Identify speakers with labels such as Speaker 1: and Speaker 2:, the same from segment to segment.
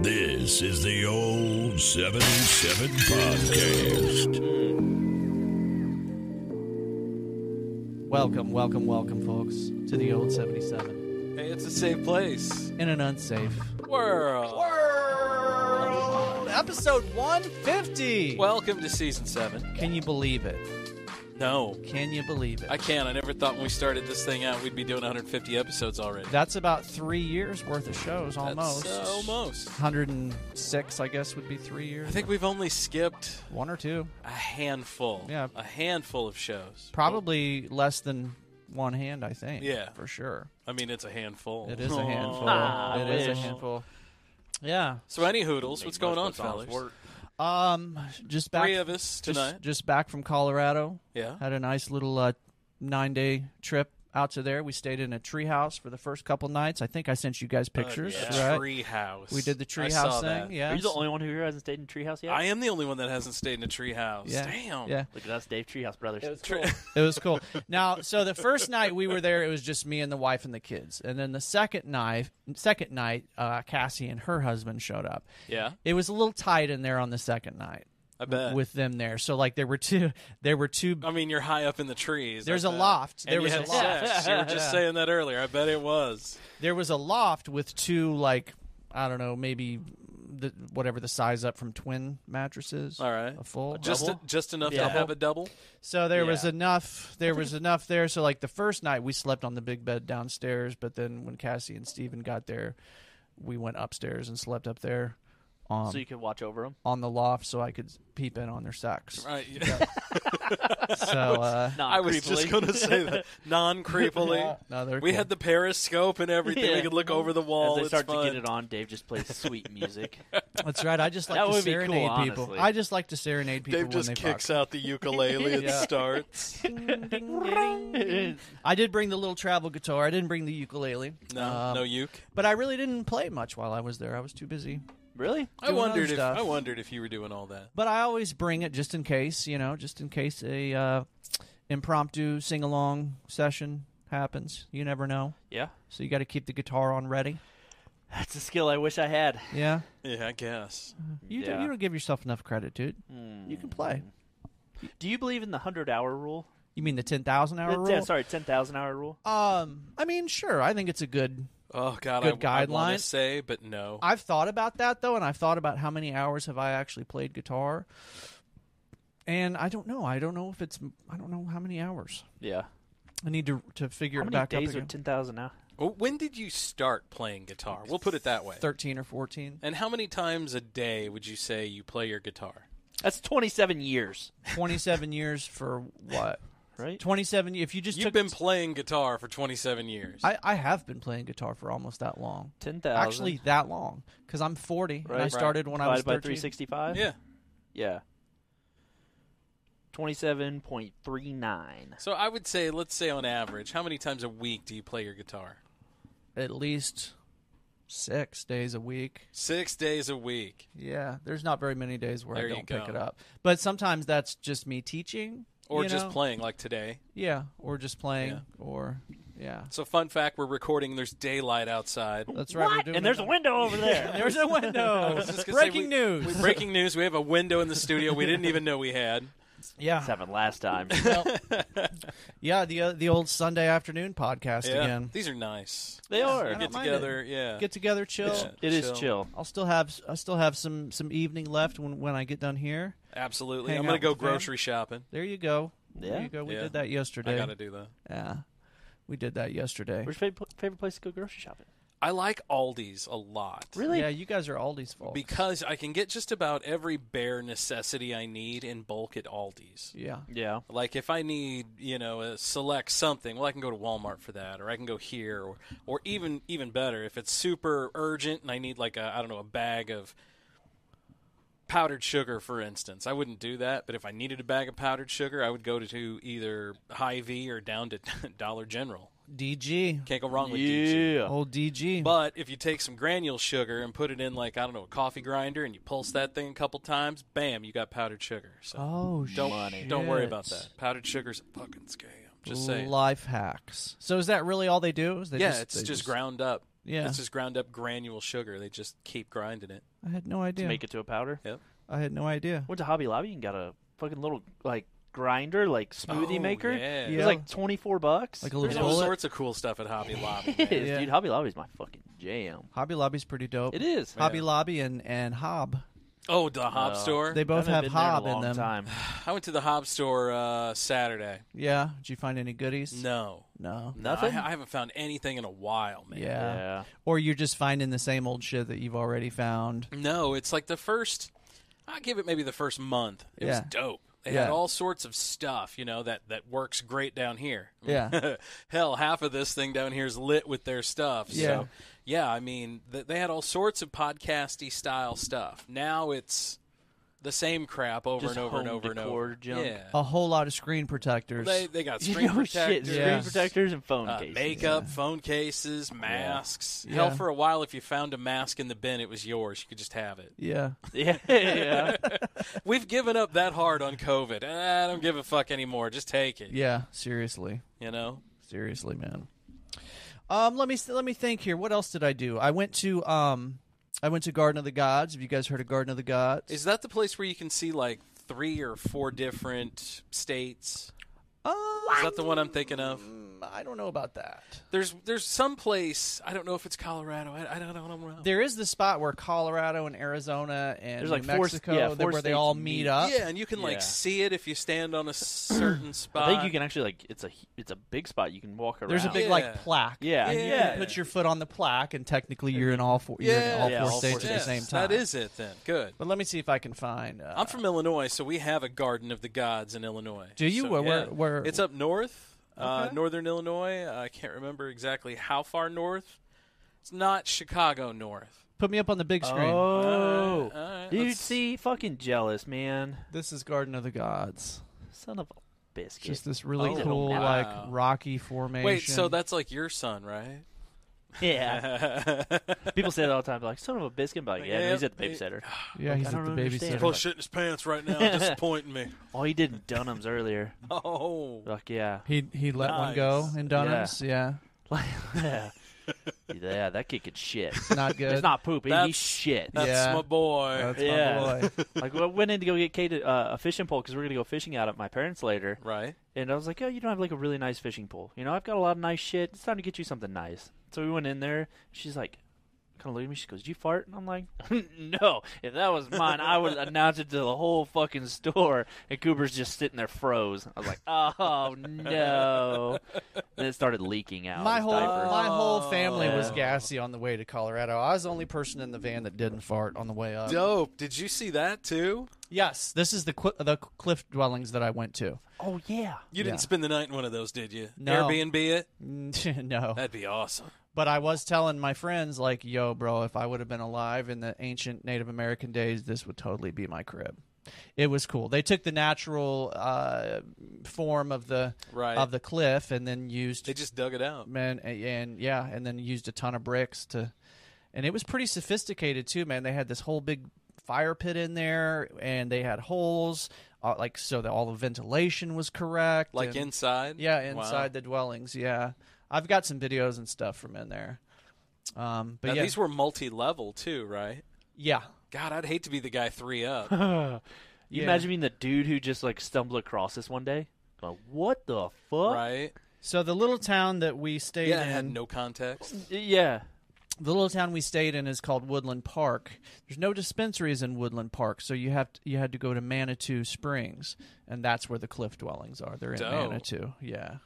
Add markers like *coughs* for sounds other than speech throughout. Speaker 1: This is the old 77 podcast.
Speaker 2: Welcome, welcome, welcome, folks, to the old 77.
Speaker 3: Hey, it's a safe place.
Speaker 2: In an unsafe
Speaker 3: World.
Speaker 2: world, episode 150.
Speaker 3: Welcome to season seven.
Speaker 2: can you believe it?
Speaker 3: No,
Speaker 2: Can you believe it?
Speaker 3: I can't. I never thought when we started this thing out we'd be doing 150 episodes already.
Speaker 2: That's about three years worth of shows,
Speaker 3: That's
Speaker 2: almost.
Speaker 3: almost.
Speaker 2: 106, I guess, would be three years.
Speaker 3: I think we've only skipped
Speaker 2: one or two,
Speaker 3: a handful.
Speaker 2: Yeah.
Speaker 3: A handful of shows.
Speaker 2: probably less than one hand. I think.
Speaker 3: Yeah.
Speaker 2: for sure.
Speaker 3: I mean, it's a handful.
Speaker 2: It is a handful.
Speaker 3: Aw.
Speaker 2: it is a handful. Yeah.
Speaker 3: So, any hoodles? What's going on, fellas?
Speaker 2: Um, just back.
Speaker 3: Three of us
Speaker 2: just-
Speaker 3: tonight.
Speaker 2: just back from Colorado.
Speaker 3: yeah.
Speaker 2: Had a nice little uh, nine day trip out to there. We stayed in a treehouse for the first couple nights. I think I sent you guys pictures, right?
Speaker 3: Tree house.
Speaker 2: we did the
Speaker 3: Oh, I saw
Speaker 2: treehouse thing.
Speaker 3: that.
Speaker 2: Yeah,
Speaker 4: Are you the only one who here hasn't stayed in Treehouse yet?
Speaker 3: I am the only one that hasn't stayed in a tree house.
Speaker 2: Yeah.
Speaker 3: Damn.
Speaker 2: Yeah,
Speaker 4: Look at us, Dave Treehouse Brothers.
Speaker 3: Tree-
Speaker 2: it was cool. now, so the first night we were there, it was just me and the wife and the kids, and then the second night, second night, uh, Cassie and her husband showed up.
Speaker 3: *laughs* yeah.
Speaker 2: It was a little tight in there on the second night
Speaker 3: I bet. Oh,
Speaker 2: with them there. So like there were two, there were two.
Speaker 3: I mean, you're high up in the trees.
Speaker 2: There's
Speaker 3: I
Speaker 2: a
Speaker 3: bet.
Speaker 2: loft.
Speaker 3: And
Speaker 2: There
Speaker 3: you
Speaker 2: was a
Speaker 3: had
Speaker 2: loft.
Speaker 3: sex. *laughs* You were just
Speaker 2: *laughs* Yeah.
Speaker 3: saying that earlier. I bet it was.
Speaker 2: there was a loft with two like I don't know maybe the, whatever the size up from twin mattresses.
Speaker 3: All right.
Speaker 2: a full
Speaker 3: Just
Speaker 2: double.
Speaker 3: just enough
Speaker 4: Yeah.
Speaker 3: to have a double.
Speaker 2: so there was
Speaker 4: yeah.
Speaker 2: enough. There was enough there. So like the first night we slept on the big bed downstairs, but then when Cassie and Steven got there, we went upstairs and slept up there. Um,
Speaker 4: so you can watch over them.
Speaker 2: on the loft, so I could peep in on their sex. *laughs*
Speaker 3: Right.
Speaker 2: So
Speaker 4: *laughs*
Speaker 2: uh,
Speaker 3: *laughs*
Speaker 4: Not
Speaker 3: I was just
Speaker 4: creepily. *laughs*
Speaker 3: going to say that *laughs* non creepily.
Speaker 2: no, they're
Speaker 3: We
Speaker 2: cool.
Speaker 3: had the periscope and everything. We
Speaker 4: Yeah.
Speaker 3: could look over the
Speaker 4: As
Speaker 3: wall.
Speaker 4: they
Speaker 3: It's
Speaker 4: start
Speaker 3: fun.
Speaker 4: to get it on, Dave just plays sweet *laughs* music.
Speaker 2: That's right. I just like
Speaker 4: That
Speaker 2: to
Speaker 4: would be cool,
Speaker 2: serenade people.
Speaker 4: honestly.
Speaker 2: I just like to serenade people
Speaker 3: Dave
Speaker 2: when
Speaker 3: just
Speaker 2: they
Speaker 3: kicks
Speaker 2: fuck.
Speaker 3: out the ukulele and
Speaker 2: *laughs* Yeah.
Speaker 3: *laughs* starts.
Speaker 2: I did bring the little travel guitar. I didn't bring the ukulele.
Speaker 3: No,
Speaker 2: Um,
Speaker 3: no uke.
Speaker 2: But I really didn't play much while I was there. I was too busy.
Speaker 4: *laughs* really?
Speaker 3: I
Speaker 2: doing other
Speaker 3: wondered if
Speaker 2: stuff.
Speaker 3: I wondered if you were doing all that.
Speaker 2: But I always bring it just in case, you know, just in case a uh, impromptu sing along session happens. You never know.
Speaker 4: Yeah.
Speaker 2: So you got to keep the guitar on ready.
Speaker 4: That's a skill I wish I had.
Speaker 2: Yeah.
Speaker 3: Yeah, I guess.
Speaker 2: You, do,
Speaker 4: Yeah.
Speaker 2: you don't give yourself enough credit, dude. You can play.
Speaker 4: Do you believe in the 100 hour rule?
Speaker 2: You mean the 10,000 hour
Speaker 4: Uh,
Speaker 2: rule?
Speaker 4: ten- sorry, 10,000 hour rule?
Speaker 2: Um, I mean, sure. I think it's a good.
Speaker 3: Oh God,
Speaker 2: Good
Speaker 3: I, I
Speaker 2: guideline.
Speaker 3: want to say, but no.
Speaker 2: I've thought about that though, and I've thought about how many hours have I actually played guitar. And I don't know. I don't know if it's. I don't know how many hours.
Speaker 4: Yeah.
Speaker 2: I need to to figure
Speaker 4: How
Speaker 2: it
Speaker 4: many
Speaker 2: back
Speaker 4: days
Speaker 2: up
Speaker 4: are
Speaker 2: again.
Speaker 4: 10,000 hours?
Speaker 3: Well, when did you start playing guitar? We'll put it that way.
Speaker 2: Thirteen or fourteen.
Speaker 3: And how many times a day would you say you play your guitar?
Speaker 4: That's 27 years,
Speaker 2: Twenty-seven years for what?
Speaker 4: right?
Speaker 2: Twenty-seven. If you just
Speaker 3: You've
Speaker 2: took,
Speaker 3: been playing guitar for 27 years.
Speaker 2: I I have been playing guitar for almost that long.
Speaker 4: 10,000.
Speaker 2: Actually, that long because I'm forty and I
Speaker 4: Right.
Speaker 2: started when I
Speaker 4: divided
Speaker 2: was
Speaker 4: by
Speaker 2: thirteen.
Speaker 4: 365?
Speaker 3: yeah.
Speaker 4: Yeah. 27.39.
Speaker 3: So I would say, let's say on average, how many times a week do you play your guitar?
Speaker 2: At least six days a week.
Speaker 3: Six days a week,
Speaker 2: Yeah, there's not very many days where
Speaker 3: There
Speaker 2: I
Speaker 3: you
Speaker 2: don't pick
Speaker 3: go.
Speaker 2: it up. But sometimes that's just me teaching
Speaker 3: or
Speaker 2: you
Speaker 3: just
Speaker 2: know?
Speaker 3: playing like today.
Speaker 2: Yeah, or just playing,
Speaker 3: Yeah.
Speaker 2: or yeah.
Speaker 3: So fun fact: we're recording. There's daylight outside.
Speaker 2: That's right. We're doing
Speaker 4: And there's
Speaker 2: it.
Speaker 4: a window
Speaker 2: *laughs*
Speaker 4: over there.
Speaker 2: There's a *laughs* window.
Speaker 3: was just gonna say,
Speaker 2: Breaking
Speaker 3: we-
Speaker 2: news.
Speaker 3: We- breaking news: we have a window in the studio we didn't even know we had.
Speaker 2: *laughs* yeah,
Speaker 4: happened
Speaker 2: *laughs*
Speaker 4: last time. *laughs*
Speaker 2: yeah. The uh, the old Sunday afternoon podcast
Speaker 3: Yeah,
Speaker 2: again.
Speaker 3: these are nice.
Speaker 4: They are.
Speaker 2: I
Speaker 3: Get
Speaker 2: don't mind
Speaker 3: together, yeah.
Speaker 2: Get together, chill.
Speaker 3: Yeah.
Speaker 4: It is
Speaker 3: Chill.
Speaker 4: chill.
Speaker 2: I'll still have I still have some some evening left when when I get done here.
Speaker 3: Absolutely.
Speaker 2: Hang
Speaker 3: I'm
Speaker 2: out
Speaker 3: gonna
Speaker 2: with
Speaker 3: go
Speaker 2: the fam.
Speaker 3: grocery shopping.
Speaker 2: There you go. There
Speaker 4: Yeah.
Speaker 2: you go. We
Speaker 3: Yeah.
Speaker 2: did that yesterday.
Speaker 3: I gotta do that.
Speaker 2: Yeah, we did that yesterday.
Speaker 4: Where's your favorite, favorite place to go grocery shopping?
Speaker 3: I like Aldi's a lot.
Speaker 4: Really?
Speaker 2: Yeah, you guys are Aldi's fault.
Speaker 3: Because I can get just about every bare necessity I need in bulk at Aldi's.
Speaker 2: yeah,
Speaker 4: Yeah.
Speaker 3: Like if I need, you know, a select something, well, I can go to Walmart for that, or I can go here, or or even even better, if it's super urgent and I need like a I don't know a bag of powdered sugar, for instance, I wouldn't do that. But if I needed a bag of powdered sugar, I would go to, to either Hy-Vee or down to *laughs* Dollar General.
Speaker 2: DG,
Speaker 3: Can't go wrong with DG.
Speaker 4: Yeah.
Speaker 2: old DG.
Speaker 3: But if you take some granule sugar and put it in like I don't know a coffee grinder and you pulse that thing a couple times, bam, you got powdered sugar. So
Speaker 2: oh,
Speaker 3: don't
Speaker 2: shit.
Speaker 3: don't worry about that. Powdered sugar's a fucking scam. Just saying.
Speaker 2: Life hacks. So is that really all they do? Is they
Speaker 3: yeah,
Speaker 2: just,
Speaker 3: it's
Speaker 2: they
Speaker 3: just, ground up.
Speaker 2: Yeah,
Speaker 3: It's just ground up granule sugar. They just keep grinding it.
Speaker 2: I had no
Speaker 4: to
Speaker 2: idea.
Speaker 4: make it to a powder.
Speaker 2: I had no idea.
Speaker 4: Went to Hobby Lobby and got a fucking little like grinder, like smoothie
Speaker 3: Oh,
Speaker 4: maker.
Speaker 3: Yeah.
Speaker 4: It
Speaker 2: Yeah.
Speaker 4: was like twenty four bucks.
Speaker 2: Like a little
Speaker 3: There's all
Speaker 2: bullet.
Speaker 3: sorts of cool stuff at Hobby
Speaker 2: *laughs*
Speaker 3: Lobby.
Speaker 4: It
Speaker 3: man.
Speaker 4: is,
Speaker 2: Yeah.
Speaker 4: dude. Hobby Lobby's my fucking jam.
Speaker 2: Hobby Lobby's pretty dope.
Speaker 4: It is.
Speaker 2: Hobby
Speaker 3: Oh, Yeah.
Speaker 2: Lobby and and Hob.
Speaker 3: Oh, the Hob
Speaker 4: Oh.
Speaker 3: store.
Speaker 2: They both have
Speaker 4: Haven't been there in a
Speaker 2: Hob in
Speaker 4: long
Speaker 2: them.
Speaker 4: Time.
Speaker 3: I went to the Hob store uh, Saturday.
Speaker 2: Yeah. Did you find any goodies?
Speaker 3: No,
Speaker 2: No.
Speaker 3: No, I-
Speaker 4: Nothing?
Speaker 3: I, haven't found anything in a while, man.
Speaker 2: Yeah.
Speaker 4: Yeah.
Speaker 2: Or you're just finding the same old shit that you've already found.
Speaker 3: No, it's like the first. I give it maybe the first month. It was
Speaker 2: Yeah.
Speaker 3: dope. They
Speaker 2: Yeah.
Speaker 3: had all sorts of stuff, you know, that that works great down here. *laughs* I mean,
Speaker 2: Yeah.
Speaker 3: hell, half of this thing down here is lit with their stuff.
Speaker 2: Yeah.
Speaker 3: So, yeah, I mean, th- they had all sorts of podcasty style stuff. Now it's the same crap over
Speaker 4: Just
Speaker 3: and over and
Speaker 4: home
Speaker 3: over and
Speaker 4: decor
Speaker 3: over.
Speaker 4: junk.
Speaker 3: Yeah.
Speaker 2: A whole lot of screen protectors.
Speaker 3: They they got
Speaker 4: *laughs* You
Speaker 3: screen
Speaker 4: know Oh, shit.
Speaker 3: protectors.
Speaker 4: Screen
Speaker 2: Yeah.
Speaker 4: protectors and phone
Speaker 3: Uh,
Speaker 4: cases.
Speaker 3: makeup, phone cases, masks. Hell,
Speaker 2: Yeah.
Speaker 3: for a while, if you found a mask in the bin, it was yours. You could just have it.
Speaker 2: yeah.
Speaker 4: *laughs*
Speaker 2: *laughs*
Speaker 4: Yeah. yeah.
Speaker 3: We've given up that hard on COVID. Ah, I don't give a fuck anymore. Just take it.
Speaker 2: Yeah. Seriously.
Speaker 3: You know?
Speaker 2: Seriously, man. Um, let me let me think here. What else did I do? I went to um, I went to Garden of the Gods. Have you guys heard of Garden of the Gods?
Speaker 3: Is that the place where you can see like three or four different states?
Speaker 2: uh,
Speaker 3: Is that the one I'm thinking of?
Speaker 2: mm, I don't know about that.
Speaker 3: There's there's some place I don't know if it's Colorado. I, I don't know. I don't know.
Speaker 2: There is the spot where Colorado and Arizona and
Speaker 4: There's like
Speaker 2: New
Speaker 4: four-
Speaker 2: Mexico,
Speaker 4: yeah,
Speaker 2: that-
Speaker 4: four
Speaker 2: where they
Speaker 4: states
Speaker 2: all
Speaker 4: meet.
Speaker 2: meet up.
Speaker 3: yeah, and you can like
Speaker 4: Yeah.
Speaker 3: see it if you stand on
Speaker 2: *clears throat*
Speaker 3: a certain spot.
Speaker 4: I think you can actually like it's a it's a big spot you can walk around.
Speaker 2: There's a big
Speaker 3: Yeah.
Speaker 2: like plaque.
Speaker 4: Yeah.
Speaker 2: and you
Speaker 3: Yeah.
Speaker 2: can put your foot on the plaque, and technically you're in all four. You're in
Speaker 3: Yeah,
Speaker 2: all
Speaker 4: Yeah,
Speaker 2: four
Speaker 4: all four
Speaker 2: states at the
Speaker 4: states.
Speaker 2: same time.
Speaker 3: That is it then. Good.
Speaker 2: But let me see if I can find. Uh,
Speaker 3: I'm from Illinois, so we have a Garden of the Gods in Illinois.
Speaker 2: Do you?
Speaker 3: So,
Speaker 2: Where- where-
Speaker 3: yeah.
Speaker 2: where-
Speaker 3: It's up north, uh,
Speaker 2: Okay.
Speaker 3: northern Illinois. Uh, I can't remember exactly how far north. It's not Chicago north.
Speaker 2: Put me up on the big screen.
Speaker 4: Oh,
Speaker 3: Uh, all right,
Speaker 4: dude,
Speaker 3: let's-
Speaker 4: see, fucking jealous, man.
Speaker 2: This is Garden of the Gods.
Speaker 4: Son of a biscuit.
Speaker 2: Just this really
Speaker 4: Oh,
Speaker 2: cool,
Speaker 4: wow.
Speaker 2: like rocky formation.
Speaker 3: Wait, so that's like your son, right?
Speaker 4: *laughs* yeah.
Speaker 3: *laughs*
Speaker 4: People say that all the time. Like, son of a biscuit. But like, yeah,
Speaker 3: Yeah,
Speaker 4: he's at the
Speaker 3: it-
Speaker 4: babysitter.
Speaker 2: yeah,
Speaker 4: Like,
Speaker 2: he's
Speaker 4: I
Speaker 2: at the
Speaker 4: don't understand.
Speaker 2: babysitter.
Speaker 4: Push-
Speaker 3: shit in his pants right *laughs* now, disappointing me.
Speaker 4: Oh, he did in Dunham's earlier.
Speaker 3: Oh, *laughs*
Speaker 4: Like, yeah.
Speaker 2: He he let one go
Speaker 3: Nice.
Speaker 2: in Dunham's. Yeah,
Speaker 4: yeah, that kid could shit.
Speaker 2: not good.
Speaker 4: It's not poopy.
Speaker 3: That's-
Speaker 4: He's shit.
Speaker 3: that's
Speaker 2: Yeah.
Speaker 3: my boy.
Speaker 2: That's
Speaker 4: Yeah.
Speaker 2: my boy.
Speaker 4: like, I went in to go get Kate a, uh, a fishing pole because we're gonna go fishing out at my parents later,
Speaker 3: right?
Speaker 4: and I was like, "Oh, you don't have like a really nice fishing pole. You know, I've got a lot of nice shit. It's time to get you something nice." So we went in there. She's like, kind of looked at me. She goes, "Did you fart?" And I'm like, *laughs* "No. If that was mine, I would announce it to the whole fucking store." And Cooper's just sitting there froze. I was like, "Oh no!" And it started leaking out.
Speaker 2: My
Speaker 4: his
Speaker 2: whole
Speaker 4: diaper.
Speaker 2: my whole family was
Speaker 4: Yeah.
Speaker 2: gassy on the way to Colorado. I was the only person in the van that didn't fart on the way up.
Speaker 3: Dope. Did you see that too?
Speaker 2: Yes, this is the cli the cliff dwellings that I went to. *laughs*
Speaker 4: oh yeah.
Speaker 3: You
Speaker 2: Yeah.
Speaker 3: didn't spend the night in one of those, did you?
Speaker 2: No.
Speaker 3: Airbnb it.
Speaker 2: no,
Speaker 3: That'd be awesome.
Speaker 2: But I was telling my friends, like, yo, bro, if I would have been alive in the ancient Native American days, this would totally be my crib. It was cool. They took the natural uh, form of the
Speaker 3: Right.
Speaker 2: of the cliff and then used
Speaker 3: They just dug it out.
Speaker 2: man and, and yeah, and then used a ton of bricks to, and it was pretty sophisticated too, man. They had this whole big fire pit in there, and they had holes uh, like so that all the ventilation was correct,
Speaker 3: Like
Speaker 2: and-
Speaker 3: inside.
Speaker 2: yeah,
Speaker 3: Wow.
Speaker 2: inside the dwellings. Yeah, I've got some videos and stuff from in there. Um, but
Speaker 3: Now,
Speaker 2: yeah,
Speaker 3: these were multi-level too, right?
Speaker 2: yeah,
Speaker 3: God, I'd hate to be the guy three
Speaker 4: *laughs*
Speaker 3: up.
Speaker 4: You
Speaker 2: Yeah.
Speaker 4: imagine being the dude who just like stumbled across this one day? Like, what the fuck?
Speaker 3: right?
Speaker 2: So the little town that we stayed
Speaker 3: Yeah, I
Speaker 2: in,
Speaker 3: had no context.
Speaker 4: Yeah.
Speaker 2: the little town we stayed in is called Woodland Park. There's no dispensaries in Woodland Park, so you have to, you had to go to Manitou Springs, and that's where the cliff dwellings are. They're in
Speaker 3: Dope.
Speaker 2: Manitou. Yeah,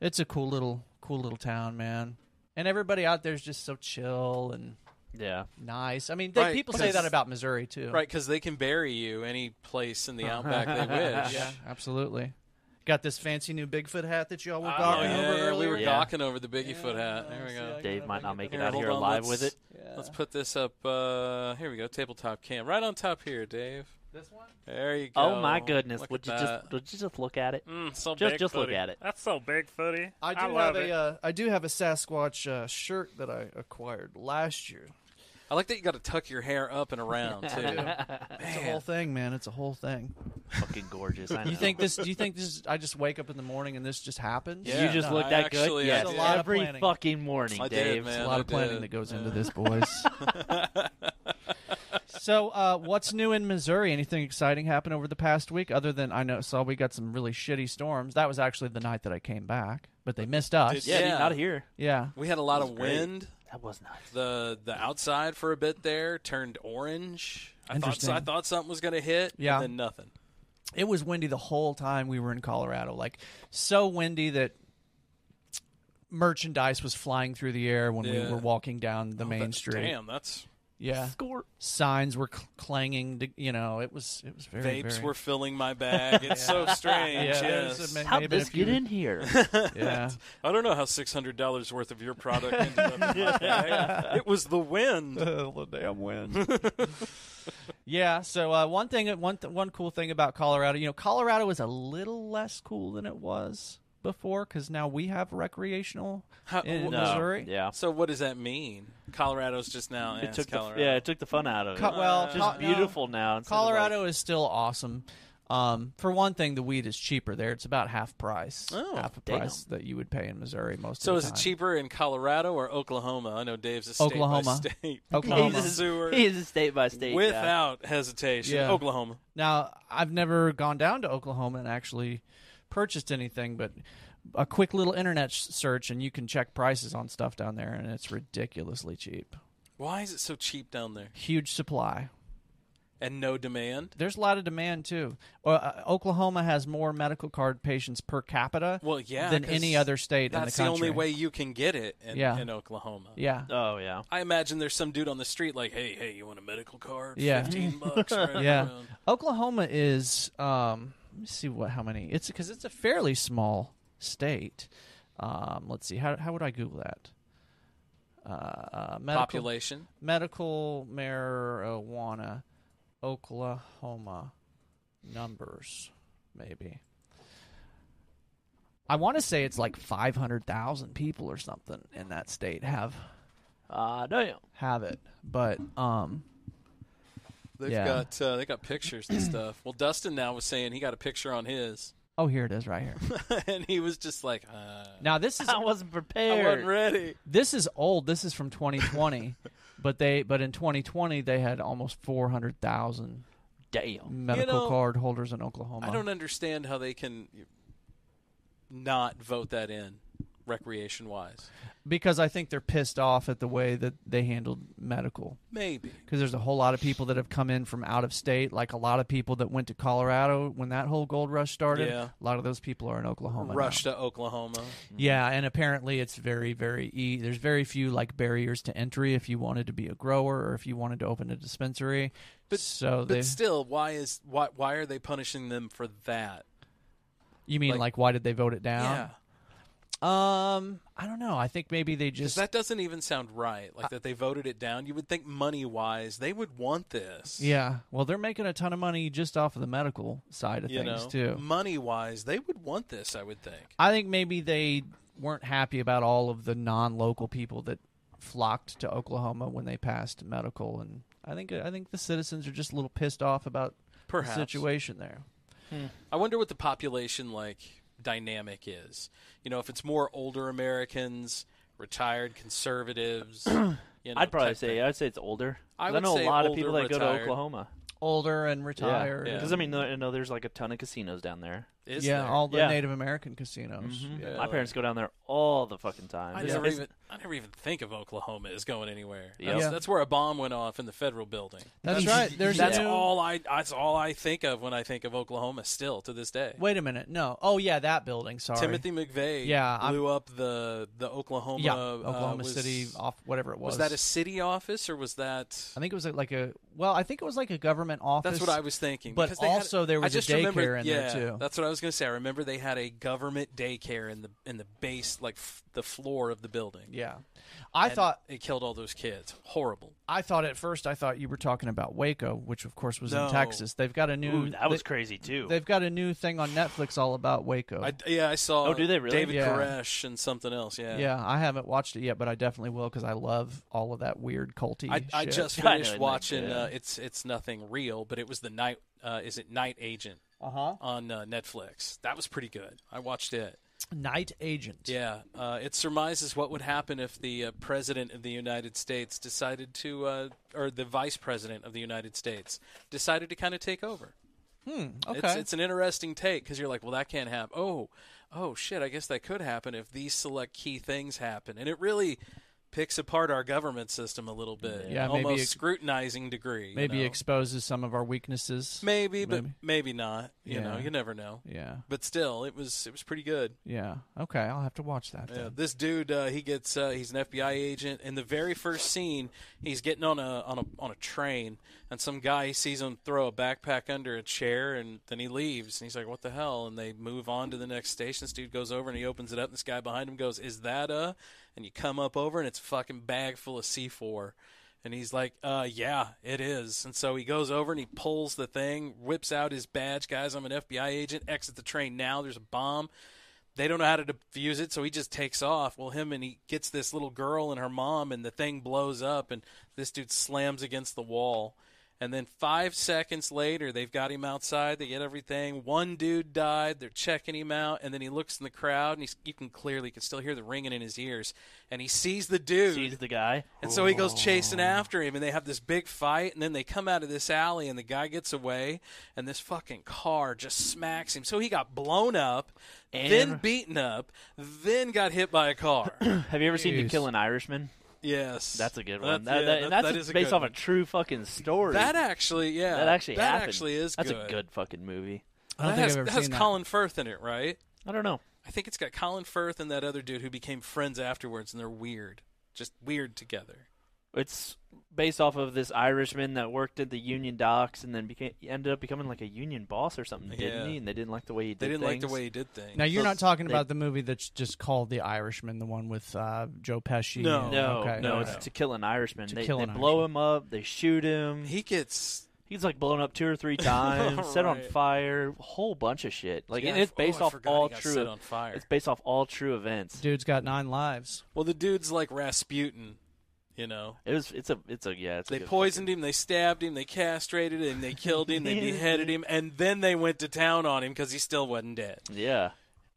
Speaker 2: it's a cool little cool little town, man. And everybody out there is just so chill and
Speaker 4: Yeah.
Speaker 2: nice. I mean, they,
Speaker 3: Right,
Speaker 2: people say that
Speaker 3: because-
Speaker 2: about Missouri too.
Speaker 3: Right, because they can bury you any place
Speaker 4: *laughs*
Speaker 3: in the outback they wish.
Speaker 2: Yeah, absolutely. Got this fancy new Bigfoot hat that y'all were
Speaker 3: Oh,
Speaker 2: gawking
Speaker 3: yeah,
Speaker 2: over
Speaker 3: we
Speaker 2: earlier.
Speaker 3: were
Speaker 4: Yeah.
Speaker 3: gawking over the Biggie foot hat. There we
Speaker 2: see,
Speaker 3: go.
Speaker 2: I-
Speaker 4: Dave
Speaker 2: gotta
Speaker 4: might not
Speaker 2: make
Speaker 4: make
Speaker 2: it
Speaker 4: it
Speaker 3: there.
Speaker 4: out
Speaker 3: Hold
Speaker 4: here
Speaker 3: on,
Speaker 4: alive
Speaker 3: let's-
Speaker 4: with it.
Speaker 2: Yeah.
Speaker 3: Let's put this up. Uh, here we go, tabletop cam, right on top here, Dave.
Speaker 2: This one?
Speaker 3: There you go.
Speaker 4: Oh my goodness!
Speaker 3: Look
Speaker 4: Would you
Speaker 3: at
Speaker 4: just would you just look at it?
Speaker 3: that. Mm, *laughs* so
Speaker 4: Just
Speaker 3: big
Speaker 4: just look
Speaker 3: footy.
Speaker 4: at it.
Speaker 5: That's so Bigfooty.
Speaker 2: I do have
Speaker 5: love
Speaker 2: a
Speaker 5: it.
Speaker 2: uh, I do have a Sasquatch uh, shirt that I acquired last year.
Speaker 3: I like that you got to tuck your hair up and around too.
Speaker 4: *laughs*
Speaker 2: It's a whole thing, man. It's a whole thing.
Speaker 4: fucking gorgeous. I know.
Speaker 2: You think this? Do you think this? I just wake up in the morning and this just happens?
Speaker 3: Yeah.
Speaker 4: you just look
Speaker 3: I
Speaker 4: that
Speaker 3: actually-
Speaker 4: good? Yes.
Speaker 3: I
Speaker 2: did. A lot of
Speaker 4: Every
Speaker 2: planning.
Speaker 4: fucking morning,
Speaker 3: I did,
Speaker 4: Dave.
Speaker 3: man.
Speaker 2: a lot of
Speaker 3: I did.
Speaker 2: planning that goes into this, boys. so, uh, what's new in Missouri? Anything exciting happen over the past week? Other than I know, saw we got some really shitty storms. That was actually the night that I came back, but they missed us.
Speaker 3: Did-
Speaker 4: Yeah, dude,
Speaker 3: Yeah.
Speaker 4: not here.
Speaker 2: yeah.
Speaker 3: We had a lot of
Speaker 4: great.
Speaker 3: wind.
Speaker 4: That was nice.
Speaker 3: The the outside for a bit there turned orange. I thought
Speaker 2: Interesting.
Speaker 3: I thought something was going to hit.
Speaker 2: Yeah.
Speaker 3: and then nothing.
Speaker 2: It was windy the whole time we were in Colorado. Like so windy that merchandise was flying through the air when
Speaker 3: Yeah.
Speaker 2: we were walking down the main
Speaker 3: But
Speaker 2: street.
Speaker 3: Damn, that's
Speaker 2: Yeah.
Speaker 4: Score.
Speaker 2: Signs were cl- clanging, to, you know, it was it was very
Speaker 3: vapes
Speaker 2: very-
Speaker 3: were filling my bag. It's so strange.
Speaker 2: Yeah,
Speaker 3: yes.
Speaker 2: there's a ma-
Speaker 4: How'd
Speaker 2: Maybe
Speaker 4: this
Speaker 2: if you-
Speaker 4: get in here?
Speaker 2: *laughs*
Speaker 3: *laughs*
Speaker 2: yeah.
Speaker 3: I don't know how six hundred dollars worth of your product
Speaker 2: *laughs*
Speaker 3: ended up in my bag. It was the wind. *laughs*
Speaker 2: the damn wind. *laughs* yeah. So uh, one thing, one th- one cool thing about Colorado, you know, Colorado is a little less cool than it was before because now we have recreational
Speaker 3: How-
Speaker 2: in
Speaker 3: No.
Speaker 2: Missouri.
Speaker 4: Yeah.
Speaker 3: So what does that mean? Colorado's just now.
Speaker 4: It
Speaker 3: It
Speaker 4: took the,
Speaker 3: Colorado.
Speaker 4: yeah, it took the fun out of it.
Speaker 2: Co-
Speaker 3: Uh,
Speaker 2: well,
Speaker 4: It's
Speaker 2: Co-
Speaker 4: just
Speaker 2: no.
Speaker 4: beautiful now. instead of, like- *laughs*
Speaker 2: Colorado is still awesome. Um, for one thing, the weed is cheaper there. It's about half price,
Speaker 3: Oh,
Speaker 2: half the
Speaker 4: damn.
Speaker 2: price that you would pay in Missouri most
Speaker 3: So
Speaker 2: of the
Speaker 3: is
Speaker 2: time.
Speaker 3: it cheaper in Colorado or Oklahoma? I know Dave's a state
Speaker 2: Oklahoma.
Speaker 3: by
Speaker 2: *laughs*
Speaker 3: state.
Speaker 2: Oklahoma.
Speaker 3: He's a sewer.
Speaker 4: He is a state by state. guy.
Speaker 3: Without hesitation,
Speaker 2: Yeah.
Speaker 3: Oklahoma.
Speaker 2: Now, I've never gone down to Oklahoma and actually purchased anything, but a quick little internet s- search and you can check prices on stuff down there, and it's ridiculously cheap.
Speaker 3: Why is it so cheap down there
Speaker 2: Huge supply.
Speaker 3: and no demand?
Speaker 2: There's a lot of demand too. Well, uh, Oklahoma has more medical card patients per capita
Speaker 3: Well, yeah,
Speaker 2: than
Speaker 3: 'cause
Speaker 2: any other state in the
Speaker 3: That's
Speaker 2: country.
Speaker 3: only way you can get it in,
Speaker 2: Yeah.
Speaker 3: in Oklahoma.
Speaker 2: Yeah.
Speaker 4: Oh yeah.
Speaker 3: I imagine there's some dude on the street like, "Hey, hey, you want a medical card?
Speaker 2: Yeah.
Speaker 3: fifteen bucks." *laughs* Right
Speaker 2: yeah.
Speaker 3: around."
Speaker 2: Oklahoma is. Um, let me see what how many. It's because it's a fairly small state. Um, let's see how how would I Google that? Uh, Uh, medical,
Speaker 3: Population.
Speaker 2: medical marijuana, Oklahoma numbers, maybe. I want to say it's like five hundred thousand people or something in that state have
Speaker 3: *laughs*
Speaker 4: Uh, damn.
Speaker 2: have it, but um,
Speaker 3: They've
Speaker 2: Yeah.
Speaker 3: got uh, they got pictures *clears throat* and stuff. Well, Dustin now was saying he got a picture on his, *laughs*
Speaker 2: oh here it is right here.
Speaker 3: and he was just like, uh,
Speaker 2: Now this is
Speaker 4: I wasn't
Speaker 3: "I
Speaker 4: prepared.
Speaker 3: wasn't ready."
Speaker 2: this is old. This is from
Speaker 3: *laughs*
Speaker 2: 2020, but they but in 2020 they had almost 400,000
Speaker 4: Damn.
Speaker 2: medical
Speaker 3: know,
Speaker 2: card holders in Oklahoma.
Speaker 3: I don't understand how they can not vote that in recreation wise.
Speaker 2: because I think they're pissed off at the way that they handled medical.
Speaker 3: Maybe.
Speaker 2: Because there's a whole lot of people that have come in from out of state, like a lot of people that went to Colorado when that whole gold rush started.
Speaker 3: Yeah.
Speaker 2: A lot of those people are in Oklahoma. now.
Speaker 3: Rush to Oklahoma.
Speaker 2: Yeah, and apparently it's very, very e- there's very few like barriers to entry if you wanted to be a grower or if you wanted to open a dispensary. But so
Speaker 3: But
Speaker 2: they,
Speaker 3: still, why is why why are they punishing them for that?
Speaker 2: you mean like,
Speaker 3: like-
Speaker 2: why did they vote it down?
Speaker 3: yeah.
Speaker 2: Um, I don't know. I think maybe they just
Speaker 3: That doesn't even sound right. Like that they voted it down. You would think money wise they would want this.
Speaker 2: yeah. Well, they're making a ton of money just off of the medical side of
Speaker 3: You
Speaker 2: things
Speaker 3: know,
Speaker 2: too.
Speaker 3: money wise they would want this. I would think.
Speaker 2: I think maybe they weren't happy about all of the non-local people that flocked to Oklahoma when they passed medical, and I think I think the citizens are just a little pissed off about
Speaker 3: Perhaps.
Speaker 2: the situation there.
Speaker 3: I wonder what the population like dynamic is. You know, if it's more older Americans,
Speaker 2: *clears throat*
Speaker 3: retired conservatives. you know,
Speaker 4: I'd probably
Speaker 3: type
Speaker 4: say
Speaker 3: thing.
Speaker 4: I'd say it's older.
Speaker 3: I
Speaker 4: 'Cause
Speaker 3: would
Speaker 4: know
Speaker 3: say
Speaker 4: a lot
Speaker 3: older,
Speaker 4: of people that go
Speaker 3: retired.
Speaker 4: to Oklahoma.
Speaker 2: Older and retired.
Speaker 3: Yeah.
Speaker 4: Because I mean, no- I know there's like a ton of casinos down there.
Speaker 3: Is
Speaker 2: Yeah,
Speaker 3: there? Mm-hmm.
Speaker 2: all the
Speaker 4: Yeah.
Speaker 2: Native American casinos. Yeah.
Speaker 4: My parents go down there all the fucking time.
Speaker 3: I
Speaker 4: It's-
Speaker 3: never
Speaker 4: it's-
Speaker 3: even I never even think of Oklahoma as going anywhere.
Speaker 4: Yeah.
Speaker 3: That's,
Speaker 2: Yeah.
Speaker 3: that's where a bomb went off in the federal building.
Speaker 2: That's right. There's
Speaker 3: that's
Speaker 2: new-
Speaker 3: all I that's all I think of when I think of Oklahoma still to this day.
Speaker 2: Wait a minute. No. Oh yeah, that building. Sorry.
Speaker 3: Timothy McVeigh
Speaker 2: Yeah, I'm-
Speaker 3: blew up the the Oklahoma
Speaker 2: Yeah,
Speaker 3: uh,
Speaker 2: Oklahoma
Speaker 3: was-
Speaker 2: City off whatever it was.
Speaker 3: Was that a city office or was that
Speaker 2: I think it was like a well, I think it was like a government office.
Speaker 3: That's what I was thinking.
Speaker 2: but
Speaker 3: because they had-
Speaker 2: also there
Speaker 3: I
Speaker 2: was a
Speaker 3: just remember-
Speaker 2: daycare in there,
Speaker 3: yeah,
Speaker 2: too.
Speaker 3: That's what I was going to say. I remember they had a government daycare in the in the base, like f- the floor of the building.
Speaker 2: Yeah, I
Speaker 3: And
Speaker 2: thought
Speaker 3: it killed all those kids. Horrible.
Speaker 2: I thought at first I thought you were talking about Waco, which of course was
Speaker 3: No.
Speaker 2: in Texas. They've got a new
Speaker 4: Ooh, that was
Speaker 2: they,
Speaker 4: crazy too.
Speaker 2: They've got a new thing on Netflix all about Waco.
Speaker 3: I, yeah, I saw.
Speaker 4: Oh, do they really?
Speaker 3: David
Speaker 2: Yeah.
Speaker 3: Koresh and something else. Yeah.
Speaker 2: yeah, I haven't watched it yet, but I definitely will because I love all of that weird culty.
Speaker 3: I, I
Speaker 2: shit.
Speaker 3: just
Speaker 4: Yeah, *laughs* I know,
Speaker 3: finished
Speaker 4: isn't it
Speaker 3: watching.
Speaker 4: good?
Speaker 3: Uh, it's it's nothing real, but it was the night. Uh, is it Night Agent?
Speaker 2: Uh huh.
Speaker 3: on uh, Netflix. That was pretty good. I watched it.
Speaker 2: Night Agent.
Speaker 3: Yeah, uh, it surmises what would happen if the uh, president of the United States decided to, uh, or the vice president of the United States decided to kind of take over.
Speaker 2: Hmm, Okay.
Speaker 3: It's, it's an interesting take because you're like, well, that can't happen. Oh, oh shit! I guess that could happen if these select key things happen, and it really picks apart our government system a little bit.
Speaker 2: Yeah, maybe
Speaker 3: almost
Speaker 2: ex-
Speaker 3: scrutinizing degree. you
Speaker 2: maybe
Speaker 3: know?
Speaker 2: exposes some of our weaknesses.
Speaker 3: maybe, but
Speaker 2: maybe.
Speaker 3: maybe not. You know,
Speaker 2: Yeah.
Speaker 3: you never know.
Speaker 2: yeah.
Speaker 3: But still, it was it was pretty good.
Speaker 2: Yeah. Okay. I'll have to watch that.
Speaker 3: Yeah,
Speaker 2: Then.
Speaker 3: this dude, uh, he gets uh, he's an FBI agent. In the very first scene, he's getting on a on a on a train, and some guy sees him throw a backpack under a chair, and then he leaves. And he's like, "What the hell?" And they move on to the next station. This dude goes over and he opens it up. And this guy behind him goes, "Is that a?" And you come up over, and it's a fucking bag full of C four. And he's like, uh, yeah, it is. And so he goes over and he pulls the thing, whips out his badge. Guys, I'm an FBI agent. Exit the train now. There's a bomb they don't know how to defuse it, so he just takes off. Well, him and he gets this little girl and her mom, and the thing blows up, and this dude slams against the wall. And then five seconds later, they've got him outside. They get everything. One dude died. They're checking him out, and then he looks in the crowd, and he's, you can clearly you can still hear the ringing in his ears. And he sees the *laughs* dude,
Speaker 4: Sees the guy.
Speaker 3: and so he
Speaker 4: Oh.
Speaker 3: goes chasing after him, and they have this big fight, and then they come out of this alley, and the guy gets away, and this fucking car just smacks him. So he got blown up, then
Speaker 4: And-
Speaker 3: beaten up, then got hit by a car.
Speaker 4: *coughs* Have you ever seen To
Speaker 2: Jeez.
Speaker 4: Kill an Irishman?
Speaker 3: yes,
Speaker 4: That's a good
Speaker 3: That's,
Speaker 4: one.
Speaker 3: yeah,
Speaker 4: That- that- and
Speaker 3: that-
Speaker 4: that's
Speaker 3: that
Speaker 4: just
Speaker 3: is a
Speaker 4: based
Speaker 3: good
Speaker 4: off a
Speaker 3: one.
Speaker 4: true fucking story.
Speaker 3: That actually, yeah,
Speaker 4: That actually
Speaker 3: that
Speaker 4: happened.
Speaker 3: actually is.
Speaker 4: That's
Speaker 3: good.
Speaker 4: a good fucking movie.
Speaker 2: I don't
Speaker 3: that
Speaker 2: think
Speaker 3: has,
Speaker 2: I've ever
Speaker 3: that has
Speaker 2: seen that.
Speaker 3: Colin Firth in it, right?
Speaker 4: I don't know.
Speaker 3: I think it's got Colin Firth and that other dude who became friends afterwards, and they're weird, just weird together.
Speaker 4: It's based off of this Irishman that worked at the Union docks and then became, ended up becoming like a union boss or something,
Speaker 3: Yeah.
Speaker 4: didn't he? And they didn't like the way he did
Speaker 3: They didn't like the
Speaker 4: things.
Speaker 3: way he did things.
Speaker 2: Now you're
Speaker 4: So
Speaker 2: not talking
Speaker 4: they-
Speaker 2: about the movie that's just called The Irishman, the one with uh, Joe Pesci.
Speaker 3: No.
Speaker 2: and-
Speaker 4: No,
Speaker 2: okay,
Speaker 4: no,
Speaker 2: okay.
Speaker 4: it's To Kill an Irishman.
Speaker 2: To
Speaker 4: they
Speaker 2: Kill
Speaker 4: they
Speaker 2: an
Speaker 4: blow him up. They shoot him.
Speaker 3: he gets
Speaker 4: He's like blown up two or
Speaker 3: *laughs*
Speaker 4: three times, set on
Speaker 3: Right.
Speaker 4: fire, whole bunch of shit. Like
Speaker 3: Yeah,
Speaker 4: and
Speaker 3: I f-
Speaker 4: it's
Speaker 3: oh,
Speaker 4: based
Speaker 3: I
Speaker 4: off
Speaker 3: forgot he
Speaker 4: all
Speaker 3: got
Speaker 4: true.
Speaker 3: set on fire.
Speaker 4: It's based off all true events.
Speaker 2: dude's got nine lives.
Speaker 3: Well, the dude's like Rasputin, you know.
Speaker 4: It was. It's a. It's a. Yeah. It's a
Speaker 3: They
Speaker 4: good
Speaker 3: poisoned him, they stabbed him, they castrated him, they killed
Speaker 2: *laughs*
Speaker 3: him, they beheaded him, and then they went to town on him because he still wasn't dead.
Speaker 4: fucking- Yeah.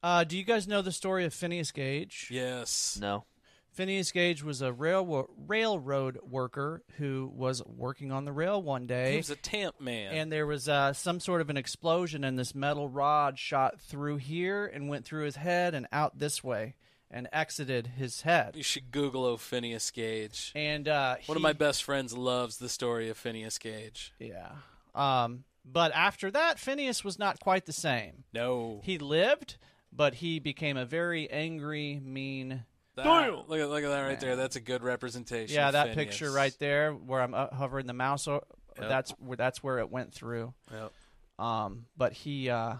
Speaker 2: Uh, do you guys know the story of Phineas Gage?
Speaker 3: Yes.
Speaker 4: No.
Speaker 2: Phineas Gage was a railroad railroad worker who was working on the rail one day.
Speaker 3: He was a tamp man.
Speaker 2: and there was uh, some sort of an explosion, and this metal rod shot through here and went through his head and out this way and exited his head.
Speaker 3: you should Google Ophinius Gage.
Speaker 2: And uh,
Speaker 3: One of
Speaker 2: he-
Speaker 3: my best friends loves the story of Phineas Gage.
Speaker 2: yeah. Um, but after that, Phineas was not quite the same.
Speaker 3: No.
Speaker 2: He lived, but he became a very angry, mean.
Speaker 3: That- look, at, look at that right there. That's a good representation.
Speaker 2: Yeah,
Speaker 3: of
Speaker 2: that
Speaker 3: Phineas.
Speaker 2: picture right there, where I'm uh, hovering the mouse. o That's where that's where it went through.
Speaker 3: Yep.
Speaker 2: Um, but he uh,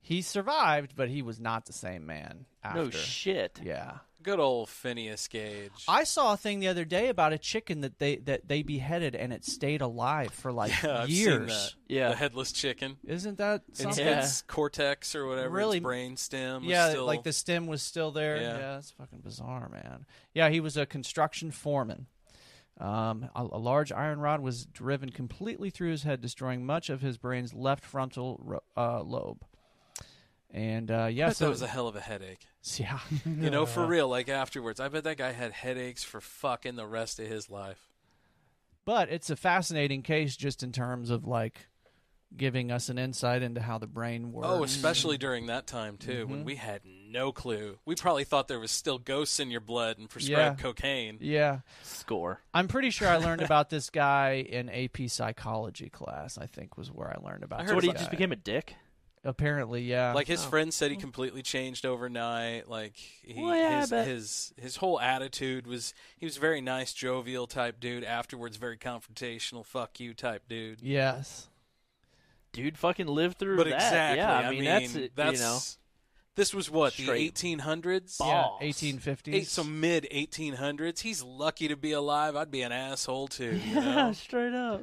Speaker 2: he survived, but he was not the same man after.
Speaker 4: No shit.
Speaker 2: yeah.
Speaker 3: Good old Phineas Gage.
Speaker 2: I saw a thing the other day about a chicken that they that they beheaded and it stayed alive for like
Speaker 3: *laughs* yeah, I've
Speaker 2: years.
Speaker 3: seen that.
Speaker 4: Yeah.
Speaker 3: The headless chicken.
Speaker 2: Isn't that
Speaker 3: It's,
Speaker 2: something?
Speaker 4: Yeah.
Speaker 3: it's cortex or whatever.
Speaker 2: Really-
Speaker 3: It's brain stem.
Speaker 2: Yeah,
Speaker 3: still,
Speaker 2: like the stem was still there.
Speaker 3: Yeah.
Speaker 2: Yeah. it's fucking bizarre, man. Yeah, he was a construction foreman. Um, a, a large iron rod was driven completely through his head, destroying much of his brain's left frontal ro- uh, lobe. And uh, yeah,
Speaker 3: I bet
Speaker 2: so
Speaker 3: that was a hell of a headache.
Speaker 2: *laughs* yeah,
Speaker 3: You know, for real, like afterwards, I bet that guy had headaches for fucking the rest of his life.
Speaker 2: but it's a fascinating case just in terms of like giving us an insight into how the brain works.
Speaker 3: Oh, especially during that time too,
Speaker 2: Mm-hmm.
Speaker 3: when we had no clue. We probably thought there was still ghosts in your blood and prescribed
Speaker 2: Yeah.
Speaker 3: cocaine.
Speaker 2: yeah.
Speaker 4: Score.
Speaker 2: I'm pretty sure I
Speaker 3: *laughs*
Speaker 2: learned about this guy in AP psychology class. I think was where I learned about.
Speaker 3: I
Speaker 4: So
Speaker 2: this
Speaker 4: what? He
Speaker 2: guy.
Speaker 4: just became a dick.
Speaker 2: Apparently, yeah.
Speaker 3: Like his friend said, he completely changed overnight. Like he,
Speaker 4: Well, yeah, I
Speaker 3: his,
Speaker 4: bet.
Speaker 3: his his whole attitude was he was a very nice, jovial type dude. Afterwards, very confrontational, fuck you type dude.
Speaker 2: yes.
Speaker 4: Dude, fucking lived through
Speaker 3: But
Speaker 4: that.
Speaker 3: exactly,
Speaker 4: Yeah.
Speaker 3: I, mean,
Speaker 4: that's it,
Speaker 2: *laughs*
Speaker 4: you know.
Speaker 3: this was what the
Speaker 4: Straight
Speaker 3: 1800s.
Speaker 4: ball.
Speaker 2: Yeah,
Speaker 4: Balls.
Speaker 2: 1850s.
Speaker 3: Eight, so mid 1800s. He's lucky to be alive. I'd be an asshole too.
Speaker 4: *laughs*
Speaker 3: You
Speaker 2: Ah,
Speaker 3: know?
Speaker 4: Straight up.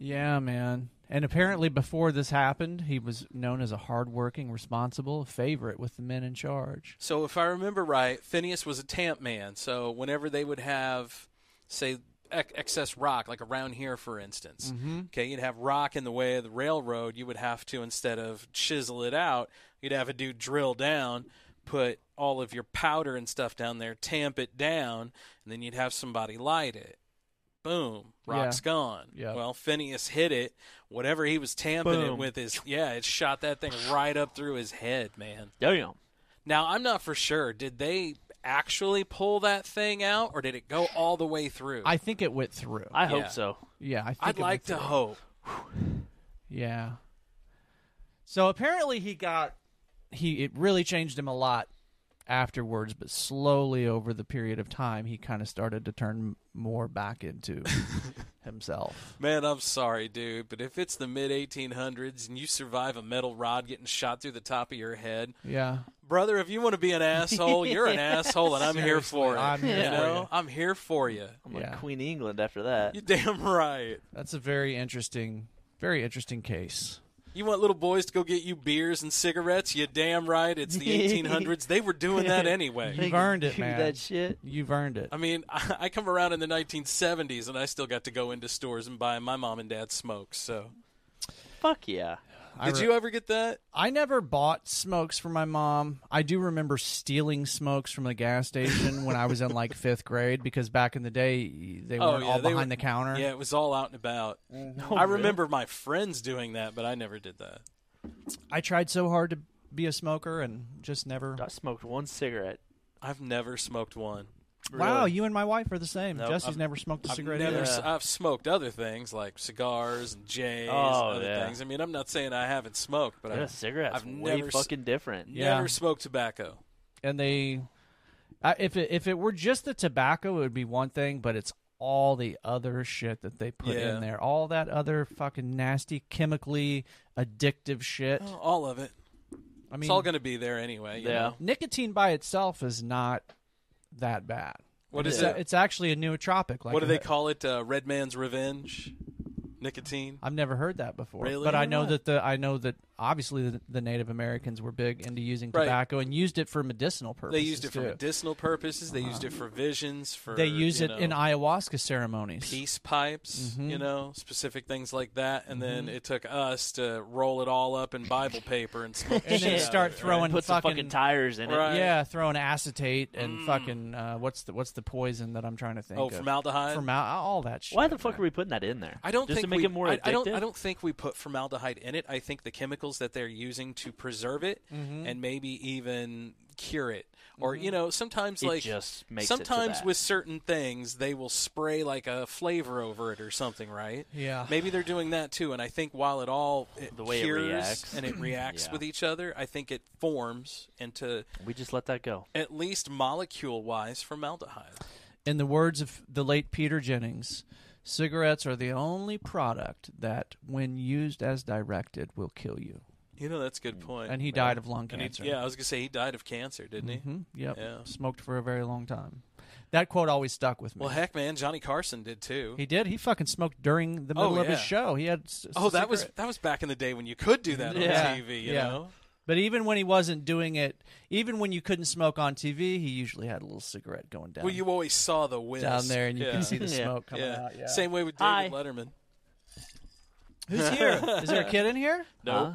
Speaker 2: yeah, man. And apparently, before this happened, he was known as a hardworking, responsible favorite with the men in charge.
Speaker 3: so if I remember right, Phineas was a tamp man. So whenever they would have, say, ec- excess rock, like around here, for instance. Okay, you'd have rock in the way of the railroad. You would have to, instead of chisel it out, you'd have a dude drill down, put all of your powder and stuff down there, tamp it down, and then you'd have somebody light it. Boom, rock's
Speaker 2: Yeah.
Speaker 3: gone.
Speaker 2: Yeah.
Speaker 3: Well, Phineas hit it. Whatever he was tamping it
Speaker 4: Boom.
Speaker 3: with his, yeah, it shot that thing right up through his head, man.
Speaker 4: Damn.
Speaker 3: Now, I'm not for sure. Did they actually pull that thing out or did it go all the way through?
Speaker 2: I think it went through.
Speaker 4: I hope
Speaker 3: Yeah.
Speaker 4: so.
Speaker 2: yeah, I think it
Speaker 3: would
Speaker 2: went
Speaker 3: like to
Speaker 2: through.
Speaker 3: hope.
Speaker 2: Yeah. So apparently he got he it really changed him a lot afterwards, but slowly over the period of time he kind of started to turn more back
Speaker 3: *laughs*
Speaker 2: into himself.
Speaker 3: Man, I'm sorry, dude, but if it's the mid 1800s and you survive a metal rod getting shot through the top of your head,
Speaker 2: Yeah.
Speaker 3: brother, if you want to be
Speaker 2: *laughs*
Speaker 3: an asshole, you're an asshole, and I'm here for it.
Speaker 2: I'm here
Speaker 3: you
Speaker 2: for
Speaker 3: know,
Speaker 2: you.
Speaker 3: I'm here for you.
Speaker 4: I'm like
Speaker 2: Yeah.
Speaker 4: Queen England after that.
Speaker 3: You damn right.
Speaker 2: That's a very interesting very interesting case.
Speaker 3: You want little boys to go get you beers and cigarettes? You damn right.
Speaker 2: *laughs*
Speaker 3: It's the 1800s. They were doing that anyway.
Speaker 2: You've earned it,
Speaker 4: Do
Speaker 2: man.
Speaker 4: that shit.
Speaker 2: You've earned it.
Speaker 3: I mean, *laughs* I I come around in the 1970s, and I still got to go into stores and buy my mom and dad smokes. So,
Speaker 4: Fuck yeah.
Speaker 2: I
Speaker 3: did
Speaker 2: re-
Speaker 3: you ever get that?
Speaker 2: I never bought smokes for my mom. I do remember stealing smokes from the gas station when I was in like fifth grade because back in the day they
Speaker 3: Oh,
Speaker 2: weren't
Speaker 3: yeah,
Speaker 2: all
Speaker 3: they
Speaker 2: behind
Speaker 3: were-
Speaker 2: the counter.
Speaker 3: Yeah, it was all out and about.
Speaker 2: Mm-hmm.
Speaker 3: I remember my friends doing that, but I never did that.
Speaker 2: I tried so hard to be a smoker and just never.
Speaker 4: I smoked one cigarette.
Speaker 3: I've never smoked one.
Speaker 2: Wow,
Speaker 4: Really.
Speaker 2: you and my wife are the same.
Speaker 3: No,
Speaker 2: Jesse's
Speaker 3: I've-
Speaker 2: never smoked a
Speaker 3: I've
Speaker 2: cigarette.
Speaker 3: never.
Speaker 2: either.
Speaker 3: s- I've smoked other things like cigars and J's
Speaker 4: Oh,
Speaker 3: and other
Speaker 4: yeah.
Speaker 3: things. I mean, I'm not saying I haven't smoked, but
Speaker 4: Yeah,
Speaker 3: I've
Speaker 4: cigarettes
Speaker 3: I've
Speaker 4: way
Speaker 3: never s-
Speaker 4: fucking different.
Speaker 2: Yeah.
Speaker 3: never smoked tobacco.
Speaker 2: And they, I, if it, if it were just the tobacco, it would be one thing, but it's all the other shit that they put
Speaker 3: Yeah.
Speaker 2: in there, all that other fucking nasty, chemically addictive shit.
Speaker 3: Oh, all of it.
Speaker 2: I mean,
Speaker 3: It's all going to be there anyway. you
Speaker 4: Yeah.
Speaker 3: know?
Speaker 2: nicotine by itself is not that bad.
Speaker 3: What is
Speaker 2: It's,
Speaker 3: it?
Speaker 2: it's actually a nootropic. Like
Speaker 3: what do they
Speaker 2: a-
Speaker 3: call it? Uh, Red Man's Revenge? Nicotine?
Speaker 2: I've never heard that before.
Speaker 3: Really?
Speaker 2: But I know
Speaker 3: Why not?
Speaker 2: that the I know that obviously the, the Native Americans were big into using
Speaker 3: Right.
Speaker 2: tobacco and used it for medicinal purposes.
Speaker 3: They used it for
Speaker 2: too.
Speaker 3: medicinal purposes. They used it for visions. For
Speaker 2: They use
Speaker 3: you
Speaker 2: it
Speaker 3: know,
Speaker 2: in ayahuasca ceremonies.
Speaker 3: peace pipes.
Speaker 4: Mm-hmm.
Speaker 3: You know, specific things like that. And then it took us to roll it all up in Bible paper and smoke the
Speaker 2: And
Speaker 3: shit
Speaker 2: then
Speaker 3: out of
Speaker 2: start
Speaker 3: it, right?
Speaker 2: throwing
Speaker 4: Put some
Speaker 2: fucking,
Speaker 4: fucking tires in
Speaker 3: Right.
Speaker 4: it.
Speaker 2: yeah, throwing acetate and fucking uh, what's the what's the poison that I'm trying to think
Speaker 3: Mm. Oh,
Speaker 2: of?
Speaker 3: formaldehyde.
Speaker 2: Formal- all that shit.
Speaker 4: Why the fuck are we putting that in there?
Speaker 3: I don't
Speaker 4: Just
Speaker 3: think
Speaker 4: to make
Speaker 3: we,
Speaker 4: it more
Speaker 3: I,
Speaker 4: addictive.
Speaker 3: I don't. I don't think we put formaldehyde in it. I think the chemicals that they're using to preserve it
Speaker 4: Mm-hmm.
Speaker 3: and maybe even cure it, or you know, sometimes
Speaker 4: It
Speaker 3: like
Speaker 4: just makes it to
Speaker 3: sometimes
Speaker 4: that.
Speaker 3: with certain things they will spray like a flavor over it or something, right?
Speaker 2: Yeah.
Speaker 3: Maybe they're doing that too. And I think while it all it
Speaker 4: The way it
Speaker 3: cures
Speaker 4: reacts.
Speaker 2: *clears throat*
Speaker 3: and it reacts
Speaker 4: Yeah.
Speaker 3: with each other, I think it forms into
Speaker 4: We just let that go.
Speaker 3: at least molecule wise formaldehyde.
Speaker 2: In the words of the late Peter Jennings, cigarettes are the only product that, when used as directed, will kill you.
Speaker 3: You know, that's a good point.
Speaker 2: And he died of lung
Speaker 3: And he-
Speaker 2: cancer.
Speaker 3: Mm-hmm. yeah, I was gonna say he died of cancer, didn't he?
Speaker 2: Hmm? Yep.
Speaker 3: Yeah.
Speaker 2: Smoked for a very long time. That quote always stuck with me.
Speaker 3: Well, heck, man, Johnny Carson did too.
Speaker 2: he did. He fucking smoked during the middle
Speaker 3: Oh,
Speaker 2: of his
Speaker 3: yeah.
Speaker 2: show. He had. s- s-
Speaker 3: oh, that was
Speaker 2: cigarette.
Speaker 3: that was back in the day when you could do that
Speaker 2: Yeah.
Speaker 3: on TV. You
Speaker 2: Yeah.
Speaker 3: know,
Speaker 2: But even when he wasn't doing it, even when you couldn't smoke on TV, he usually had a little cigarette going down
Speaker 3: well, you always saw the whiz
Speaker 2: down there, and you
Speaker 3: yeah.
Speaker 2: can see the
Speaker 4: Yeah.
Speaker 2: smoke coming
Speaker 3: yeah.
Speaker 2: out. Yeah.
Speaker 3: Same way with
Speaker 4: Hi.
Speaker 3: David Letterman.
Speaker 2: Who's here? Is there a kid in here?
Speaker 3: No,
Speaker 4: Huh?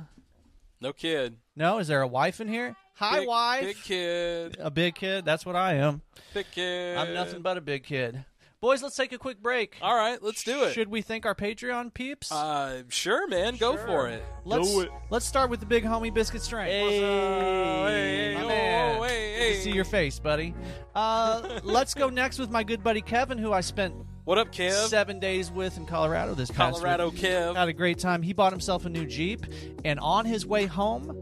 Speaker 3: no kid.
Speaker 2: No. Is there a wife in here? Hi,
Speaker 3: big,
Speaker 2: wife.
Speaker 3: Big kid.
Speaker 2: a big kid. That's what I am.
Speaker 3: Big kid.
Speaker 2: I'm nothing but a big kid. Boys, let's take a quick break.
Speaker 3: All right, let's do it.
Speaker 2: Should we thank our Patreon peeps?
Speaker 3: uh, sure, man. Go for it.
Speaker 2: let's
Speaker 4: do it.
Speaker 2: let's start with the big homie Biscuit Strength.
Speaker 3: Oh, hey,
Speaker 2: My
Speaker 3: oh,
Speaker 2: man.
Speaker 3: oh, hey,
Speaker 2: Good to
Speaker 3: hey.
Speaker 2: see your face, buddy.
Speaker 3: *laughs*
Speaker 2: Uh, let's go next with my good buddy Kevin, who I spent
Speaker 3: What up, Kev?
Speaker 2: seven days with in Colorado this past
Speaker 3: Colorado
Speaker 2: week.
Speaker 3: Kev.
Speaker 2: Had a great time. He bought himself a new Jeep, and on his way home,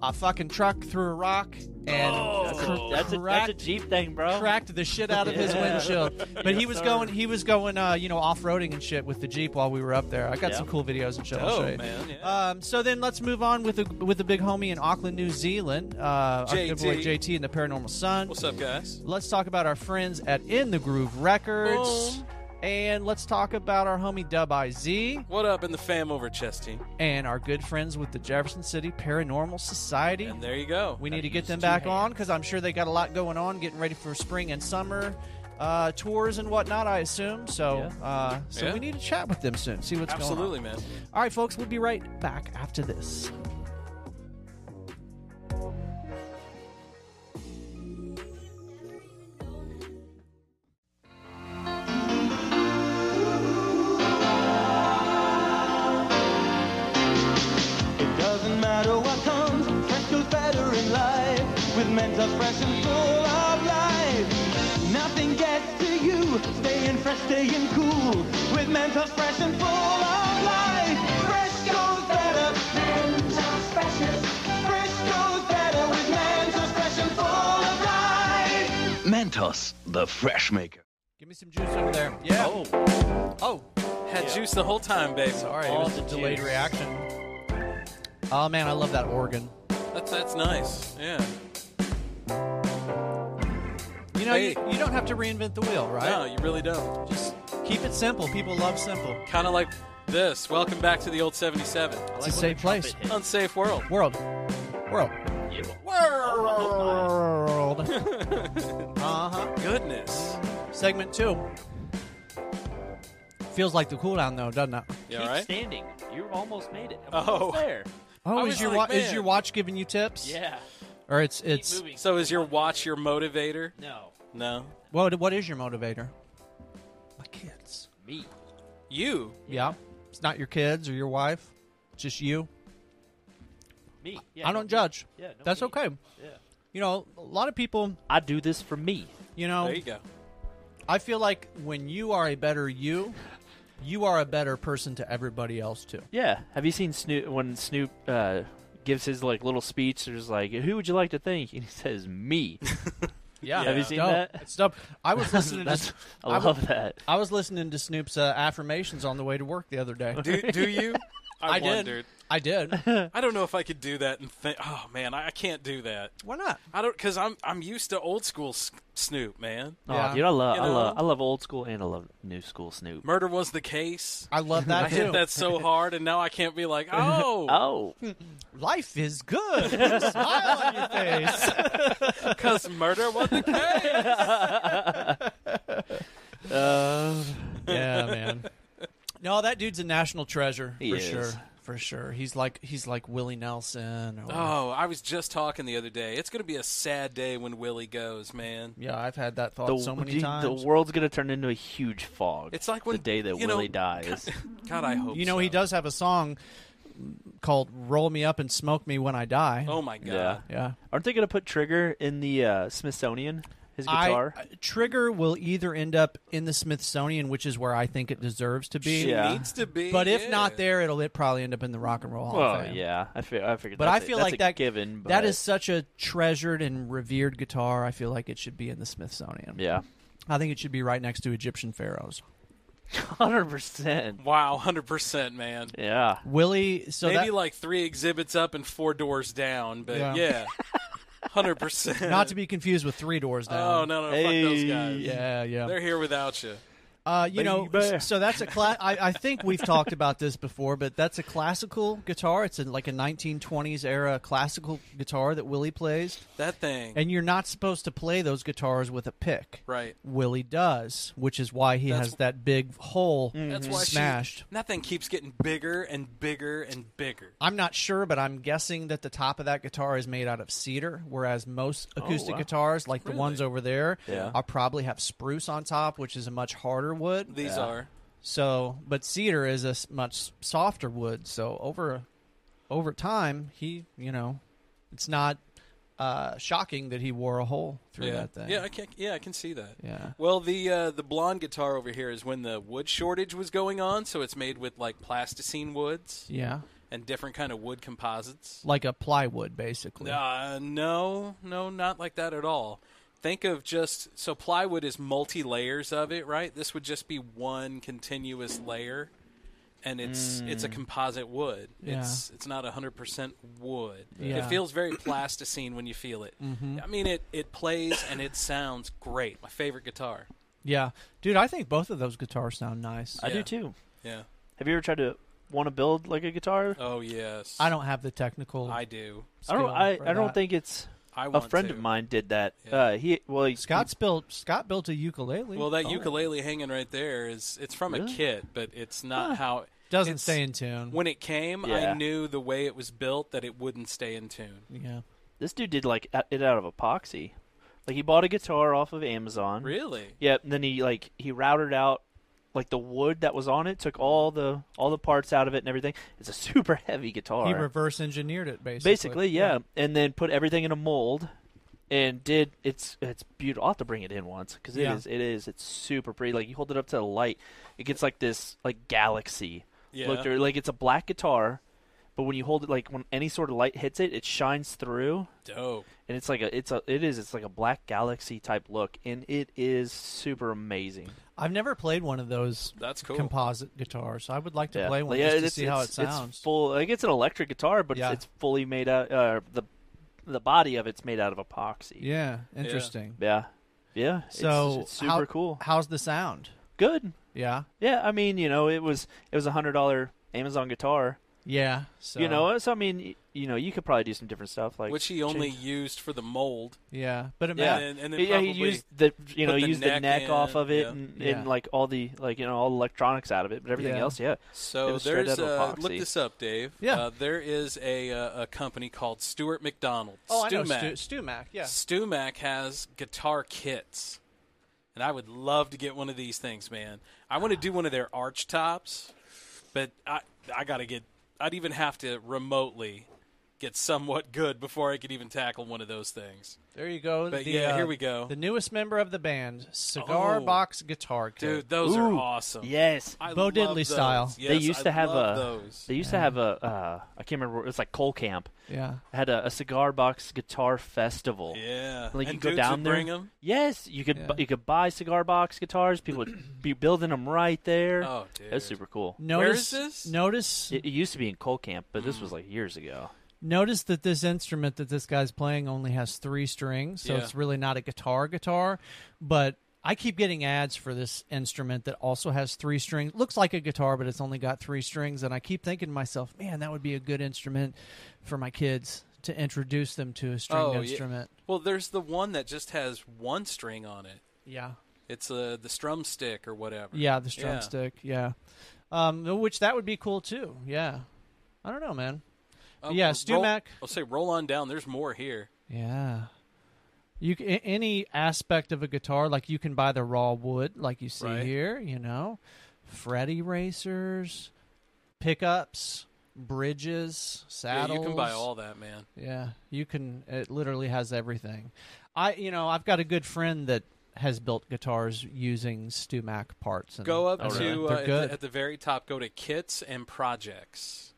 Speaker 2: a fucking truck threw a rock and
Speaker 3: Oh.
Speaker 4: That's a, that's, a, that's a
Speaker 2: cracked
Speaker 4: Jeep thing, bro.
Speaker 2: cracked the shit out of his
Speaker 4: Yeah.
Speaker 2: windshield. But he
Speaker 4: Yes,
Speaker 2: was
Speaker 4: sir.
Speaker 2: going, he was going, uh, you know, off roading and shit with the jeep while we were up there. I got
Speaker 4: Yeah. Oh,
Speaker 2: some cool videos and shit. I'll
Speaker 3: Dope,
Speaker 2: show you.
Speaker 3: Oh, man, yeah.
Speaker 2: Um, so then let's move on with the with the big homie in Auckland, New Zealand. Uh, Our good
Speaker 3: JT.
Speaker 2: boy JT and the Paranormal Sun.
Speaker 3: What's up, guys?
Speaker 2: Let's talk about our friends at In the Groove Records.
Speaker 3: Boom.
Speaker 2: And let's talk about our homie Dub IZ
Speaker 3: What up in the fam over Chesty?
Speaker 2: and our good friends with the Jefferson City Paranormal Society.
Speaker 3: And there you go.
Speaker 2: We need to get them back on because I'm sure they got a lot going on, getting ready for spring and summer. uh, tours and whatnot, I assume. So, uh, so
Speaker 3: Yeah.
Speaker 2: we need to chat with them soon, see what's going on.
Speaker 3: Absolutely, man.
Speaker 2: All right, folks, we'll be right back after this.
Speaker 5: It doesn't matter what comes, fresh goes better in life. With Men's are fresh and full of life. Nothing gets to you, staying fresh, staying cool. With Men's are fresh and full of life. Fresh goes better. Mentos freshest. Fresh goes better with Mentos fresh and full of life.
Speaker 6: Mentos, the fresh maker.
Speaker 2: Give me some juice over there. Yeah.
Speaker 3: Oh, oh, had juice the whole time, babe.
Speaker 2: Sorry,
Speaker 3: All
Speaker 2: it was a
Speaker 3: the
Speaker 2: delayed
Speaker 3: juice.
Speaker 2: reaction. Oh man, I love that organ.
Speaker 3: That's that's nice. Yeah.
Speaker 2: You know,
Speaker 3: Hey.
Speaker 2: you, you don't have to reinvent the wheel, right?
Speaker 3: No, you really don't. Just
Speaker 2: Keep it simple. People love simple.
Speaker 3: kind of like this. Welcome back to the old 77.
Speaker 2: It's a safe place.
Speaker 3: Unsafe world.
Speaker 2: World.
Speaker 3: *laughs*
Speaker 2: World. World. uh huh.
Speaker 3: Goodness.
Speaker 2: Segment two. Feels like the cooldown though, doesn't it?
Speaker 3: You
Speaker 4: Keep
Speaker 3: all right?
Speaker 4: standing. You almost made it. I'm
Speaker 3: Oh. *laughs*
Speaker 4: almost there.
Speaker 2: Oh,
Speaker 3: I
Speaker 2: is
Speaker 3: was
Speaker 2: your
Speaker 3: like,
Speaker 2: wa- is
Speaker 3: man.
Speaker 2: your watch giving you tips?
Speaker 4: Yeah.
Speaker 2: Or it's
Speaker 4: Keep
Speaker 2: it's
Speaker 4: moving.
Speaker 3: So is your watch your motivator?
Speaker 4: No.
Speaker 3: No.
Speaker 2: what what is your motivator? My kids.
Speaker 4: Me.
Speaker 3: You.
Speaker 2: Yeah. It's not your kids or your wife. It's just you.
Speaker 4: Me. Yeah,
Speaker 2: I
Speaker 4: no
Speaker 2: don't
Speaker 4: me.
Speaker 2: judge.
Speaker 4: Yeah, no
Speaker 2: That's
Speaker 4: me.
Speaker 2: okay.
Speaker 4: Yeah.
Speaker 2: You know, a lot of people,
Speaker 4: I do this for me.
Speaker 2: you know,
Speaker 3: There you go.
Speaker 2: *laughs* I feel like when you are a better you, you are a better person to everybody else too.
Speaker 4: Yeah. Have you seen Snoop when Snoop uh, gives his like little speech? There's like, who would you like to thank? And he
Speaker 2: *laughs*
Speaker 4: says me.
Speaker 2: Yeah.
Speaker 3: Have you
Speaker 2: it's
Speaker 4: seen
Speaker 2: dope.
Speaker 4: that?
Speaker 2: It's dope. I
Speaker 4: *laughs*
Speaker 2: was listening to
Speaker 4: That's,
Speaker 2: S-
Speaker 4: I
Speaker 2: I
Speaker 4: love that.
Speaker 2: I was listening to Snoop's uh, affirmations on the way to work the other day.
Speaker 3: Do, do you? I,
Speaker 2: I did.
Speaker 3: wondered.
Speaker 2: I did.
Speaker 3: I don't know if I could do that and think. Oh man, I, I can't do that.
Speaker 2: Why not?
Speaker 3: I don't because I'm I'm used to old school s- Snoop, man.
Speaker 2: Yeah.
Speaker 4: Oh, dude, I love,
Speaker 3: You
Speaker 4: I love,
Speaker 3: know?
Speaker 4: I love old school and I love new school Snoop.
Speaker 3: Murder was the case.
Speaker 2: I love
Speaker 3: I
Speaker 2: that too.
Speaker 3: hit that
Speaker 4: *laughs*
Speaker 3: so hard, and now I can't be like, oh,
Speaker 4: Oh,
Speaker 2: Life is good. *laughs* Smile on your face.
Speaker 3: because murder was the case.
Speaker 4: uh,
Speaker 2: yeah, man. No, that dude's a national treasure
Speaker 4: He
Speaker 2: for
Speaker 4: is.
Speaker 2: sure. For sure, he's like he's like Willie Nelson. Or,
Speaker 3: Oh, I was just talking the other day. It's gonna be a sad day when Willie goes, man.
Speaker 2: yeah, I've had that thought
Speaker 4: the,
Speaker 2: so many
Speaker 4: dude,
Speaker 2: times.
Speaker 4: the world's gonna turn into a huge fog.
Speaker 3: It's like when
Speaker 4: the day that
Speaker 3: you know,
Speaker 2: *laughs*
Speaker 4: Willie dies.
Speaker 3: God, I hope
Speaker 2: you know, he
Speaker 3: so.
Speaker 2: does have a song called "Roll Me Up and Smoke Me When I Die."
Speaker 3: Oh my god.
Speaker 4: Yeah.
Speaker 2: yeah.
Speaker 4: *laughs* Aren't they gonna put Trigger in the uh, Smithsonian? His guitar.
Speaker 2: I, uh, Trigger will either end up in the Smithsonian, which is where I think it deserves to be.
Speaker 3: She
Speaker 4: Yeah.
Speaker 3: needs to be.
Speaker 2: But if
Speaker 3: yeah.
Speaker 2: not there, it'll it probably end up in the Rock and Roll Hall
Speaker 4: well,
Speaker 2: of Fame.
Speaker 4: Oh, yeah, I feel. I figured.
Speaker 2: But
Speaker 4: that's
Speaker 2: I
Speaker 4: a-
Speaker 2: feel
Speaker 4: that's
Speaker 2: like
Speaker 4: a
Speaker 2: that
Speaker 4: given.
Speaker 2: that
Speaker 4: but-
Speaker 2: is such a treasured and revered guitar. I feel like it should be in the Smithsonian.
Speaker 4: Yeah, *laughs*
Speaker 2: I think it should be right next to Egyptian pharaohs.
Speaker 4: hundred percent.
Speaker 3: wow, hundred percent, man.
Speaker 4: Yeah,
Speaker 2: Willie, so
Speaker 3: Maybe
Speaker 2: that,
Speaker 3: like three exhibits up and four doors down, but
Speaker 2: Yeah.
Speaker 3: yeah, hundred percent.
Speaker 2: not to be confused with Three Doors Down.
Speaker 3: Oh no, no, fuck those
Speaker 4: Hey.
Speaker 3: guys.
Speaker 2: Yeah, yeah.
Speaker 3: They're here without you.
Speaker 2: Uh, you know,
Speaker 4: Baby.
Speaker 2: s- so that's a class. I, I think we've talked about this before, but that's a classical guitar. It's in like a 1920s era classical guitar that Willie plays,
Speaker 3: That thing.
Speaker 2: and you're not supposed to play those guitars with a pick.
Speaker 3: right.
Speaker 2: Willie does, which is why he
Speaker 3: That's-
Speaker 2: has that big hole
Speaker 3: That's why she-
Speaker 2: smashed.
Speaker 3: that thing keeps getting bigger and bigger and bigger.
Speaker 2: I'm not sure, but I'm guessing that the top of that guitar is made out of cedar, whereas most acoustic
Speaker 4: wow.
Speaker 2: guitars, like the
Speaker 3: Oh, Really?
Speaker 2: ones over there,
Speaker 4: Yeah.
Speaker 2: are probably have spruce on top, which is a much harder wood.
Speaker 3: These are.
Speaker 2: So, but cedar is a s- much softer wood. So over over time, he, you know, it's not uh, shocking that he wore a hole through
Speaker 3: Yeah.
Speaker 2: that thing.
Speaker 3: Yeah, I can yeah, I can see that.
Speaker 2: yeah.
Speaker 3: Well, the uh, the blonde guitar over here is when the wood shortage was going on, so it's made with like plasticine woods
Speaker 2: Yeah.
Speaker 3: and different kind of wood composites.
Speaker 2: Like a plywood, basically.
Speaker 3: Uh, no, no, not like that at all. Think of just so plywood is multi layers of it, right? This would just be one continuous layer, and it's it's
Speaker 2: Mm.
Speaker 3: a composite wood. It's it's not hundred percent wood. It
Speaker 2: Yeah. Mm-hmm.
Speaker 3: feels very plasticine when you feel it. I mean, it it plays and it sounds great. My favorite guitar.
Speaker 2: Yeah. Dude, I think both of those guitars sound nice.
Speaker 4: I
Speaker 3: Yeah.
Speaker 4: do too.
Speaker 3: Yeah.
Speaker 4: Have you ever tried to want to build like a guitar?
Speaker 3: Oh yes.
Speaker 2: I don't have the technical
Speaker 3: I do.
Speaker 2: skill
Speaker 4: I don't. I,
Speaker 2: for
Speaker 4: I don't
Speaker 2: that.
Speaker 4: think it's.
Speaker 3: I
Speaker 4: A
Speaker 3: want
Speaker 4: friend
Speaker 3: to.
Speaker 4: of mine did that. Uh, he well, he,
Speaker 2: Scott's built Scott built a ukulele.
Speaker 3: Well,
Speaker 4: Oh.
Speaker 3: that ukulele hanging right there is it's from a kit, but it's not how
Speaker 2: doesn't
Speaker 3: it's-
Speaker 2: stay in tune.
Speaker 3: When it came, I
Speaker 4: Yeah.
Speaker 3: knew the way it was built that it wouldn't stay in tune.
Speaker 2: yeah.
Speaker 4: this dude did like a- it out of epoxy. Like he bought a guitar off of Amazon.
Speaker 3: Really?
Speaker 4: Yep. And then he like he routed out like the wood that was on it, took all the all the parts out of it and everything. It's a *laughs* super heavy guitar.
Speaker 2: He reverse engineered it basically.
Speaker 4: Basically, yeah. And then put everything in a mold and did it's it's beautiful. I'll have to bring it in once because it
Speaker 2: Yeah.
Speaker 4: is it is it's super pretty. Like you hold it up to the light, it gets like this like galaxy
Speaker 3: Yeah.
Speaker 4: look. Or, like it's a black guitar, but when you hold it, like when any sort of light hits it, it shines through.
Speaker 3: Dope.
Speaker 4: And it's like a, it's a, it is, it's like a black galaxy type look, and it is super amazing.
Speaker 2: I've never played one of those
Speaker 3: That's cool.
Speaker 2: composite guitars. So I would like to play one
Speaker 4: Like, yeah,
Speaker 2: just to
Speaker 4: it's-
Speaker 2: see how it
Speaker 4: it's- it's
Speaker 2: sounds.
Speaker 4: full, like it's an electric guitar, but
Speaker 2: Yeah.
Speaker 4: it's, it's fully made out. Uh, the the body of it's made out of epoxy.
Speaker 2: yeah, interesting.
Speaker 4: yeah, yeah. It's,
Speaker 2: So
Speaker 4: it's
Speaker 2: how-
Speaker 4: super cool.
Speaker 2: How's the sound?
Speaker 4: Good.
Speaker 2: Yeah,
Speaker 4: Yeah, I mean, you know, it was it was a hundred dollar Amazon guitar.
Speaker 2: yeah. So
Speaker 4: You know, so I mean, y- you know, you could probably do some different stuff, like
Speaker 3: Which he only
Speaker 4: change-
Speaker 3: used for the mold.
Speaker 2: yeah, but it
Speaker 4: Yeah.
Speaker 2: ma-
Speaker 3: And, and then
Speaker 4: Yeah,
Speaker 3: probably
Speaker 4: he used the you know
Speaker 3: put the
Speaker 4: used
Speaker 3: neck
Speaker 4: the neck off
Speaker 3: in,
Speaker 4: of it
Speaker 3: yeah.
Speaker 4: and,
Speaker 2: Yeah.
Speaker 4: and like all the like you know all the electronics out of it, but everything
Speaker 2: Yeah.
Speaker 4: else, yeah, It
Speaker 3: So
Speaker 4: was straight
Speaker 3: there's
Speaker 4: out
Speaker 3: uh,
Speaker 4: of epoxy.
Speaker 3: look this up, Dave.
Speaker 2: Yeah.
Speaker 3: Uh, there is a uh, a company called Stuart McDonald.
Speaker 2: oh, I know
Speaker 3: Stumac.
Speaker 2: Stu, Stu Mac. Yeah,
Speaker 3: Stumac has guitar kits, and I would love to get one of these things, man. I want to do one of their arch tops, but I I gotta get. I'd even have to remotely get somewhat good before I could even tackle one of those things.
Speaker 2: there you go.
Speaker 3: But
Speaker 2: The,
Speaker 3: yeah,
Speaker 2: uh,
Speaker 3: here we go.
Speaker 2: The newest member of the band, Cigar
Speaker 3: Oh.
Speaker 2: Box Guitar Kit.
Speaker 3: Dude, those are
Speaker 4: Ooh,
Speaker 3: awesome.
Speaker 4: yes.
Speaker 3: I
Speaker 2: Bo
Speaker 3: love
Speaker 2: Diddley
Speaker 3: those.
Speaker 2: style.
Speaker 3: Yes,
Speaker 4: they used
Speaker 3: I
Speaker 4: to have uh,
Speaker 3: love
Speaker 4: a
Speaker 3: those.
Speaker 4: they used to have a uh, I can't remember. It was like Cole Camp
Speaker 2: yeah,
Speaker 4: had a, a cigar box guitar festival.
Speaker 3: yeah,
Speaker 4: Like
Speaker 3: and
Speaker 4: you go
Speaker 3: dudes
Speaker 4: down
Speaker 3: would
Speaker 4: there.
Speaker 3: bring them.
Speaker 4: Yes, you could
Speaker 2: Yeah.
Speaker 4: bu- you could buy cigar box guitars. People
Speaker 3: *clears throat*
Speaker 4: would be building them right there.
Speaker 3: Oh, dude,
Speaker 4: That's super cool.
Speaker 2: notice
Speaker 3: this?
Speaker 2: notice
Speaker 4: It, it used to be in Cole Camp, but this
Speaker 3: Mm.
Speaker 4: was like years ago.
Speaker 2: Notice that this instrument that this guy's playing only has three strings, so
Speaker 3: Yeah.
Speaker 2: it's really not a guitar guitar. But I keep getting ads for this instrument that also has three strings. Looks like a guitar, but it's only got three strings. And I keep thinking to myself, man, that would be a good instrument for my kids to introduce them to a string
Speaker 3: Oh, yeah.
Speaker 2: instrument.
Speaker 3: Well, there's the one that just has one string on it.
Speaker 2: Yeah.
Speaker 3: It's uh, the strum stick or whatever.
Speaker 2: Yeah, the strum
Speaker 3: Yeah.
Speaker 2: stick. Yeah. Um, which that would be cool too. Yeah. I don't know, man.
Speaker 3: Oh,
Speaker 2: Yeah,
Speaker 3: roll-
Speaker 2: Stumac.
Speaker 3: I'll say roll on down. There's more here.
Speaker 2: Yeah. You c- a- any aspect of a guitar, like you can buy the raw wood, like you see
Speaker 3: Right.
Speaker 2: here. You know, fret erasers, pickups, bridges,
Speaker 3: Yeah,
Speaker 2: saddles.
Speaker 3: you can buy all that, man.
Speaker 2: Yeah, you can. It literally has everything. I, you know, I've got a good friend that has built guitars using Stumac parts. And
Speaker 3: Go up
Speaker 2: and
Speaker 3: to uh,
Speaker 2: they're
Speaker 3: at,
Speaker 2: good.
Speaker 3: the, at the very top. Go to kits and projects.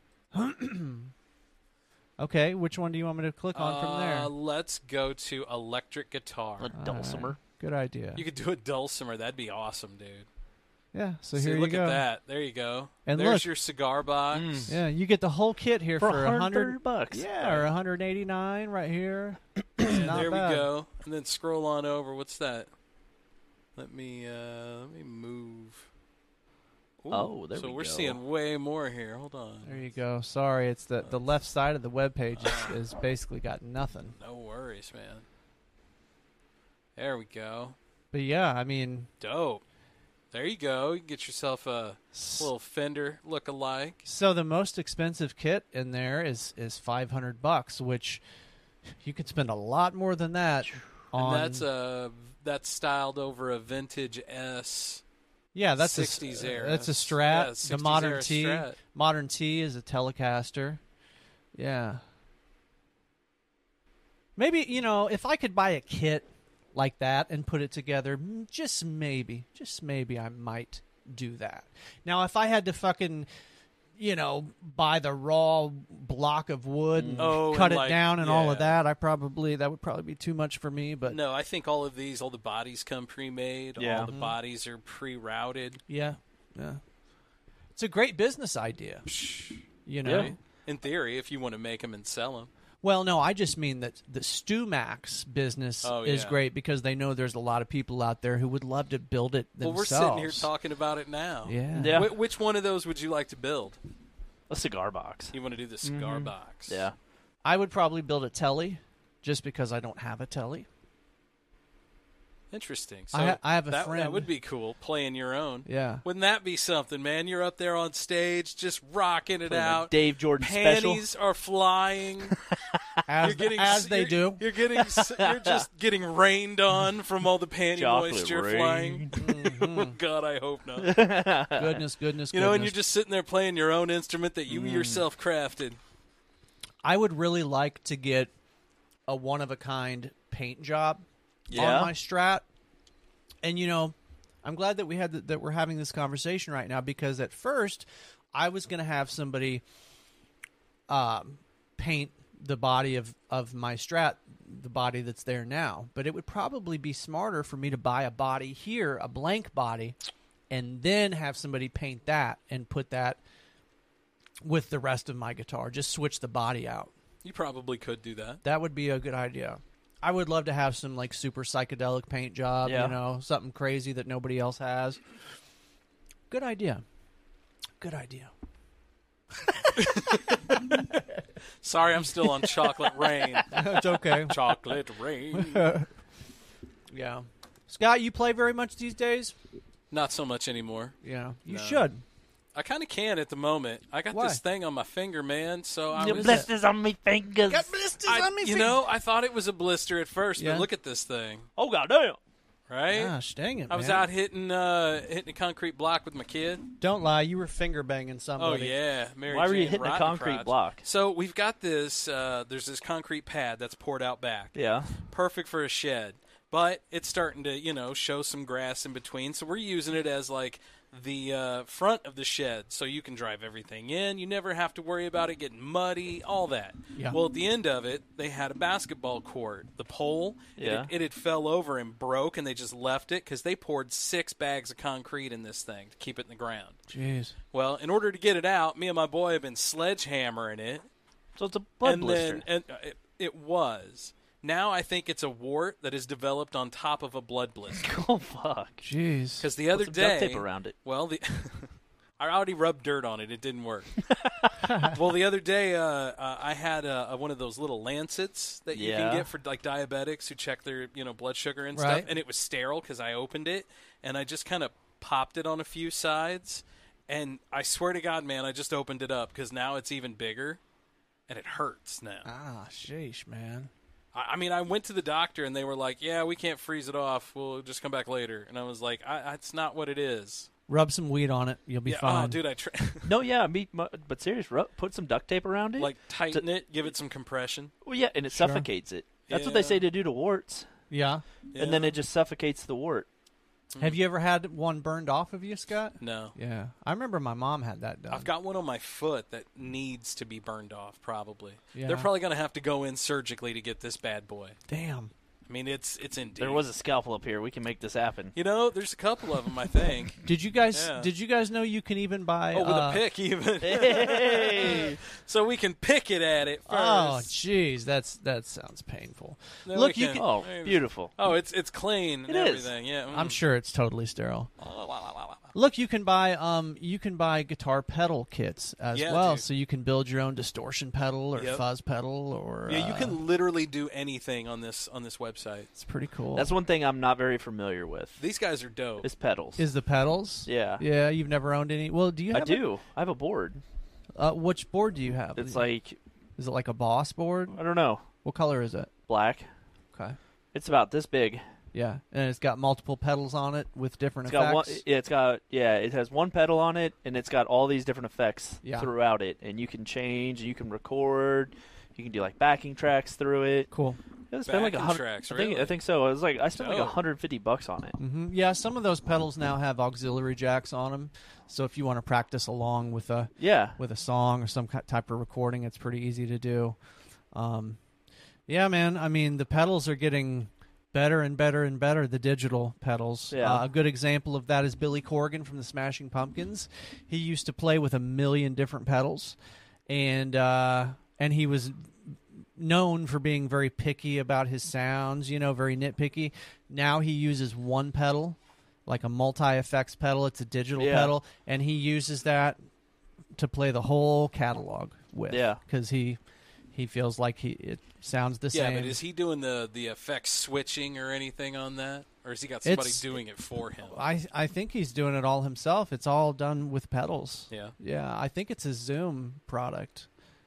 Speaker 2: okay, which one do you want me to click on from
Speaker 3: Uh,
Speaker 2: there?
Speaker 3: let's go to electric guitar.
Speaker 4: A dulcimer.
Speaker 2: Good idea.
Speaker 3: You could do a dulcimer. That'd be awesome, dude.
Speaker 2: yeah. So
Speaker 3: See,
Speaker 2: here
Speaker 3: look
Speaker 2: you go.
Speaker 3: at that. There you go.
Speaker 2: And
Speaker 3: There's
Speaker 2: look. Mm.
Speaker 3: your cigar box.
Speaker 2: Yeah, you get the whole kit here
Speaker 4: For
Speaker 2: for a hundred
Speaker 4: 130 bucks.
Speaker 2: Yeah, or 189 right here.
Speaker 3: *clears throat* And
Speaker 2: not
Speaker 3: there
Speaker 2: bad.
Speaker 3: we go. And then scroll on over. What's that? Let me uh, let me move. Ooh,
Speaker 4: Oh, there
Speaker 3: so
Speaker 4: we
Speaker 3: are
Speaker 4: go.
Speaker 3: seeing way more here. Hold on.
Speaker 2: There you go. Sorry, it's the the left side of the web page
Speaker 3: *clears throat*
Speaker 2: is, is basically got nothing.
Speaker 3: No worries, man. There we go.
Speaker 2: But yeah, I mean,
Speaker 3: Dope. There you go. You can get yourself a little Fender look-alike.
Speaker 2: so the most expensive kit in there is is 500 bucks, which you could spend a lot more than that on
Speaker 3: And that's a that's styled over a vintage S.
Speaker 2: Yeah, that's a uh,
Speaker 3: 60s era.
Speaker 2: That's a
Speaker 3: Yeah,
Speaker 2: Strat. the
Speaker 3: 60s
Speaker 2: modern
Speaker 3: era
Speaker 2: T.
Speaker 3: Strat.
Speaker 2: Modern T is a Telecaster. Yeah. Maybe you know if I could buy a kit like that and put it together, m- just maybe, just maybe I might do that. Now, if I had to fucking, you know, buy the raw block of wood and
Speaker 3: Oh,
Speaker 2: cut
Speaker 3: and
Speaker 2: it
Speaker 3: like-
Speaker 2: down and all of
Speaker 3: yeah.
Speaker 2: that, I probably that would probably be too much for me. But
Speaker 3: No, I think all of these, all the bodies come pre-made.
Speaker 4: Yeah.
Speaker 3: All
Speaker 2: Mm-hmm.
Speaker 3: the bodies are pre-routed.
Speaker 2: Yeah. Yeah. It's a great business idea. You know.
Speaker 4: Yeah.
Speaker 3: In theory, if you want to make them and sell them.
Speaker 2: Well, no, I just mean that the Stumax business
Speaker 3: Oh,
Speaker 2: is
Speaker 3: yeah.
Speaker 2: great because they know there's a lot of people out there who would love to build it
Speaker 3: Well, we're
Speaker 2: themselves.
Speaker 3: sitting here talking about it now.
Speaker 2: Yeah.
Speaker 4: Yeah.
Speaker 3: Wh- which one of those would you like to build?
Speaker 4: A cigar box.
Speaker 3: You want to do the cigar box?
Speaker 4: Yeah.
Speaker 2: I would probably build a telly just because I don't have a telly.
Speaker 3: Interesting. So
Speaker 2: I ha- I have a
Speaker 3: that, That
Speaker 2: friend-
Speaker 3: would be cool, playing your own.
Speaker 2: Yeah.
Speaker 3: Wouldn't that be something, man? You're up there on stage, just rocking it
Speaker 4: Putting a
Speaker 3: out.
Speaker 4: Dave Jordan special.
Speaker 3: Panties
Speaker 2: *laughs*
Speaker 3: are flying.
Speaker 2: As,
Speaker 3: You're getting
Speaker 2: as they
Speaker 3: you're-
Speaker 2: do.
Speaker 3: You're
Speaker 2: *laughs*
Speaker 3: getting s- you're just getting rained on from all the panty
Speaker 4: Chocolate
Speaker 3: moisture
Speaker 4: rain.
Speaker 3: flying. *laughs* God, I hope not.
Speaker 2: *laughs*
Speaker 3: You
Speaker 2: Goodness, goodness,
Speaker 3: know, and
Speaker 2: Mm-hmm. goodness. Mm.
Speaker 3: you're just sitting there playing your own instrument that you yourself crafted.
Speaker 2: I would really like to get a one of a kind paint job
Speaker 4: Yeah.
Speaker 2: on my strat. And you know, I'm glad that we had th- that we're having this conversation right now because at first I was going to have somebody um, paint the body of of my strat, the body that's there now. But it would probably be smarter for me to buy a body here, a blank body, and then have somebody paint that and put that with the rest of my guitar. Just switch the body out.
Speaker 3: You probably could do that.
Speaker 2: That would be a good idea. I would love to have some like super psychedelic paint job,
Speaker 4: Yeah.
Speaker 2: you know, something crazy that nobody else has. Good idea. Good idea. *laughs*
Speaker 3: Sorry, I'm still
Speaker 2: *laughs*
Speaker 3: on chocolate rain.
Speaker 2: it's
Speaker 3: *laughs*
Speaker 2: okay.
Speaker 3: Chocolate rain.
Speaker 2: *laughs* Yeah. Scott, you play very much these days?
Speaker 3: Not so much anymore.
Speaker 2: Yeah. You
Speaker 3: No.
Speaker 2: should.
Speaker 3: I kind of can at the moment. I got
Speaker 2: Why?
Speaker 3: this thing on my finger, man. So I
Speaker 4: The
Speaker 3: was,
Speaker 4: blisters on me fingers.
Speaker 2: blisters
Speaker 3: I- you know, I thought it was a blister at first,
Speaker 2: Yeah.
Speaker 3: but look at this thing,
Speaker 4: Oh god damn.
Speaker 3: right?
Speaker 2: Gosh, dang it.
Speaker 3: I was
Speaker 2: man.
Speaker 3: out hitting uh, hitting a concrete block with my kid.
Speaker 2: Don't lie, you were finger banging
Speaker 3: Oh
Speaker 2: somebody.
Speaker 3: yeah, Mary
Speaker 4: Why were you
Speaker 3: Jane
Speaker 4: hitting a
Speaker 3: Rotten
Speaker 4: concrete
Speaker 3: Crotch.
Speaker 4: block?
Speaker 3: So we've got this. Uh, there's this concrete pad that's poured out back.
Speaker 4: Yeah.
Speaker 3: perfect for a shed, but it's starting to you know show some grass in between. So we're using it as like the uh, front of the shed, so you can drive everything in. You never have to worry about it getting muddy, all that.
Speaker 2: Yeah.
Speaker 3: Well, at the end of it, they had a basketball court. The pole, it
Speaker 4: Yeah.
Speaker 3: had- it, had fell over and broke, and they just left it because they poured six bags of concrete in this thing to keep it in the ground.
Speaker 2: Jeez.
Speaker 3: Well, in order to get it out, me and my boy have been sledgehammering it
Speaker 4: So it's a blood
Speaker 3: and
Speaker 4: blister.
Speaker 3: then and uh, it, it was. Now I think it's a wart that is developed on top of a blood blister.
Speaker 4: *laughs* oh fuck.
Speaker 2: Jeez.
Speaker 3: Because the other
Speaker 4: some
Speaker 3: day,
Speaker 4: duct tape around it.
Speaker 3: Well, the *laughs* I already rubbed dirt on it. It didn't
Speaker 4: *laughs*
Speaker 3: work. well, the other day uh, uh, I had uh, one of those little lancets that you
Speaker 4: Yeah.
Speaker 3: can get for like diabetics who check their you know blood sugar and
Speaker 2: Right.
Speaker 3: stuff, and it was sterile because I opened it and I just kind of popped it on a few sides, and I swear to God, man, I just opened it up because now it's even bigger, and it hurts now.
Speaker 2: Ah, sheesh, man.
Speaker 3: I I mean, I went to the doctor and they were like, "Yeah, we can't freeze it off. We'll just come back later." And I was like, I, "That's not what it is."
Speaker 2: Rub some weed on it, you'll be
Speaker 3: Yeah,
Speaker 2: fine.
Speaker 3: oh, dude, I tr- *laughs*
Speaker 4: No, yeah, me, my, but serious, ru- put some duct tape around it.
Speaker 3: like tighten it, give it some compression.
Speaker 4: well, yeah, and it suffocates it. That's what they
Speaker 3: Yeah.
Speaker 4: say to do to warts,
Speaker 2: Yeah.
Speaker 4: and then
Speaker 3: Yeah.
Speaker 4: it just suffocates the wart.
Speaker 3: Mm-hmm.
Speaker 2: Have you ever had one burned off of you, Scott?
Speaker 3: No,
Speaker 2: Yeah. I remember my mom had that done.
Speaker 3: I've got one on my foot that needs to be burned off. Probably,
Speaker 2: Yeah.
Speaker 3: they're probably going to have to go in surgically to get this bad boy.
Speaker 2: Damn.
Speaker 3: I mean, it's it's indeed.
Speaker 4: There was a scalpel up here. We can make this happen.
Speaker 3: you know, there's a couple of them. I
Speaker 4: *laughs*
Speaker 3: think.
Speaker 2: Did you guys
Speaker 3: Yeah.
Speaker 2: did you guys know you can even buy
Speaker 3: Oh, with
Speaker 2: uh,
Speaker 3: a pick even,
Speaker 4: *laughs* Hey,
Speaker 3: *laughs* so we can pick it at it first.
Speaker 2: Oh jeez, that's that sounds painful.
Speaker 3: Then
Speaker 2: Look,
Speaker 3: we
Speaker 2: you
Speaker 3: can-
Speaker 2: can,
Speaker 4: oh, beautiful.
Speaker 3: Oh, it's it's clean.
Speaker 4: It
Speaker 3: and
Speaker 4: is.
Speaker 3: everything. Yeah,
Speaker 2: I'm
Speaker 3: mm. Oh,
Speaker 2: sure it's totally sterile.
Speaker 3: La, la, la, la, la.
Speaker 2: Look, you can buy um you can buy guitar pedal kits as
Speaker 3: Yeah,
Speaker 2: well
Speaker 3: dude.
Speaker 2: so you can build your own distortion pedal or
Speaker 3: Yep.
Speaker 2: fuzz pedal or
Speaker 3: Yeah, you
Speaker 2: uh,
Speaker 3: can literally do anything on this on this website.
Speaker 2: It's pretty cool.
Speaker 4: That's one thing I'm not very familiar with.
Speaker 3: These guys are dope.
Speaker 4: Is pedals.
Speaker 2: is the pedals?
Speaker 4: Yeah.
Speaker 2: Yeah, you've never owned any. Well, do you
Speaker 4: I
Speaker 2: have a-
Speaker 4: do. I have a board.
Speaker 2: uh, which board do you have?
Speaker 4: It's like
Speaker 2: Is it like a boss board?
Speaker 4: I don't know,
Speaker 2: What color is it?
Speaker 4: black.
Speaker 2: Okay.
Speaker 4: It's about this big.
Speaker 2: Yeah, and it's got multiple pedals on it with different
Speaker 4: It's
Speaker 2: effects.
Speaker 4: got one. Yeah, it's got yeah. It has one pedal on it, and it's got all these different effects
Speaker 2: Yeah.
Speaker 4: throughout it, and you can change, and you can record, you can do like backing tracks through it.
Speaker 2: cool.
Speaker 4: It's been like a
Speaker 3: Backing
Speaker 4: hundred.
Speaker 3: tracks,
Speaker 4: I think I
Speaker 3: really?
Speaker 4: think so. It was like I spent like
Speaker 3: Dope.
Speaker 4: hundred fifty bucks on it.
Speaker 2: hmm Yeah, some of those pedals now have auxiliary jacks on them, so if you want to practice along with a
Speaker 4: Yeah,
Speaker 2: with a song or some ki- type of recording, it's pretty easy to do. Um, yeah, man. I mean, the pedals are getting better and better and better. The digital pedals.
Speaker 4: Yeah.
Speaker 2: Uh, a good example of that is Billy Corgan from the Smashing Pumpkins. He used to play with a million different pedals, and uh, and he was known for being very picky about his sounds, you know, very nitpicky. Now he uses one pedal, like a multi effects pedal, it's a digital
Speaker 4: Yeah.
Speaker 2: pedal, and he uses that to play the whole catalog with.
Speaker 4: Yeah.
Speaker 2: Cuz he he feels like he it sounds the
Speaker 3: Yeah,
Speaker 2: same.
Speaker 3: but is he doing the the effect switching or anything on that, or has he got somebody
Speaker 2: It's-
Speaker 3: doing it for him?
Speaker 2: I I think he's doing it all himself. It's all done with pedals.
Speaker 3: Yeah.
Speaker 2: Yeah, I think it's a Zoom product,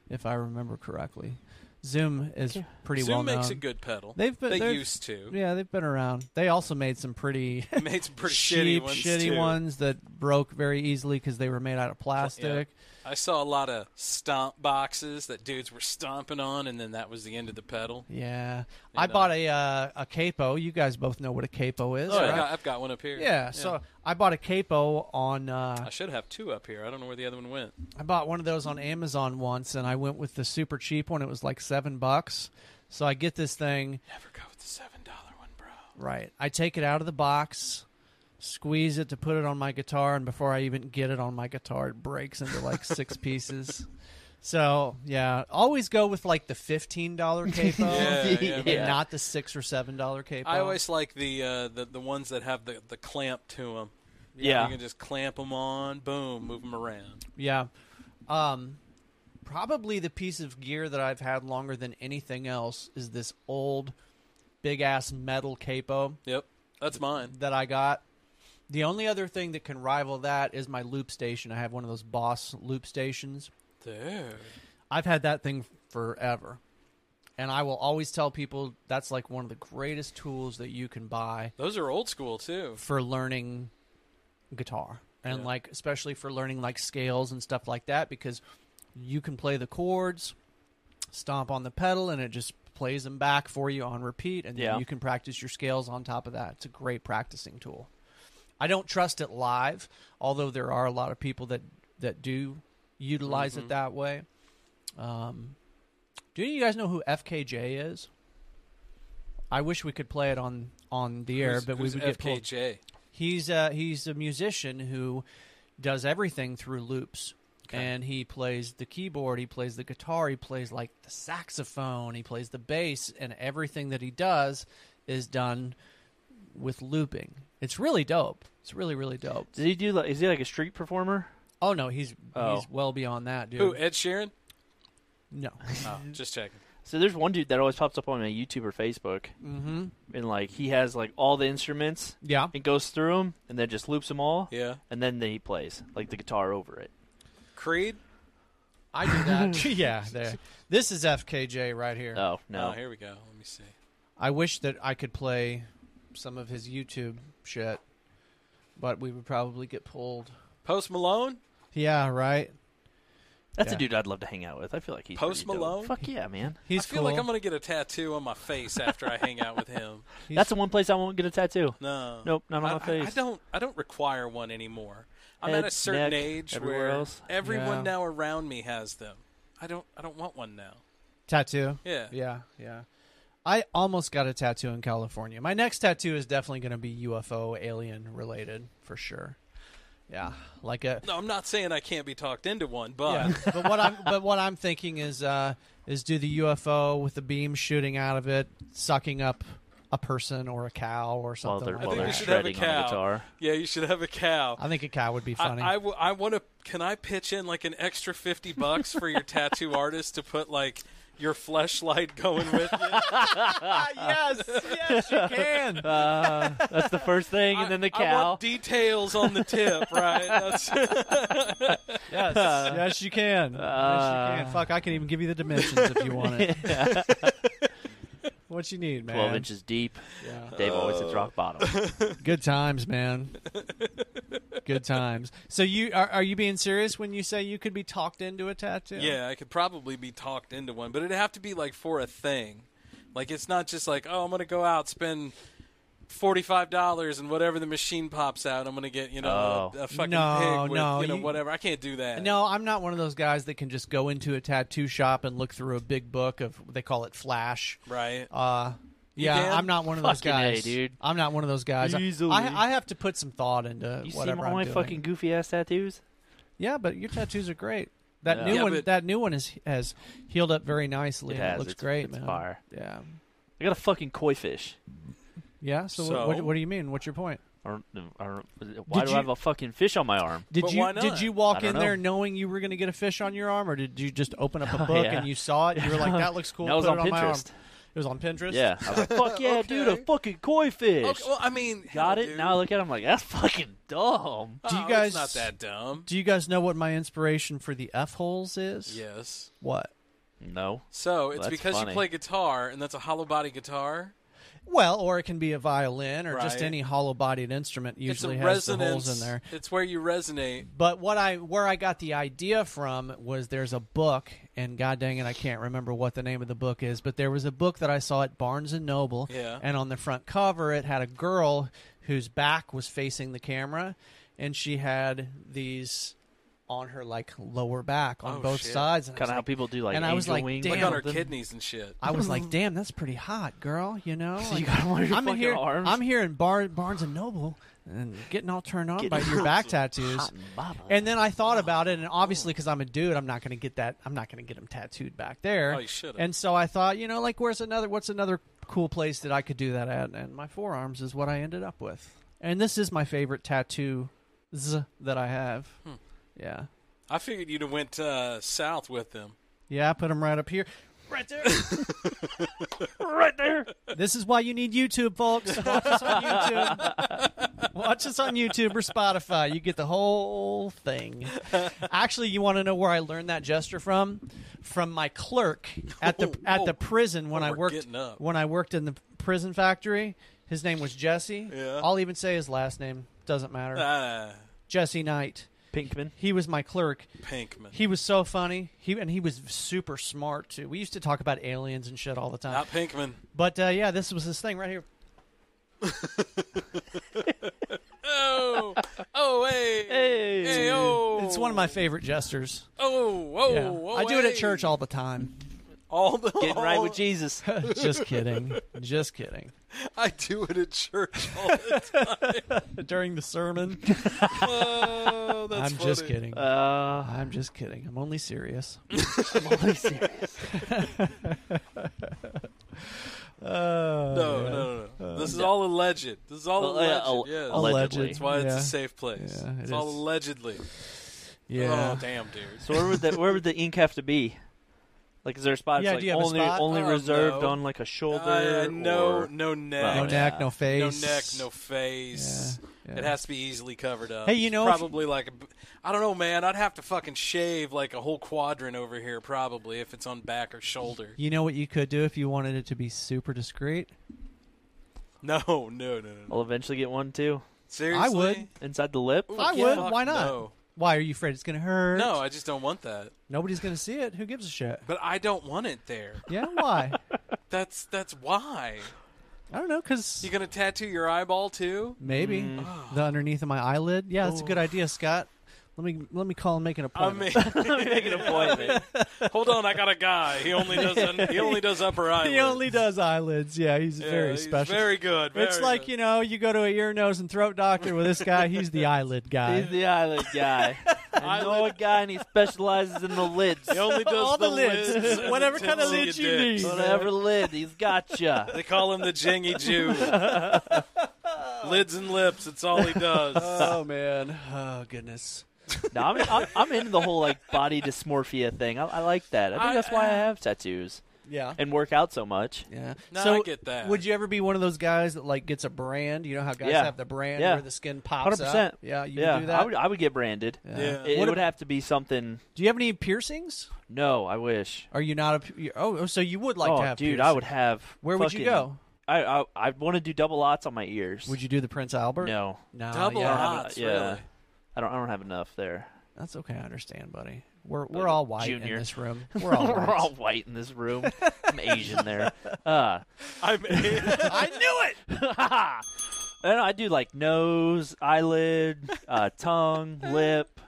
Speaker 2: if I remember correctly. Zoom is pretty well
Speaker 3: Zoom
Speaker 2: known.
Speaker 3: makes a good pedal.
Speaker 2: They've been-
Speaker 3: they
Speaker 2: they've-
Speaker 3: used to.
Speaker 2: yeah, they've been around. They also made some pretty
Speaker 3: Made
Speaker 2: *laughs*
Speaker 3: some pretty shitty
Speaker 2: cheap,
Speaker 3: ones
Speaker 2: shitty
Speaker 3: too.
Speaker 2: ones that broke very easily because they were made out of plastic.
Speaker 3: I saw a lot of stomp boxes that dudes were stomping on, and then that was the end of the pedal.
Speaker 2: Yeah, I
Speaker 3: know.
Speaker 2: bought a uh, a capo. You guys both know what a capo is,
Speaker 3: Oh,
Speaker 2: right?
Speaker 3: I got, I've got one up here.
Speaker 2: yeah, so I bought a capo on uh,
Speaker 3: I should have two up here. I don't know where the other one went.
Speaker 2: I bought one of those on Amazon once, and I went with the super cheap one. It was like seven bucks. So I get this thing
Speaker 3: Never go with the seven dollar one, bro.
Speaker 2: right. I take it out of the box, squeeze it to put it on my guitar, and before I even get it on my guitar, it breaks into like
Speaker 3: *laughs*
Speaker 2: six pieces. So yeah, always go with like the fifteen dollar capo,
Speaker 3: *laughs* Yeah, yeah,
Speaker 2: and
Speaker 3: man.
Speaker 2: not the six or seven dollar capo.
Speaker 3: I always like the uh, the the ones that have the the clamp to them.
Speaker 4: Yeah.
Speaker 3: you can just clamp them on. Boom, move them around.
Speaker 2: Yeah. Um probably the piece of gear that I've had longer than anything else is this old big ass metal capo
Speaker 3: Yep, that's mine.
Speaker 2: that I got. The only other thing that can rival that is my loop station. I have one of those Boss loop stations.
Speaker 3: Dude,
Speaker 2: I've had that thing forever. And I will always tell people that's like one of the greatest tools that you can buy
Speaker 3: those are old school too.
Speaker 2: for learning guitar and
Speaker 3: Yeah.
Speaker 2: like especially for learning like scales and stuff like that because you can play the chords stomp on the pedal and it just plays them back for you on repeat and
Speaker 4: Yeah.
Speaker 2: then you can practice your scales on top of that it's a great practicing tool i don't trust it live although there are a lot of people that that do utilize
Speaker 3: Mm-hmm.
Speaker 2: it that way um do you guys know who fkj is i wish we could play it on on the air
Speaker 3: Who's-
Speaker 2: but we
Speaker 3: who's
Speaker 2: would get pulled
Speaker 3: FKJ.
Speaker 2: He's uh, he's a musician who does everything through loops. And he plays the keyboard, he plays the guitar, he plays like the saxophone, he plays the bass, and everything that he does is done with looping. It's really dope. It's really really dope.
Speaker 4: Did he do? Like, is he like a street performer?
Speaker 2: Oh no, he's
Speaker 4: Oh.
Speaker 2: he's well beyond that, dude.
Speaker 3: Who?
Speaker 2: *laughs*
Speaker 3: Ed Sheeran?
Speaker 2: no.
Speaker 3: Oh, just checking.
Speaker 4: So there's one dude that always pops up on my YouTube or Facebook,
Speaker 2: Mhm.
Speaker 4: and like he has like all the instruments
Speaker 2: Yeah.
Speaker 4: and goes through them, and then just loops them all,
Speaker 3: Yeah,
Speaker 4: and then then he plays like the guitar over it.
Speaker 3: Creed.
Speaker 2: I do
Speaker 4: *laughs*
Speaker 2: that. yeah, there. This is FKJ right here.
Speaker 4: Oh no,
Speaker 3: Oh, here we go. Let me see.
Speaker 2: I wish that I could play some of his YouTube shit, but we would probably get pulled.
Speaker 3: Post Malone.
Speaker 2: Yeah, right.
Speaker 4: that's
Speaker 2: yeah.
Speaker 4: a dude I'd love to hang out with. I feel like he's
Speaker 3: Post
Speaker 4: pretty dope.
Speaker 3: Malone?
Speaker 4: Fuck yeah, man.
Speaker 2: He's
Speaker 3: I feel
Speaker 2: cool.
Speaker 3: like I'm gonna get a tattoo on my face after I hang out with him.
Speaker 2: He's-
Speaker 4: That's the one place I won't get a tattoo.
Speaker 3: No,
Speaker 4: Nope, not on
Speaker 3: I,
Speaker 4: my
Speaker 3: I- I
Speaker 4: face.
Speaker 3: don't. I don't require one anymore. I'm at
Speaker 4: Head,
Speaker 3: a certain
Speaker 4: neck,
Speaker 3: age
Speaker 4: everywhere
Speaker 3: where
Speaker 4: else.
Speaker 3: everyone
Speaker 2: Yeah.
Speaker 3: now around me has them. I don't. I don't want one now.
Speaker 2: tattoo.
Speaker 3: Yeah.
Speaker 2: Yeah, yeah. I almost got a tattoo in California. My next tattoo is definitely going to be UFO alien related for sure. Yeah, like a
Speaker 3: No, I'm not saying I can't be talked into one, but
Speaker 2: Yeah. *laughs* but what I'm but what I'm thinking is uh, is do the UFO with the beam shooting out of it, sucking up a person or a cow or
Speaker 4: While
Speaker 2: something.
Speaker 4: they're,
Speaker 2: like
Speaker 4: while
Speaker 3: think
Speaker 2: that.
Speaker 4: they're
Speaker 3: we should have a
Speaker 4: shredding on
Speaker 3: cow.
Speaker 4: the guitar.
Speaker 3: *laughs* yeah, you should have a cow.
Speaker 2: I think a cow would be
Speaker 3: I,
Speaker 2: funny.
Speaker 3: I, w- I want to. Can I pitch in like an extra fifty bucks for your tattoo
Speaker 4: *laughs*
Speaker 3: artist to put like your fleshlight going with you?
Speaker 4: *laughs*
Speaker 2: yes, yes, *laughs* you can.
Speaker 4: Uh, that's the first thing,
Speaker 3: *laughs* I-
Speaker 4: and then the
Speaker 3: I
Speaker 4: cow.
Speaker 3: want details on the tip, right? That's,
Speaker 4: *laughs*
Speaker 2: Yes, *laughs* yes, you can. yes, you
Speaker 4: Uh.
Speaker 2: can. Fuck, I can even give you the dimensions if you want
Speaker 4: *laughs*
Speaker 2: it. *laughs* what you need, man?
Speaker 4: Twelve inches deep.
Speaker 2: Yeah.
Speaker 4: Dave always hits
Speaker 3: Uh,
Speaker 4: rock bottom.
Speaker 3: *laughs*
Speaker 2: Good times, man. Good times. So you are, are you being serious when you say you could be talked into a tattoo?
Speaker 3: Yeah, I could probably be talked into one, but it'd have to be like for a thing. Like it's not just like, oh, I'm gonna go out spend forty five dollars and whatever the machine pops out, I'm gonna get you know
Speaker 4: Oh.
Speaker 3: a, a fucking
Speaker 2: No,
Speaker 3: pig with
Speaker 2: no,
Speaker 3: you know
Speaker 2: you-
Speaker 3: whatever. I can't do that.
Speaker 2: No, I'm not one of those guys that can just go into a tattoo shop and look through a big book of they call it flash.
Speaker 3: right?
Speaker 2: Uh yeah,
Speaker 3: can?
Speaker 2: I'm not one of those
Speaker 4: Fucking A,
Speaker 2: guys,
Speaker 4: dude.
Speaker 2: I'm not one of those guys. I-
Speaker 4: Easily.
Speaker 2: I, I have to put some thought into
Speaker 4: You see
Speaker 2: whatever
Speaker 4: all
Speaker 2: I'm
Speaker 4: my
Speaker 2: doing.
Speaker 4: fucking goofy ass tattoos?
Speaker 2: Yeah, but your tattoos are great. That
Speaker 4: Yeah.
Speaker 2: new
Speaker 3: Yeah,
Speaker 2: one,
Speaker 3: but-
Speaker 2: that new one is has healed up very nicely.
Speaker 4: It
Speaker 2: and
Speaker 4: has.
Speaker 2: looks
Speaker 4: it's,
Speaker 2: great,
Speaker 4: it's
Speaker 2: man.
Speaker 4: fire.
Speaker 2: Yeah,
Speaker 4: I got a fucking koi fish.
Speaker 2: yeah. So, what-
Speaker 3: So?
Speaker 2: What, what do you mean? What's your point?
Speaker 4: Or, or why
Speaker 2: Did
Speaker 4: do
Speaker 2: you-
Speaker 4: I have a fucking fish on my arm?
Speaker 2: Did
Speaker 3: But
Speaker 2: you
Speaker 3: why
Speaker 2: did
Speaker 3: not?
Speaker 2: you
Speaker 4: I
Speaker 2: walk
Speaker 4: don't
Speaker 2: in there
Speaker 4: know.
Speaker 2: knowing you were going to get a fish on your arm, or did you just open
Speaker 4: *laughs*
Speaker 2: up a book
Speaker 4: Oh, yeah.
Speaker 2: and you saw it? And you
Speaker 4: *laughs*
Speaker 2: were like, "That looks cool."
Speaker 4: That was
Speaker 2: put
Speaker 4: on
Speaker 2: it my arm."
Speaker 4: Pinterest.
Speaker 2: It was on Pinterest.
Speaker 4: Yeah, I
Speaker 3: *laughs*
Speaker 4: was like, fuck yeah, dude, a
Speaker 3: Okay.
Speaker 4: fucking koi fish.
Speaker 3: Okay, well, I mean,
Speaker 4: Got
Speaker 3: hell,
Speaker 4: it.
Speaker 3: dude.
Speaker 4: Now I look at. it, I'm like, that's fucking dumb.
Speaker 2: Do you
Speaker 3: Oh,
Speaker 2: guys-
Speaker 3: It's not that dumb.
Speaker 2: Do you guys know what my inspiration for the f holes is?
Speaker 3: Yes.
Speaker 2: What?
Speaker 4: No,
Speaker 3: So it's
Speaker 4: that's
Speaker 3: because
Speaker 4: funny.
Speaker 3: you play guitar, and that's a hollow body guitar.
Speaker 2: Well, or it can be a violin or just
Speaker 3: Right.
Speaker 2: any hollow-bodied instrument. Usually
Speaker 3: it's a
Speaker 2: has the
Speaker 3: resonance.
Speaker 2: holes in there.
Speaker 3: It's where you resonate.
Speaker 2: But what I where I got the idea from was there's a book, and god dang it, I can't remember what the name of the book is, but there was a book that I saw at Barnes and Noble,
Speaker 3: Yeah.
Speaker 2: and on the front cover it had a girl whose back was facing the camera, and she had these on her like lower back on
Speaker 3: Oh,
Speaker 2: both
Speaker 3: shit.
Speaker 2: sides. and I
Speaker 4: kind
Speaker 2: was
Speaker 4: of how
Speaker 2: like-
Speaker 4: people do like
Speaker 2: and I
Speaker 4: angel
Speaker 2: was like,
Speaker 4: wings.
Speaker 2: damn.
Speaker 3: Like on her
Speaker 4: something.
Speaker 3: kidneys and shit.
Speaker 2: I was
Speaker 4: *laughs*
Speaker 2: like, damn, that's pretty hot, girl. You know,
Speaker 4: You
Speaker 2: Like,
Speaker 4: got 'em on your
Speaker 2: I'm in
Speaker 4: fucking
Speaker 2: here.
Speaker 4: arms.
Speaker 2: I'm here in Bar- Barnes and Noble and getting all turned on by your back tattoos.
Speaker 4: Hot and bothered. *laughs*
Speaker 2: And then I thought about it, and obviously, because I'm a dude, I'm not going to get that. I'm not going to get them tattooed back there.
Speaker 3: Oh, you should've.
Speaker 2: And so I thought, you know, like, where's another? What's another cool place that I could do that at? And my forearms is what I ended up with. And this is my favorite tattoo that I have.
Speaker 3: Hmm.
Speaker 2: Yeah,
Speaker 3: I figured you'd have went uh, south with them.
Speaker 2: yeah. I put them right up here.
Speaker 4: right there, right there.
Speaker 2: This is why you need YouTube, folks. Watch us on YouTube. Watch us on YouTube or Spotify. You get the whole thing. Actually, you want to know where I learned that gesture from? From my clerk at the at the prison when
Speaker 3: Oh,
Speaker 2: I
Speaker 3: we're
Speaker 2: worked
Speaker 3: getting up.
Speaker 2: when I worked in the prison factory. His name was Jesse.
Speaker 3: Yeah.
Speaker 2: I'll even say his last name. Doesn't matter.
Speaker 3: Ah,
Speaker 2: Jesse Knight.
Speaker 4: Pinkman.
Speaker 2: He was my clerk.
Speaker 3: Pinkman.
Speaker 2: He was so funny. He and he was super smart too. We used to talk about aliens and shit all the time.
Speaker 3: Not Pinkman.
Speaker 2: But uh, yeah, this was his thing right here.
Speaker 3: *laughs* Oh, oh, hey,
Speaker 4: Hey.
Speaker 3: hey, oh.
Speaker 2: It's one of my favorite gestures.
Speaker 3: Oh, oh,
Speaker 2: Yeah.
Speaker 3: oh,
Speaker 2: I do it at
Speaker 3: hey.
Speaker 2: church all the time.
Speaker 3: All the
Speaker 4: Getting right with
Speaker 3: all-
Speaker 4: Jesus. Uh,
Speaker 2: Just kidding. Just kidding.
Speaker 3: I do it at church all *laughs* the
Speaker 2: During the sermon.
Speaker 3: time. Oh, that's
Speaker 2: I'm just
Speaker 3: funny.
Speaker 2: kidding.
Speaker 4: Uh,
Speaker 2: I'm just kidding. I'm only
Speaker 3: *laughs*
Speaker 2: serious.
Speaker 4: I'm only serious.
Speaker 2: Oh,
Speaker 3: No, no, no,
Speaker 2: Uh,
Speaker 3: no. This is all alleged. This is all
Speaker 4: Well, yeah,
Speaker 3: alleged.
Speaker 4: al-
Speaker 3: yes.
Speaker 4: alleged.
Speaker 3: That's why it's
Speaker 2: Yeah.
Speaker 3: a safe place.
Speaker 2: Yeah, it
Speaker 3: it's all
Speaker 2: is.
Speaker 3: allegedly.
Speaker 2: Yeah.
Speaker 3: Oh, damn, dude.
Speaker 4: So where would the where would the ink have to be? Like, is there a spot
Speaker 2: Yeah,
Speaker 4: that's
Speaker 2: do
Speaker 4: like
Speaker 2: you have a
Speaker 4: only
Speaker 2: spot?
Speaker 4: only
Speaker 3: Oh,
Speaker 4: reserved
Speaker 3: no.
Speaker 4: on like a shoulder?
Speaker 3: Uh, no,
Speaker 4: or-
Speaker 3: no neck.
Speaker 2: No
Speaker 4: Oh,
Speaker 2: neck,
Speaker 4: yeah.
Speaker 2: no
Speaker 3: No
Speaker 2: face.
Speaker 3: neck, no face.
Speaker 2: Yeah, yeah.
Speaker 3: It has to be easily covered up.
Speaker 2: Hey, you
Speaker 3: It's
Speaker 2: know, if-
Speaker 3: probably like a b- I don't know, man. I'd have to fucking shave like a whole quadrant over here, probably if it's on back
Speaker 2: *laughs*
Speaker 3: or shoulder.
Speaker 2: You know what you could do if you wanted it to be super discreet?
Speaker 3: No, no, no, no. no.
Speaker 4: I'll eventually get one too
Speaker 3: Seriously,
Speaker 2: would.
Speaker 4: inside the lip.
Speaker 3: Ooh,
Speaker 2: I
Speaker 3: yeah,
Speaker 2: would.
Speaker 3: fuck
Speaker 2: Why not?
Speaker 3: No.
Speaker 2: Why are you afraid it's going to hurt?
Speaker 3: no, I just don't want that.
Speaker 2: Nobody's going to see it. Who gives a shit?
Speaker 3: But I don't want it there.
Speaker 2: Yeah, why?
Speaker 3: That's that's why.
Speaker 2: I don't know, because
Speaker 3: You gonna tattoo your eyeball
Speaker 2: *laughs*
Speaker 3: too?
Speaker 2: maybe
Speaker 4: Mm.
Speaker 2: the underneath of my eyelid. Yeah, that's a good idea, Scott. Let me let me call and make an
Speaker 3: I
Speaker 2: appointment.
Speaker 3: mean,
Speaker 4: Let me make an
Speaker 3: *laughs*
Speaker 4: appointment.
Speaker 3: hold on, I got a guy. He only does *laughs* he only does upper
Speaker 2: *laughs*
Speaker 3: eyelid.
Speaker 2: He only does eyelids. Yeah, he's
Speaker 3: Yeah,
Speaker 2: very
Speaker 3: he's
Speaker 2: special.
Speaker 3: Very good.
Speaker 2: it's like
Speaker 4: uh,
Speaker 2: you know, you go to a ear, nose, and throat doctor with this guy. He's the
Speaker 4: *laughs*
Speaker 2: eyelid
Speaker 4: He's
Speaker 2: guy.
Speaker 4: the eyelid guy. I know a guy and he specializes in the lids.
Speaker 3: He only does
Speaker 2: All the lids.
Speaker 3: lids.
Speaker 2: *laughs*
Speaker 3: and
Speaker 2: Whatever
Speaker 3: the
Speaker 2: kind of
Speaker 3: tips
Speaker 2: lids
Speaker 3: your
Speaker 2: you
Speaker 3: dicks.
Speaker 2: need.
Speaker 4: Whatever lid, he's gotcha.
Speaker 3: They call him the Jingy Jew. Lids and lips. It's all he does.
Speaker 2: oh man. Oh goodness.
Speaker 4: No, I'm, I'm, I'm into the whole like body dysmorphia thing. I, I like that. I think
Speaker 3: I-
Speaker 4: that's why I have tattoos
Speaker 2: Yeah.
Speaker 4: and work out so much.
Speaker 2: Yeah.
Speaker 3: No,
Speaker 2: so
Speaker 3: I get that.
Speaker 2: Would you ever be one of those guys that like gets a brand? You know how guys
Speaker 4: Yeah.
Speaker 2: have the brand
Speaker 4: Yeah.
Speaker 2: where the skin pops
Speaker 4: Hundred percent.
Speaker 2: up. Yeah, you
Speaker 4: yeah.
Speaker 2: would do that.
Speaker 4: I would. I would get branded.
Speaker 3: Yeah.
Speaker 4: It,
Speaker 2: What
Speaker 4: it
Speaker 2: ab-
Speaker 4: would have to be something.
Speaker 2: do you have any piercings?
Speaker 4: No, I wish.
Speaker 2: Are you not a? pu- Oh, oh, so you would like
Speaker 4: oh,
Speaker 2: to have?
Speaker 4: dude,
Speaker 2: piercings.
Speaker 4: I would have.
Speaker 2: Where would you
Speaker 4: fucking-
Speaker 2: go?
Speaker 4: I I, I want to do double lots on my ears.
Speaker 2: Would you do the Prince Albert?
Speaker 4: No,
Speaker 2: No.
Speaker 3: Double
Speaker 2: yeah.
Speaker 4: have
Speaker 3: odds,
Speaker 4: it, yeah.
Speaker 3: really.
Speaker 4: I don't. I don't have enough there.
Speaker 2: That's okay. I understand, buddy. We're we're all white
Speaker 4: Uh, Junior.
Speaker 2: in this room. *laughs*
Speaker 4: *laughs*
Speaker 2: We're all
Speaker 4: We're
Speaker 2: white.
Speaker 4: all white in this
Speaker 2: *laughs*
Speaker 4: room. I'm Asian there. Uh, *laughs*
Speaker 3: I'm,
Speaker 2: I knew it.
Speaker 4: I don't know, I do like nose, eyelid, uh,
Speaker 2: *laughs*
Speaker 4: tongue, lip,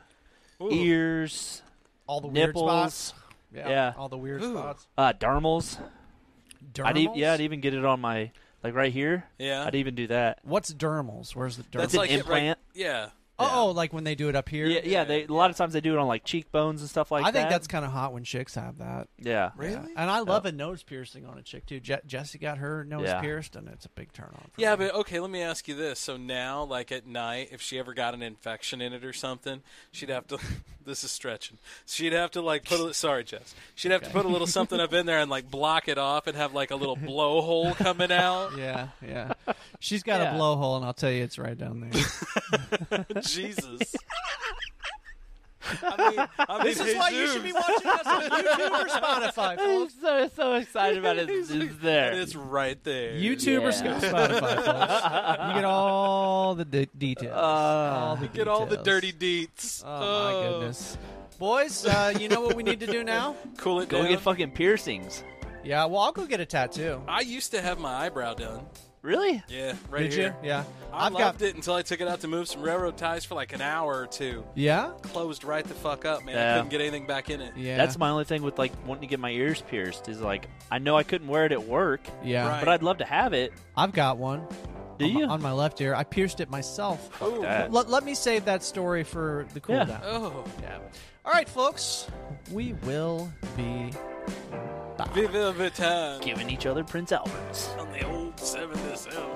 Speaker 3: Ooh.
Speaker 4: ears,
Speaker 2: All the weird spots.
Speaker 4: nipples, Yeah.
Speaker 2: All the weird
Speaker 3: Ooh.
Speaker 2: spots.
Speaker 4: uh, dermals. I'd e-
Speaker 2: Dermals?
Speaker 4: yeah, I'd even get it on my like right here.
Speaker 3: Yeah.
Speaker 2: Uh.
Speaker 4: I'd even do that.
Speaker 2: What's dermals? Where's the dermals?
Speaker 4: It's an
Speaker 3: it right-
Speaker 4: implant.
Speaker 3: yeah.
Speaker 2: Oh, like when they do it up here.
Speaker 4: Yeah, yeah. They a lot of times they do it on like cheekbones and stuff like
Speaker 2: I
Speaker 4: that.
Speaker 2: think that's kind of hot when chicks have that.
Speaker 4: yeah.
Speaker 2: Really? And I love a nose piercing on a chick too. Je- Jesse got her nose
Speaker 4: Yeah.
Speaker 2: pierced, and it's a big turn on. For
Speaker 3: Yeah,
Speaker 2: me.
Speaker 3: but okay, let me ask you this. So now, like at night, if she ever got an infection in it or something, she'd have to. *laughs* this is stretching. She'd have to like put. A, sorry, Jess. She'd have to put a little something up in there and like block it off and have like a little blowhole coming out.
Speaker 2: yeah,
Speaker 4: *laughs*
Speaker 2: yeah. She's got
Speaker 4: Yeah.
Speaker 2: a blowhole, and I'll tell you, it's right down
Speaker 3: *laughs*
Speaker 2: there.
Speaker 3: Jesus. I mean, I mean,
Speaker 2: this is why you should be
Speaker 3: Jesus.
Speaker 2: watching us on YouTube or *laughs* Spotify, folks.
Speaker 4: so so excited about
Speaker 2: *laughs*
Speaker 4: it. It's there.
Speaker 3: And *laughs* it's right there.
Speaker 2: YouTube or
Speaker 4: Yeah.
Speaker 2: Spotify, folks. You get all the de- details.
Speaker 4: Uh,
Speaker 2: all the
Speaker 3: You get all the
Speaker 2: details.
Speaker 3: dirty deets.
Speaker 2: Oh, my goodness. Boys, uh, you know what we need to do now?
Speaker 3: Oh, Cool it
Speaker 4: Go
Speaker 3: down.
Speaker 4: get fucking piercings.
Speaker 2: *laughs* Yeah, well, I'll go get a tattoo.
Speaker 3: I used to have my eyebrow done.
Speaker 4: Really?
Speaker 3: Yeah, right
Speaker 2: Did
Speaker 3: here.
Speaker 2: you? Yeah.
Speaker 3: I
Speaker 2: have
Speaker 3: loved
Speaker 2: got.
Speaker 3: it until I took it out to move some railroad ties for like an hour or two.
Speaker 2: Yeah?
Speaker 3: Closed right the fuck up, man. I
Speaker 4: Yeah.
Speaker 3: couldn't get anything back in it.
Speaker 2: Yeah.
Speaker 4: That's my only thing with like wanting to get my ears pierced is like I know I couldn't wear it at work,
Speaker 2: Yeah.
Speaker 3: Right.
Speaker 4: but I'd love to have it.
Speaker 2: I've got one.
Speaker 4: Do
Speaker 2: on my-
Speaker 4: you?
Speaker 2: on my left ear. I pierced it myself.
Speaker 3: Ooh.
Speaker 4: that.
Speaker 2: Let, let me save that story for the cool
Speaker 4: Yeah.
Speaker 2: down.
Speaker 3: Oh,
Speaker 2: Yeah. All right, folks. We will be
Speaker 3: Viva Vitan.
Speaker 4: Giving each other Prince Alberts.
Speaker 3: on the old 7SM.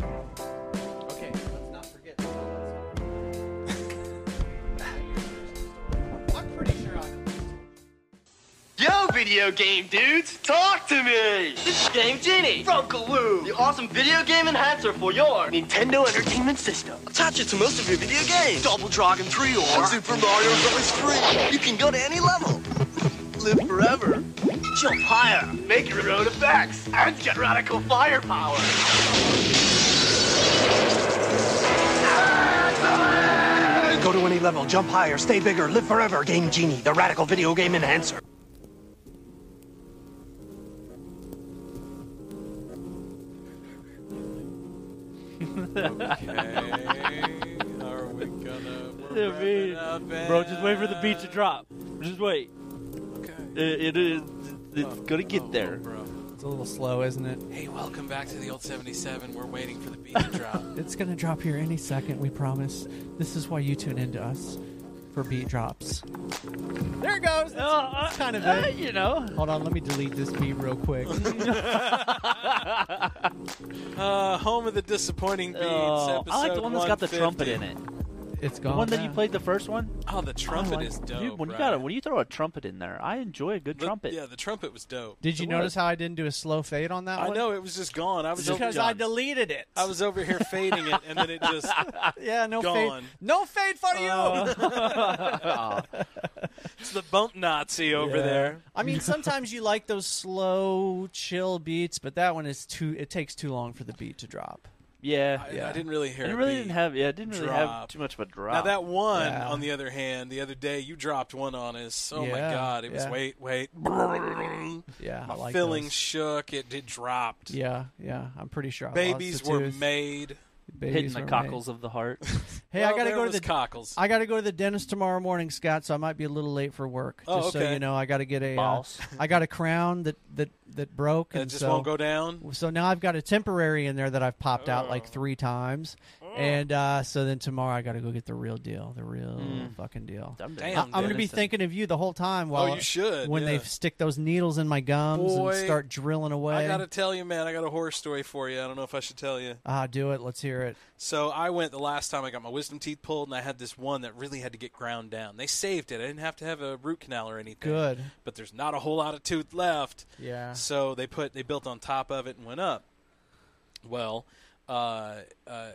Speaker 2: Okay, let's not forget. I'm pretty sure I.
Speaker 7: Yo, video game dudes, talk to me! This is Game Genie from Galoo, the awesome video game enhancer for your Nintendo Entertainment System. Attach it to most of your video games. Double Dragon 3 or Super Mario Bros. 3. You can go to any level,
Speaker 8: *laughs*
Speaker 7: live forever, jump higher, make your own effects, and get radical firepower.
Speaker 8: Go to any level, jump higher, stay bigger, live forever. Game Genie, the radical video game enhancer.
Speaker 3: Okay. Are we gonna. We're
Speaker 4: Yeah, me.
Speaker 3: revving up
Speaker 4: Bro, just wait for the beat to
Speaker 3: and-
Speaker 4: drop. Just wait.
Speaker 3: Okay.
Speaker 4: It, it is. It's gonna
Speaker 3: Oh,
Speaker 4: get there.
Speaker 3: bro.
Speaker 2: It's a little slow, isn't it?
Speaker 3: Hey, welcome back to the old 77. We're waiting for the beat *laughs* to drop.
Speaker 2: It's gonna drop here any second, we promise. This is why you tune in to us for beat drops. There it goes.
Speaker 4: Uh, uh,
Speaker 2: kind of
Speaker 4: uh,
Speaker 2: it.
Speaker 4: you know.
Speaker 2: Hold on, let me delete this beat real quick.
Speaker 3: Uh, home of the disappointing beats.
Speaker 4: Oh, I like the
Speaker 3: episode
Speaker 4: one that's got the
Speaker 3: 150.
Speaker 4: trumpet in it.
Speaker 2: It's gone.
Speaker 4: The one that you
Speaker 2: now.
Speaker 4: played the first one.
Speaker 3: Oh, the trumpet
Speaker 4: I like-
Speaker 3: is dope.
Speaker 4: Dude, when
Speaker 3: right?
Speaker 4: you got a, when you throw a trumpet in there, I enjoy a good
Speaker 3: The-
Speaker 4: trumpet.
Speaker 3: Yeah, the trumpet was dope.
Speaker 2: Did you
Speaker 4: It
Speaker 2: notice
Speaker 4: was.
Speaker 2: how I didn't do a slow fade on that
Speaker 3: I
Speaker 2: one?
Speaker 3: know it was just gone. I was over,
Speaker 2: because I deleted it.
Speaker 3: I was over here fading it, and then it
Speaker 2: *laughs*
Speaker 3: just.
Speaker 2: yeah, no
Speaker 3: gone.
Speaker 2: fade. No fade for you.
Speaker 3: It's the bump Nazi over there.
Speaker 2: I mean, sometimes you like those slow, chill beats, but that one is too. It takes too long for the beat to drop.
Speaker 4: yeah.
Speaker 3: I,
Speaker 4: yeah.
Speaker 3: I didn't really hear.
Speaker 4: It
Speaker 3: a
Speaker 4: really
Speaker 3: beat.
Speaker 4: didn't have. Yeah, it didn't really have
Speaker 3: Drop.
Speaker 4: too much of a drop.
Speaker 3: Now that one,
Speaker 2: Yeah.
Speaker 3: on the other hand, the other day you dropped one on us. Oh my
Speaker 2: Yeah,
Speaker 3: God! It was
Speaker 2: yeah. *laughs*
Speaker 3: wait, wait.
Speaker 2: Yeah,
Speaker 3: My
Speaker 2: I like
Speaker 3: filling
Speaker 2: those.
Speaker 3: shook. It did dropped.
Speaker 2: yeah, yeah. I'm pretty sure. I lost
Speaker 3: Babies
Speaker 2: the
Speaker 3: were
Speaker 2: tooth.
Speaker 3: made.
Speaker 2: Babies
Speaker 4: hitting the
Speaker 2: were made.
Speaker 4: cockles of the heart.
Speaker 2: Hey,
Speaker 3: well,
Speaker 2: I gotta
Speaker 3: there
Speaker 2: go to
Speaker 3: was
Speaker 2: the.
Speaker 3: cockles.
Speaker 2: I gotta go to the dentist tomorrow morning, Scott. So I might be a little late for work.
Speaker 3: Oh,
Speaker 2: just so
Speaker 3: okay.
Speaker 2: you know, I gotta get a. uh,
Speaker 3: *laughs*
Speaker 4: Boss.
Speaker 2: I got a crown that that that broke,
Speaker 3: That
Speaker 2: and
Speaker 3: just
Speaker 2: so
Speaker 3: won't go down. Oh,
Speaker 2: So now I've got a temporary in there that I've popped out like three times,
Speaker 3: Oh.
Speaker 2: and uh, so then tomorrow I got to go get the real deal, the real
Speaker 3: Mm.
Speaker 2: fucking deal.
Speaker 4: I'm
Speaker 3: Damn,
Speaker 4: down.
Speaker 2: I, am gonna be
Speaker 4: Innocent.
Speaker 2: thinking of you the whole time while
Speaker 3: Oh, you should,
Speaker 2: when they
Speaker 3: yeah.
Speaker 2: stick those needles in my gums
Speaker 3: Boy,
Speaker 2: and start drilling away.
Speaker 3: I gotta tell you, man. I got a horror story for you. I don't know if I should tell you.
Speaker 2: ah, do it. Let's hear it.
Speaker 3: So I went the last time I got my wisdom teeth pulled, and I had this one that really had to get ground down. They saved it. I didn't have to have a root canal or anything.
Speaker 2: Good.
Speaker 3: But there's not a whole lot of tooth left.
Speaker 2: Yeah.
Speaker 3: So they put they built on top of it and went up. Well, uh, uh,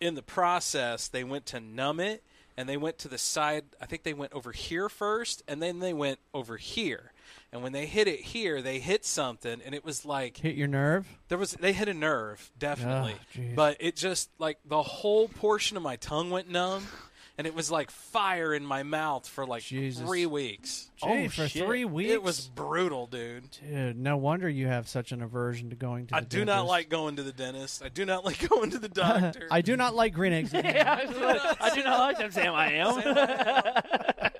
Speaker 3: in the process, they went to numb it, and they went to the side. I think they went over here first, and then they went over here. And when they hit it here, they hit something, and it was like
Speaker 2: Hit your nerve.
Speaker 3: there was they hit a nerve definitely,
Speaker 2: Ah, jeez.
Speaker 3: but it just like the whole portion of my tongue went numb, and it was like fire in my mouth for like
Speaker 2: Jesus.
Speaker 3: three weeks.
Speaker 2: Gee, for three weeks.
Speaker 3: It was brutal, dude.
Speaker 2: Dude, no wonder you have such an aversion to going to.
Speaker 3: I
Speaker 2: the
Speaker 3: do not
Speaker 2: dentist. *laughs*
Speaker 3: like going to the dentist. I do not like *laughs* going to the doctor.
Speaker 2: I do not like green eggs.
Speaker 3: *laughs*
Speaker 4: I do not like them, Sam. I am.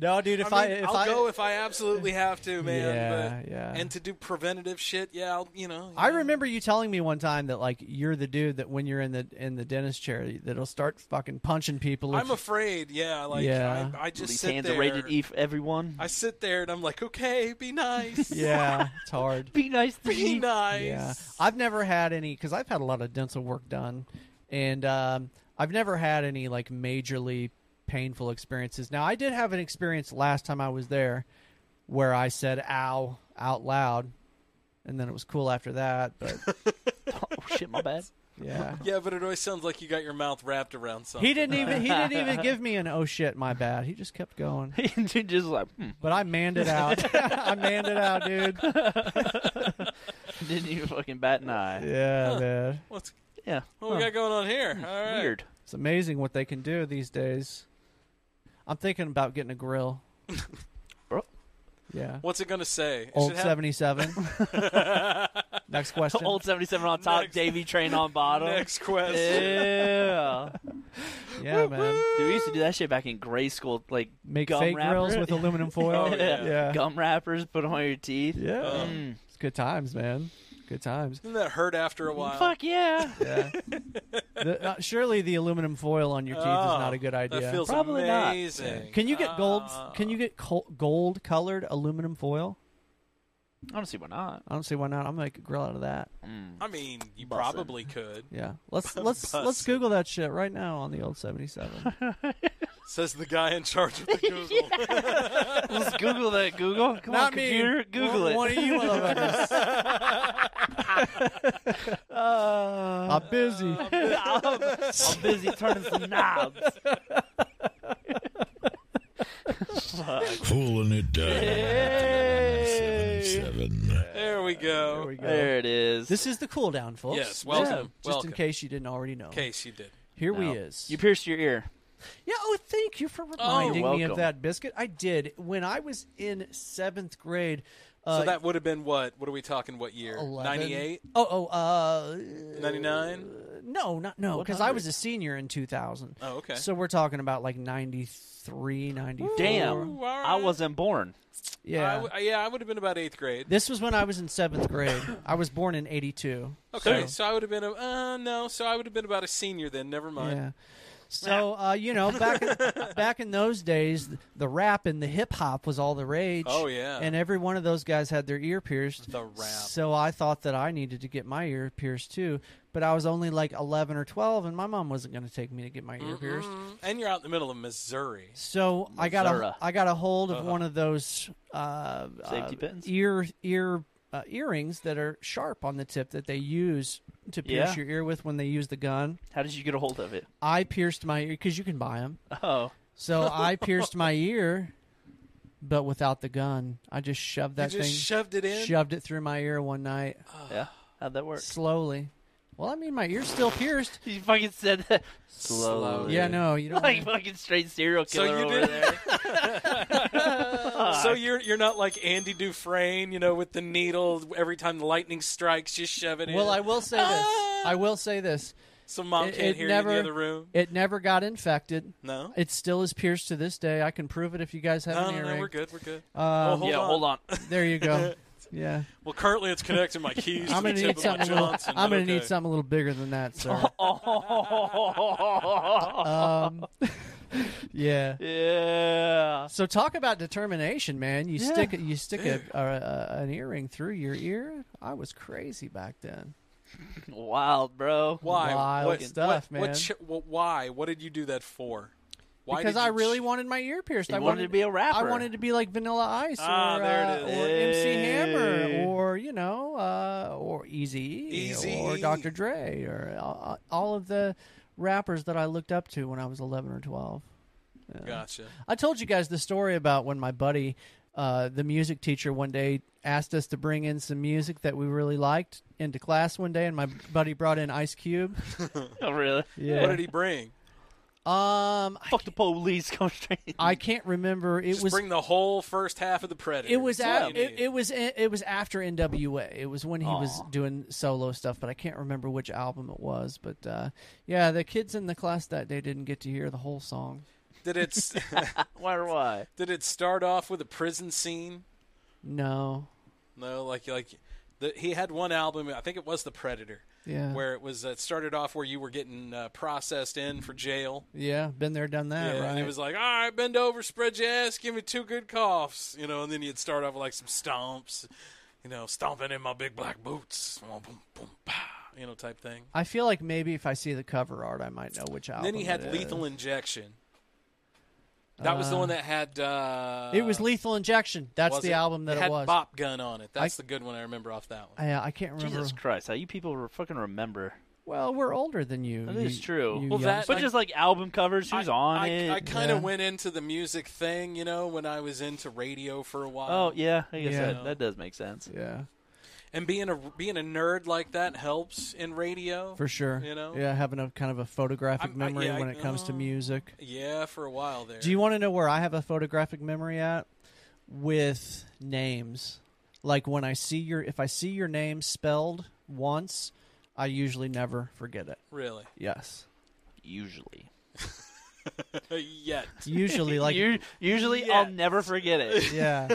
Speaker 2: No, dude. *laughs* If I,
Speaker 3: I mean,
Speaker 2: if
Speaker 3: I'll
Speaker 2: I
Speaker 3: go if I absolutely have to, man.
Speaker 2: Yeah,
Speaker 3: but,
Speaker 2: yeah.
Speaker 3: And to do preventative shit, yeah, I'll, you know.
Speaker 2: I
Speaker 3: yeah.
Speaker 2: remember you telling me one time that like you're the dude that when you're in the in the dentist chair that'll start fucking punching people.
Speaker 3: I'm afraid. Yeah, like
Speaker 2: Yeah.
Speaker 3: I, I just
Speaker 4: These
Speaker 3: sit
Speaker 4: hands
Speaker 3: there.
Speaker 4: are rated E for everyone.
Speaker 3: I sit there and I'm like, okay, be nice.
Speaker 2: yeah, it's hard.
Speaker 4: Be nice to
Speaker 3: Be
Speaker 4: me.
Speaker 3: nice.
Speaker 2: Yeah, I've never had any because I've had a lot of dental work done, and um, I've never had any like majorly painful experiences. Now, I did have an experience last time I was there where I said "ow" out loud, and then it was cool after that. But *laughs*
Speaker 4: Oh *laughs* shit, my
Speaker 3: *laughs*
Speaker 4: bad. *laughs*
Speaker 2: yeah,
Speaker 3: Yeah, but it always sounds like you got your mouth wrapped around something.
Speaker 2: he didn't even he didn't even give me an "oh shit, my bad." He just kept going.
Speaker 4: You're just like hmm,
Speaker 2: But I manned it out. *laughs* I manned it out, dude.
Speaker 4: didn't even fucking bat an eye.
Speaker 2: *laughs* Yeah, man.
Speaker 3: What's
Speaker 4: Yeah,
Speaker 3: what we
Speaker 4: Huh.
Speaker 3: got going on
Speaker 2: Hmm.
Speaker 3: here? All right.
Speaker 4: weird.
Speaker 2: It's amazing what they can do these days. I'm thinking about getting a
Speaker 3: *laughs*
Speaker 2: grill.
Speaker 4: Bro.
Speaker 2: Yeah.
Speaker 3: What's it gonna say? It
Speaker 2: Old
Speaker 3: should have- *laughs*
Speaker 2: 77. Next question.
Speaker 4: Old seventy seven on top,
Speaker 3: Next-
Speaker 4: Davy train
Speaker 3: *laughs*
Speaker 4: on bottom.
Speaker 3: Next question. *laughs*
Speaker 4: Yeah.
Speaker 2: yeah, man.
Speaker 4: Dude, we used to do that shit back in grade school, like
Speaker 2: Make
Speaker 4: gum
Speaker 2: fake
Speaker 4: wrapper-
Speaker 2: grills with aluminum foil.
Speaker 3: *laughs*
Speaker 4: *laughs*
Speaker 3: Oh, yeah.
Speaker 2: Yeah.
Speaker 4: gum wrappers, put them on your teeth.
Speaker 2: Yeah.
Speaker 4: Mm.
Speaker 2: It's good times, man. Good times.
Speaker 3: Doesn't that hurt after a while?
Speaker 4: Fuck yeah.
Speaker 2: Yeah. the, uh, surely the aluminum foil on your teeth is
Speaker 3: Oh,
Speaker 2: not a good idea.
Speaker 3: That feels
Speaker 4: Probably not.
Speaker 3: amazing.
Speaker 2: can you get gold?
Speaker 3: Ah.
Speaker 2: Can you get col- gold colored aluminum foil?
Speaker 4: I don't see why not.
Speaker 2: I don't see why not. I'm gonna make a grill out of that.
Speaker 4: Mm.
Speaker 3: I mean, you
Speaker 4: Bussin'.
Speaker 3: probably could.
Speaker 2: Yeah.
Speaker 3: *laughs*
Speaker 2: Let's let's let's Google that shit right now on the old 77.
Speaker 3: Says the guy in charge
Speaker 2: *laughs*
Speaker 3: of the Google.
Speaker 4: Let's Google that, Google. Come on, computer. Google it.
Speaker 2: One of you *laughs* motherfuckers.
Speaker 4: *laughs* Uh,
Speaker 2: I'm busy.
Speaker 4: I'm, I'm busy turning
Speaker 3: *laughs*
Speaker 4: some knobs.
Speaker 1: Fooling it down. 77.
Speaker 3: there we go.
Speaker 2: There we go.
Speaker 4: There it is.
Speaker 2: *laughs* This is the cool down, folks.
Speaker 3: Yes, welcome,
Speaker 2: Just, just
Speaker 3: welcome.
Speaker 2: in case you didn't already know.
Speaker 3: Case you did.
Speaker 2: Here we
Speaker 4: No.
Speaker 2: is.
Speaker 4: You pierced your ear.
Speaker 2: yeah, oh, thank you for reminding me of
Speaker 4: welcome.
Speaker 2: that biscuit. I did. When I was in seventh grade. Uh,
Speaker 3: So that would have been what? What are we talking? What year?
Speaker 2: 11
Speaker 3: 98?
Speaker 2: Oh, oh, uh,
Speaker 3: 99?
Speaker 2: no, not, no, because I was a senior in 2000.
Speaker 3: Oh, okay.
Speaker 2: So we're talking about like 93, 94.
Speaker 4: Damn.
Speaker 3: Ooh, all
Speaker 4: I
Speaker 3: right.
Speaker 4: wasn't
Speaker 3: I
Speaker 4: born.
Speaker 2: Yeah.
Speaker 3: w- yeah, I would have been about eighth grade.
Speaker 2: This was when I was in seventh grade. I was born in '82.
Speaker 3: Okay, so, I would have been a uh, no, so I would have been about a senior then. Never mind.
Speaker 2: Yeah. So uh, you know, back
Speaker 3: *laughs*
Speaker 2: in, back in those days, the rap and the hip hop was all the rage.
Speaker 3: Oh, yeah.
Speaker 2: And every one of those guys had their ear pierced.
Speaker 3: The rap.
Speaker 2: So I thought that I needed to get my ear pierced too, but I was only like 11 or 12, and my mom wasn't going to take me to get
Speaker 3: Mm-hmm.
Speaker 2: my ear pierced.
Speaker 3: And you're out in the middle of Missouri.
Speaker 2: So I got a
Speaker 4: Missouri.
Speaker 2: I got a hold
Speaker 3: Uh-huh.
Speaker 2: of one of those uh,
Speaker 4: Safety
Speaker 2: uh,
Speaker 4: pins?
Speaker 2: ear ear uh, earrings that are sharp on the tip that they use to pierce
Speaker 4: Yeah.
Speaker 2: your ear with when they use the gun.
Speaker 4: How did you get a
Speaker 2: *laughs*
Speaker 4: hold of it?
Speaker 2: I pierced my ear because you can buy them.
Speaker 4: Oh.
Speaker 2: So I pierced my ear, but without the gun. I just shoved that
Speaker 3: you just
Speaker 2: thing,
Speaker 3: shoved it in.
Speaker 2: shoved it through my ear one night
Speaker 4: Yeah. How'd
Speaker 3: *sighs*
Speaker 4: that work?
Speaker 2: slowly. Well, I mean, my ear's still pierced.
Speaker 4: You fucking said that slowly.
Speaker 2: Yeah, no, you
Speaker 3: *laughs*
Speaker 2: don't.
Speaker 4: Like
Speaker 2: wanna-
Speaker 4: fucking straight serial
Speaker 3: so
Speaker 4: killer
Speaker 3: you
Speaker 4: over
Speaker 3: did.
Speaker 4: there.
Speaker 3: *laughs* so you're you're not like Andy Dufresne, you know, with the needle every time the lightning strikes, just shove it in.
Speaker 2: well, I will say this.
Speaker 3: Ah!
Speaker 2: I will say this.
Speaker 3: so mom
Speaker 2: it-
Speaker 3: can't
Speaker 2: it
Speaker 3: hear
Speaker 2: never-
Speaker 3: you in the other room.
Speaker 2: It never got infected.
Speaker 3: No,
Speaker 2: It still is pierced to this day. I can prove it if you guys have
Speaker 3: no,
Speaker 2: an
Speaker 3: no,
Speaker 2: earring.
Speaker 3: no, we're good, we're good.
Speaker 2: Um,
Speaker 3: oh, hold
Speaker 4: yeah,
Speaker 3: on.
Speaker 4: hold on.
Speaker 2: There you
Speaker 3: *laughs*
Speaker 2: go. Yeah,
Speaker 3: Well, currently it's connecting my keys.
Speaker 2: I'm
Speaker 3: to
Speaker 2: gonna
Speaker 3: the
Speaker 2: need
Speaker 3: tip
Speaker 2: something.
Speaker 3: of my
Speaker 2: A little,
Speaker 3: Johnson.
Speaker 2: I'm gonna need
Speaker 3: Okay.
Speaker 2: something a little bigger than that,
Speaker 3: *laughs*
Speaker 2: sir.
Speaker 4: Oh. *laughs*
Speaker 2: Um, *laughs* yeah.
Speaker 4: yeah.
Speaker 2: So talk about determination, man. You stick you stick a, a, a, an earring through your ear. I was crazy back then.
Speaker 4: Wild, bro.
Speaker 3: Why?
Speaker 2: Wild
Speaker 3: what,
Speaker 2: stuff,
Speaker 3: what,
Speaker 2: man.
Speaker 3: What, ch- what, why? What did you do that for? Why
Speaker 2: because
Speaker 3: did you
Speaker 2: I really
Speaker 3: ch-
Speaker 2: wanted my ear pierced.
Speaker 4: You
Speaker 2: I
Speaker 4: wanted to be a rapper.
Speaker 2: I wanted to be like Vanilla Ice
Speaker 3: Ah,
Speaker 2: or,
Speaker 3: there it
Speaker 2: uh,
Speaker 3: is.
Speaker 2: or MC
Speaker 4: Hey.
Speaker 2: Hammer or you know uh, or Easy or
Speaker 3: Eazy-E.
Speaker 2: Dr. Dre or uh, all of the rappers that I looked up to when I was 11 or 12.
Speaker 3: Gotcha.
Speaker 2: I told you guys the story about when my buddy, uh, the music teacher, one day asked us to bring in some music that we really liked into class one day, and my buddy brought in Ice Cube.
Speaker 4: *laughs* Oh, really?
Speaker 2: Yeah.
Speaker 3: What did he bring?
Speaker 2: Um, I-
Speaker 4: Fuck the police. *laughs* Come straight.
Speaker 2: I can't remember. It
Speaker 3: Just
Speaker 2: was.
Speaker 3: bring the whole first half of the Predator.
Speaker 2: It was
Speaker 3: That's all
Speaker 2: at,
Speaker 3: you
Speaker 2: it,
Speaker 3: need.
Speaker 2: it was it was after NWA. It was when he was
Speaker 4: Aw.
Speaker 2: doing solo stuff, but I can't remember which album it was. But uh, yeah, the kids in the class that day didn't get to hear the whole song.
Speaker 3: Did it
Speaker 2: *laughs*
Speaker 4: Why or why?
Speaker 3: did it start off with a prison scene?
Speaker 2: No.
Speaker 3: No, like like the, he had one album. I think it was The Predator.
Speaker 2: Yeah.
Speaker 3: Where it was uh, it started off where you were getting uh, processed in for jail.
Speaker 2: Yeah, been there, done that.
Speaker 3: Yeah,
Speaker 2: right.
Speaker 3: And it was like, all right, bend over, spread your ass, give me two good coughs, you know. And then you'd start off with like some stomps, you know, stomping in my big black boots, boom, boom, boom, pow, you know, type thing.
Speaker 2: I feel like maybe if I see the cover art, I might know which album.
Speaker 3: then he had
Speaker 2: it
Speaker 3: Lethal
Speaker 2: is.
Speaker 3: Injection. That was the one that had. Uh,
Speaker 2: it was Lethal Injection. That's
Speaker 3: was
Speaker 2: the
Speaker 3: it?
Speaker 2: album that
Speaker 3: it
Speaker 2: it,
Speaker 3: had
Speaker 2: was.
Speaker 3: Bop Gun on it. That's the good one I remember off that one.
Speaker 2: I, uh, I can't remember.
Speaker 4: Jesus Christ, how you people re- fucking remember?
Speaker 2: Well, we're older than you.
Speaker 4: That
Speaker 2: you-
Speaker 4: is true.
Speaker 2: you
Speaker 3: Well, that-
Speaker 2: youngster.
Speaker 4: But just like album covers, who's
Speaker 3: I-
Speaker 4: on
Speaker 3: I,
Speaker 4: it?
Speaker 3: I kind of
Speaker 2: Yeah.
Speaker 3: went into the music thing, you know, when I was into radio for a while.
Speaker 4: oh yeah, I guess
Speaker 2: Yeah.
Speaker 4: that, that does make sense.
Speaker 2: yeah,
Speaker 3: and being a being a nerd like that helps in radio
Speaker 2: for sure.
Speaker 3: You know?
Speaker 2: yeah, having a kind of a photographic
Speaker 3: I'm- I-
Speaker 2: memory
Speaker 3: yeah, I-
Speaker 2: when it comes to
Speaker 3: uh,
Speaker 2: music.
Speaker 3: Yeah, for a while there.
Speaker 2: Do you want to know where I have a photographic memory at? With names, like when I see your, if I see your name spelled once, I usually never forget it.
Speaker 3: really?
Speaker 2: Yes,
Speaker 4: Usually,
Speaker 3: Uh, Yet. *laughs*
Speaker 2: usually like
Speaker 4: U- usually I'll never forget
Speaker 2: *laughs*
Speaker 4: it.
Speaker 2: Yeah.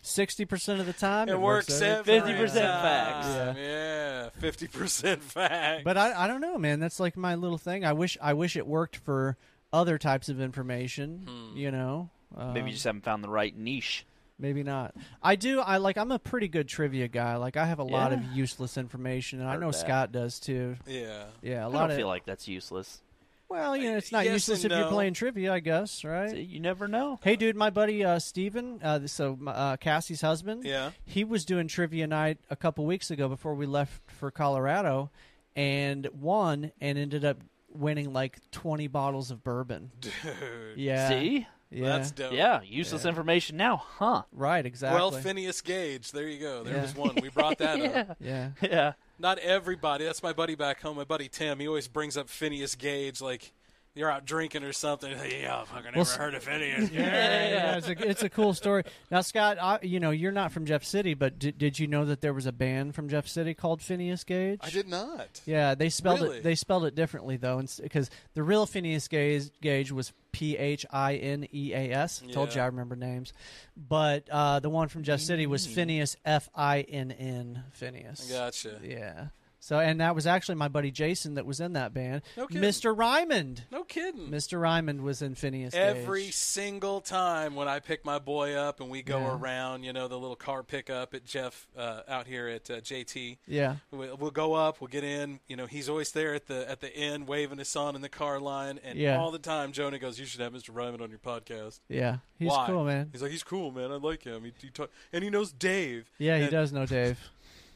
Speaker 2: Sixty percent of the time,
Speaker 3: It, works
Speaker 2: out.
Speaker 3: every
Speaker 4: 50%
Speaker 3: time.
Speaker 4: facts.
Speaker 3: Yeah, fifty percent facts.
Speaker 2: But I, I don't know, man. That's like my little thing. I wish, I wish it worked for other types of information. You know, uh,
Speaker 4: Hmm. Maybe you just haven't found the right niche.
Speaker 2: maybe not. I do. I like. I'm a pretty good trivia guy. Like, I have a lot of
Speaker 4: Yeah.
Speaker 2: useless information, and I
Speaker 4: Heard
Speaker 2: know
Speaker 4: that.
Speaker 2: Scott does too.
Speaker 3: yeah, *laughs*
Speaker 2: Yeah, a
Speaker 4: I
Speaker 2: lot
Speaker 4: don't
Speaker 2: of.
Speaker 4: feel like that's useless.
Speaker 2: well, you know, it's not
Speaker 3: Yes
Speaker 2: useless if
Speaker 3: and
Speaker 2: you're
Speaker 3: no.
Speaker 2: playing trivia, I guess, right?
Speaker 4: See, you never know.
Speaker 2: Hey, dude, my buddy uh, Steven, uh, so my- uh, Cassie's husband,
Speaker 3: Yeah.
Speaker 2: he was doing trivia night a couple weeks ago before we left for Colorado and won and ended up winning like 20 bottles of bourbon.
Speaker 3: dude,
Speaker 2: Yeah.
Speaker 4: See,
Speaker 2: Yeah.
Speaker 3: that's dope.
Speaker 4: yeah, useless information now, huh?
Speaker 2: Right, exactly.
Speaker 3: Well, Phineas Gage. There you go. There
Speaker 2: Yeah.
Speaker 3: was one. We brought that up. *laughs*
Speaker 2: yeah.
Speaker 4: *laughs* Yeah,
Speaker 3: Not everybody. That's my buddy back home. My buddy Tim. He always brings up Phineas Gage. Like you're out drinking or something. Yeah, I fucking never
Speaker 2: s-
Speaker 3: heard of Phineas.
Speaker 2: *laughs* Yeah, yeah, yeah. It's, a, it's a cool story. Now, Scott, I, you know, you're not from Jeff City, but did, did you know that there was a band from Jeff City called Phineas Gage?
Speaker 3: I did not.
Speaker 2: Yeah, they spelled
Speaker 3: Really?
Speaker 2: it. They spelled it differently though, because the real Phineas Gage, Gage was P H I N E A S. Told you
Speaker 3: Yeah.
Speaker 2: I remember names, but uh, the one from Jeff City was
Speaker 3: Mm.
Speaker 2: Phineas F I N N Phineas.
Speaker 3: Gotcha.
Speaker 2: Yeah. So, and that was actually my buddy Jason that was in that band.
Speaker 3: No kidding.
Speaker 2: Mr. Rymond.
Speaker 3: No kidding.
Speaker 2: Mr. Rymond was in Phineas
Speaker 3: Every
Speaker 2: Gage.
Speaker 3: single time when I pick my boy up and we go
Speaker 2: Yeah.
Speaker 3: around, you know, the little car pickup at Jeff uh, out here at uh, JT.
Speaker 2: Yeah.
Speaker 3: We'll, we'll go up, we'll get in. You know, he's always there at the at the end, waving us on in the car line, and
Speaker 2: Yeah.
Speaker 3: all the time, Jonah goes, "You should have Mr. Ryman on your podcast."
Speaker 2: Yeah. He's
Speaker 3: Why?
Speaker 2: cool, man.
Speaker 3: He's like, "He's cool, man. I like him. He, he talk- and he knows Dave.
Speaker 2: Yeah, he
Speaker 3: And-
Speaker 2: does know Dave.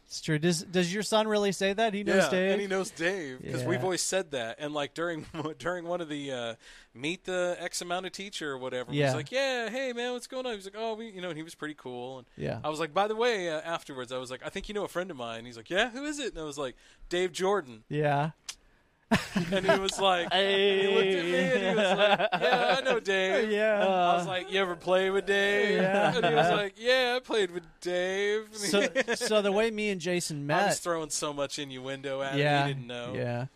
Speaker 2: It's true. Does Does your son really say that? He knows
Speaker 3: Yeah,
Speaker 2: Dave.
Speaker 3: and he knows Dave because
Speaker 2: Yeah.
Speaker 3: we've always said that. And like during *laughs* during one of the uh, meet the X amount of teacher or whatever,
Speaker 2: Yeah.
Speaker 3: he's like, "Yeah, hey man, what's going on?" He's like, "Oh, we, you know," and he was pretty cool. And
Speaker 2: Yeah.
Speaker 3: I was like, "By the way," uh, afterwards, I was like, "I think you know a friend of mine." He's like, "Yeah, who is it?" And I was like, "Dave Jordan," *laughs*
Speaker 2: yeah.
Speaker 3: and he was like, he looked at me and he was like, "Yeah, I know
Speaker 2: *laughs*
Speaker 3: Dave."
Speaker 2: Yeah.
Speaker 3: I was like, "You ever play with Dave?"
Speaker 2: Yeah.
Speaker 3: And he was like, "Yeah, I played with Dave." And *laughs*
Speaker 2: so,
Speaker 3: he-
Speaker 2: so the way me and Jason
Speaker 3: I was
Speaker 2: met,
Speaker 3: throwing so much innuendo at
Speaker 2: yeah,
Speaker 3: him, he didn't know.
Speaker 2: yeah,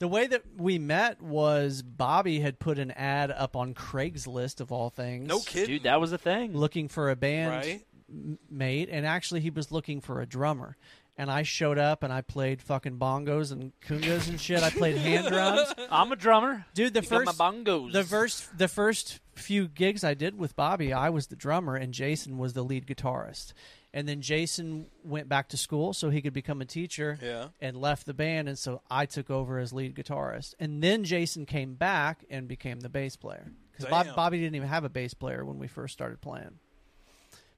Speaker 2: the way that we met was Bobby had put an ad up on Craigslist of all things,
Speaker 3: No kidding.
Speaker 4: dude, that was a thing.
Speaker 2: looking for a band
Speaker 3: Right?
Speaker 2: m- mate, and actually he was looking for a drummer. And I showed up and I played fucking bongos and congas and shit. I played
Speaker 3: *laughs*
Speaker 2: hand drums,
Speaker 4: I'm a drummer.
Speaker 2: dude. The
Speaker 4: You got
Speaker 2: first
Speaker 4: my bongos.
Speaker 2: the first the first few gigs I did with Bobby, I was the drummer and Jason was the lead guitarist. And then Jason went back to school so he could become a teacher
Speaker 3: Yeah.
Speaker 2: and left the band and so I took over as lead guitarist. And then Jason came back and became the bass player cuz
Speaker 3: Damn.
Speaker 2: Bobby didn't even have a bass player when we first started playing.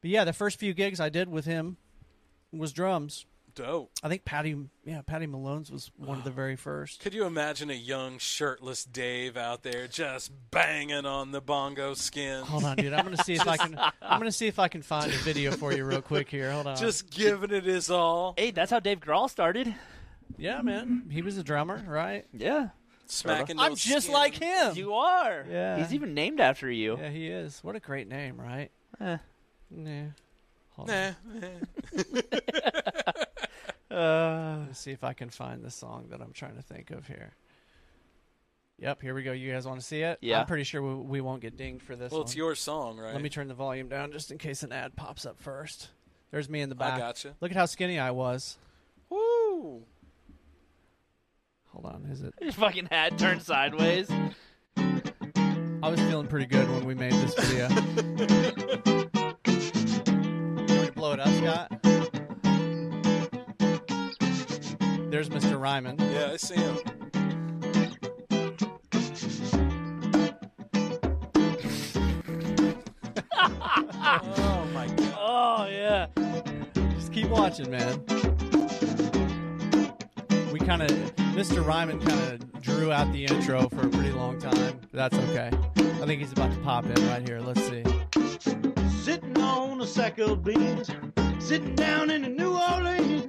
Speaker 2: But yeah, the first few gigs I did with him was drums.
Speaker 3: Dope.
Speaker 2: I think Patty yeah, Patty Malone's was one of
Speaker 3: *sighs*
Speaker 2: the very first.
Speaker 3: Could you imagine a young shirtless Dave out there just banging on the bongo skin?
Speaker 2: Hold on, dude. I'm gonna see if I can. I'm gonna see if I can find a video for you real quick here. Hold on.
Speaker 3: Just giving it his all.
Speaker 4: hey, that's how Dave Grohl started.
Speaker 2: yeah, man. He was a drummer, right?
Speaker 4: Yeah,
Speaker 3: Smacking
Speaker 2: I'm
Speaker 3: those
Speaker 2: just
Speaker 3: skin.
Speaker 2: like him.
Speaker 4: you are.
Speaker 2: Yeah.
Speaker 4: he's even named after you.
Speaker 2: yeah, he is. What a great name, right?
Speaker 4: Eh.
Speaker 2: Nah. Hold on.
Speaker 3: Nah.
Speaker 4: Uh,
Speaker 2: Let's see if I can find the song that I'm trying to think of here. Yep, here we go. You guys want to see it?
Speaker 4: Yeah.
Speaker 2: I'm pretty sure we, we won't get dinged for this.
Speaker 3: Well, it's
Speaker 2: one.
Speaker 3: your song, right?
Speaker 2: Let me turn the volume down just in case an ad pops up first. There's me in the
Speaker 3: I
Speaker 2: back.
Speaker 3: gotcha.
Speaker 2: Look at how skinny I was.
Speaker 3: Woo!
Speaker 2: Hold on, is it?
Speaker 4: His fucking hat turned sideways.
Speaker 2: I was feeling pretty good when we made this *laughs* video. Can we blow it up, Scott? There's Mr. Ryman.
Speaker 3: Yeah, I see him. oh my god!
Speaker 4: Oh yeah.
Speaker 2: Just keep watching, man. We kind of, Mr. Ryman kind of drew out the intro for a pretty long time. but That's okay. I think he's about to pop in right here. Let's see.
Speaker 5: Sitting on a sack of beans, sitting down in New Orleans.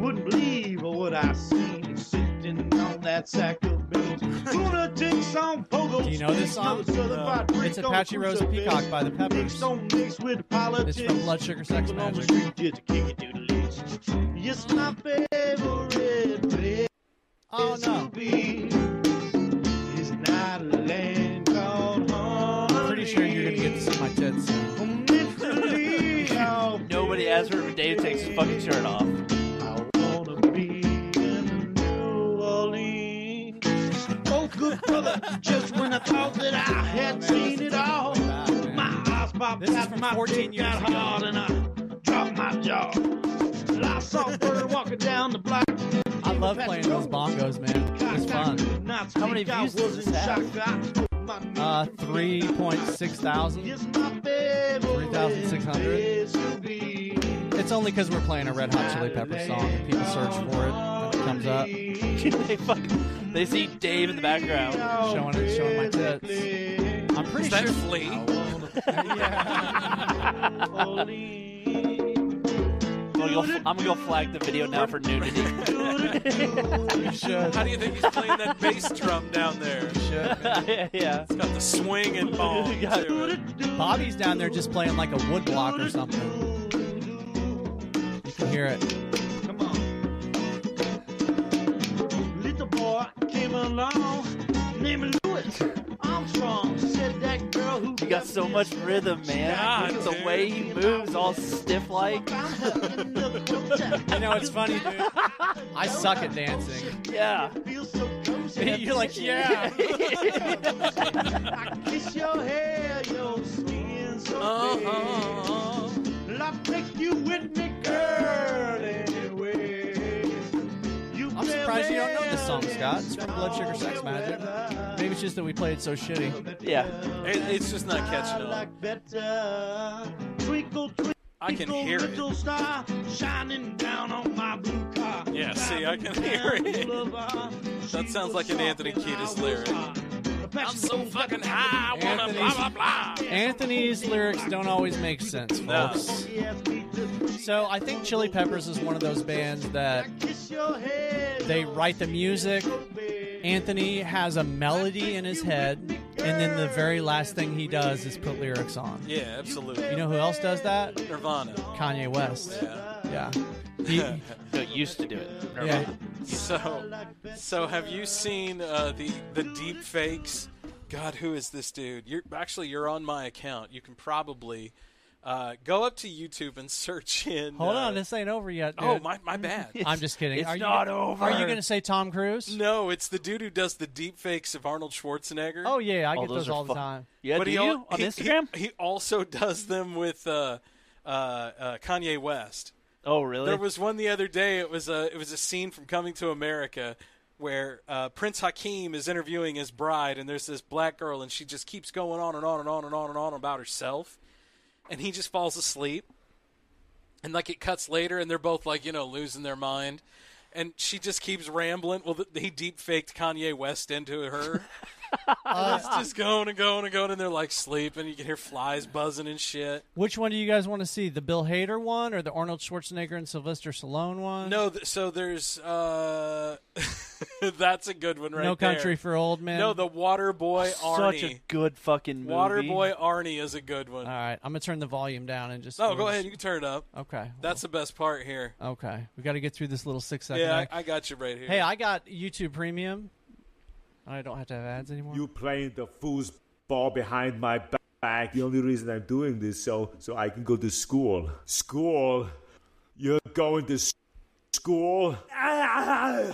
Speaker 5: Wouldn't believe what I seen sitting on that sack of beans. Lunatics on pogo
Speaker 2: Do you know this
Speaker 5: sticks,
Speaker 2: song?
Speaker 5: no Southern fried
Speaker 2: It's
Speaker 5: drink on
Speaker 2: Apache Rose and
Speaker 5: crucifix.
Speaker 2: Peacock by the
Speaker 5: Mixed
Speaker 2: Peppers.
Speaker 5: on mixed with politics.
Speaker 2: It's from Blood Sugar Sex
Speaker 5: People on the
Speaker 2: Magic.
Speaker 5: street get to kick it to the lips. Yes, my favorite place
Speaker 2: Oh
Speaker 5: to
Speaker 2: no.
Speaker 5: be is not a land called home.
Speaker 2: I'm pretty sure you're gonna get to see my tits.
Speaker 4: Nobody asked her if Dave takes his fucking shirt off. *laughs*
Speaker 5: I wanna be in New Orleans. Oh, good brother, just when I thought that I had seen it all, my eyes popped
Speaker 2: This is
Speaker 5: out,
Speaker 2: from
Speaker 5: my
Speaker 2: 14
Speaker 5: dick
Speaker 2: years
Speaker 5: got
Speaker 2: ago.
Speaker 5: hard, and I dropped my jaw. Well, I saw Bird walking down the block.
Speaker 2: I love playing those bongos, man. It's fun.
Speaker 5: How
Speaker 4: many views
Speaker 5: I
Speaker 4: does
Speaker 5: was
Speaker 4: this
Speaker 5: in
Speaker 4: have?
Speaker 5: shock. I put my knee
Speaker 2: Uh, three point six thousand.
Speaker 5: is my favorite
Speaker 2: 3,600.
Speaker 5: place to be.
Speaker 2: It's only because we're playing a Red Hot Chili Peppers song. and People search for it, and it comes up,
Speaker 4: they fucking they see Dave in the background.
Speaker 2: showing it, showing my tits. I'm pretty
Speaker 3: Is that
Speaker 2: sure.
Speaker 3: Flea?
Speaker 4: I'm gonna, go, I'm gonna go flag the video now for nudity. *laughs*
Speaker 2: You should.
Speaker 3: How do you think he's playing that bass drum down there?
Speaker 2: you should.
Speaker 4: yeah.
Speaker 3: It's got the swing and ball.
Speaker 2: *laughs* Bobby's down there just playing like a woodblock or something. You can hear it.
Speaker 5: Come on. Little boy came along, named Louis Armstrong. Said that girl who
Speaker 4: You got so much rhythm, man.
Speaker 3: God,
Speaker 4: Look at
Speaker 3: dude.
Speaker 4: the way he moves, all stiff like.
Speaker 5: found her in the hotel.
Speaker 2: You know, it's funny, dude. I suck at dancing. *laughs*
Speaker 4: Yeah.
Speaker 5: Feels so cozy.
Speaker 2: You're like,
Speaker 3: *laughs*
Speaker 2: yeah.
Speaker 5: *laughs* I kiss your hair, your skin so
Speaker 3: Uh-huh.
Speaker 5: Well, I'll take you with me, girl, anyway. You
Speaker 2: I'm surprised you don't know this song,
Speaker 5: live
Speaker 2: Scott.
Speaker 5: in
Speaker 2: It's from Blood Sugar Sex Magic. Maybe it's just that we play it so shitty.
Speaker 4: Yeah.
Speaker 3: It, it's just not catching
Speaker 5: I
Speaker 3: on.
Speaker 5: like better. Twinkle, twinkle,
Speaker 3: I can hear it.
Speaker 5: little star shining down on my blue car.
Speaker 3: Yeah, see, I can hear it. That sounds like an Anthony Kiedis lyric.
Speaker 5: I'm
Speaker 3: fucking
Speaker 2: I
Speaker 3: high.
Speaker 2: wanna blah, blah,
Speaker 3: blah.
Speaker 2: Anthony's lyrics don't always make sense,
Speaker 3: No.
Speaker 2: folks. So I think Chili Peppers is one of those bands that
Speaker 5: Kiss your head.
Speaker 2: they write the music. Anthony has a melody in his head, and then the very last thing he does is put lyrics on.
Speaker 3: Yeah, absolutely.
Speaker 2: You know who else does that?
Speaker 3: Nirvana.
Speaker 2: Kanye West.
Speaker 3: Yeah.
Speaker 2: Yeah. He,
Speaker 4: No, used to do it.
Speaker 2: yeah.
Speaker 3: So, so have you seen uh, the the deep fakes? God, who is this dude? You're actually you're on my account. You can probably uh, go up to YouTube and search in.
Speaker 2: Hold
Speaker 3: uh,
Speaker 2: on, this ain't over yet. Dude.
Speaker 3: oh my my bad.
Speaker 2: *laughs* I'm just kidding.
Speaker 4: It's
Speaker 2: are you,
Speaker 4: not over.
Speaker 2: Are you going to say Tom Cruise?
Speaker 3: no, it's the dude who does the deep fakes of Arnold Schwarzenegger.
Speaker 2: Oh yeah, I
Speaker 4: Oh,
Speaker 2: get
Speaker 4: those
Speaker 2: those,
Speaker 4: are
Speaker 2: all the
Speaker 4: fu-
Speaker 2: time.
Speaker 4: Yeah, do
Speaker 3: al- *laughs*
Speaker 4: you? On
Speaker 3: he-
Speaker 4: Instagram?
Speaker 3: He, he also does them with uh, uh, uh, Kanye West.
Speaker 4: oh, really?
Speaker 3: There was one the other day. It was a it was a scene from Coming to America where uh, Prince Hakim is interviewing his bride, and there's this black girl, and she just keeps going on and on and on and on and on about herself, and he just falls asleep, and like it cuts later, and they're both like you know losing their mind. And she just keeps rambling. Well, th- he deep faked Kanye West into her. And it's just going and going and going, and they're like sleeping. You can hear flies buzzing and shit.
Speaker 2: Which one do you guys want to see? The Bill Hader one or the Arnold Schwarzenegger and Sylvester Stallone one?
Speaker 3: No, th- so there's uh, *laughs* that's a good one right
Speaker 2: no
Speaker 3: there.
Speaker 2: Country for Old Men.
Speaker 3: No, the Water Boy
Speaker 4: Such a
Speaker 3: Arnie.
Speaker 4: good fucking movie.
Speaker 3: Water Boy Arnie is a good one.
Speaker 2: All right, I'm gonna turn the volume down and just.
Speaker 3: no, go ahead. You can turn it up.
Speaker 2: Okay.
Speaker 3: That's the best part here.
Speaker 2: okay. We got to get through this little six second.
Speaker 3: Yeah,
Speaker 2: act.
Speaker 3: I, I got you right here.
Speaker 2: hey, I got YouTube Premium. I don't have to have ads anymore.
Speaker 9: You playing the fool's ball behind my ba- back. The only reason I'm doing this so so I can go to school. School. You're going to s- school. I'm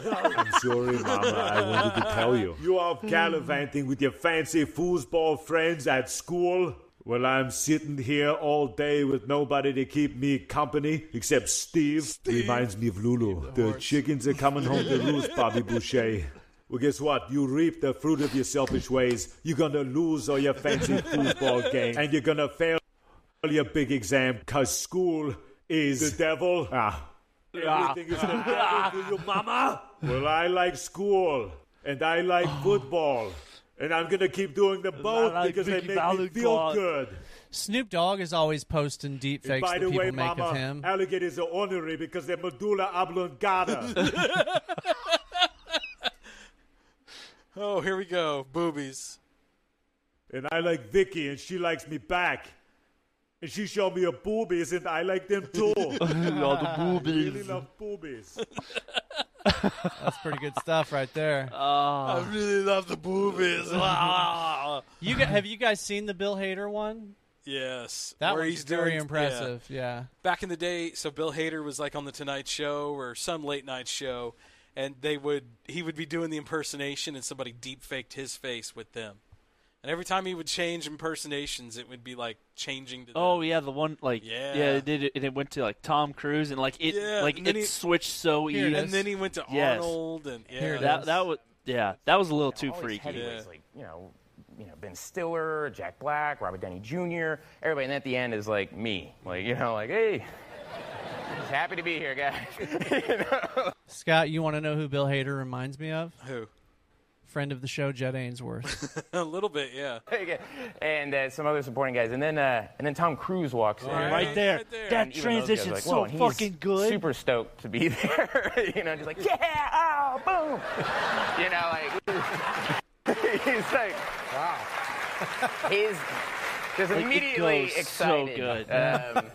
Speaker 9: sorry, Mama. I wanted to tell you. You are gallivanting with your fancy foosball friends at school. Well, I'm sitting here all day with nobody to keep me company except Steve. Reminds me of Lulu. The, chickens are coming home to roost, Bobby Boucher. Well, guess what? You reap the fruit of your selfish ways. You're gonna lose all your fancy foosball games, and you're gonna fail your big exam, cause school is the devil. Ah. Everything is the devil to you, mama. Oh. Well, I like school, and I like football, and I'm gonna keep doing them both
Speaker 4: like
Speaker 9: because they
Speaker 4: Vicky
Speaker 9: make me feel
Speaker 4: Valancourt.
Speaker 9: good.
Speaker 2: Snoop Dogg is always posting deep
Speaker 9: And
Speaker 2: fakes
Speaker 9: by
Speaker 2: that
Speaker 9: the
Speaker 2: people
Speaker 9: way,
Speaker 2: make
Speaker 9: mama,
Speaker 2: of him.
Speaker 9: alligators are ornery because they're medulla *laughs* oblongata.
Speaker 3: Oh, here we go. Boobies.
Speaker 9: and I like Vicky, and she likes me back. And she showed me her boobies, and I like them too. *laughs*
Speaker 4: All the
Speaker 9: really
Speaker 4: boobies.
Speaker 9: love *laughs* boobies.
Speaker 2: That's pretty good stuff right there.
Speaker 3: I really love the *laughs* Ah. boobies. Wow.
Speaker 2: You gu have you guys seen the Bill Hader one?
Speaker 3: yes.
Speaker 2: That
Speaker 3: where
Speaker 2: one's
Speaker 3: he's
Speaker 2: very
Speaker 3: doing- yeah.
Speaker 2: impressive. Yeah.
Speaker 3: back in the day, so Bill Hader was like on the Tonight Show or some late night show, and they would he would be doing the impersonation, and somebody deep faked his face with them. And every time he would change impersonations, it would be like changing to them.
Speaker 4: Oh yeah, the one like
Speaker 3: Yeah.
Speaker 4: yeah, it did it, and it went to like Tom Cruise and like it
Speaker 3: Yeah,
Speaker 4: like
Speaker 3: and then
Speaker 4: it
Speaker 3: he-
Speaker 4: switched so
Speaker 2: Here it
Speaker 4: easy.
Speaker 2: is.
Speaker 3: and then he went to
Speaker 4: Yes.
Speaker 3: Arnold, and yeah,
Speaker 2: Here it
Speaker 4: that that was yeah, that was a little too
Speaker 10: all these
Speaker 4: freaky.
Speaker 10: heavyweights
Speaker 3: Yeah.
Speaker 10: like you know, you know Ben Stiller, Jack Black, Robert Downey Jr. Everybody, and at the end is like me, like you know, like hey, just happy to be here, guys.
Speaker 2: Scott, you want to know who Bill Hader reminds me of?
Speaker 3: who
Speaker 2: Friend of the show, Jed Ainsworth.
Speaker 3: *laughs* a little bit, yeah.
Speaker 10: and uh, some other supporting guys, and then uh, and then Tom Cruise walks in.
Speaker 4: Right there,
Speaker 3: Right there.
Speaker 4: that
Speaker 10: And even those guys are
Speaker 4: transition's
Speaker 10: like,
Speaker 4: so
Speaker 10: "Whoa," and he's
Speaker 4: fucking good.
Speaker 10: Super stoked to be *laughs* there. you know, just like, yeah, oh, boom. you know, like, he's like, wow. He's just
Speaker 4: Like, it
Speaker 10: immediately
Speaker 4: goes so
Speaker 10: excited.
Speaker 4: good.
Speaker 10: Um,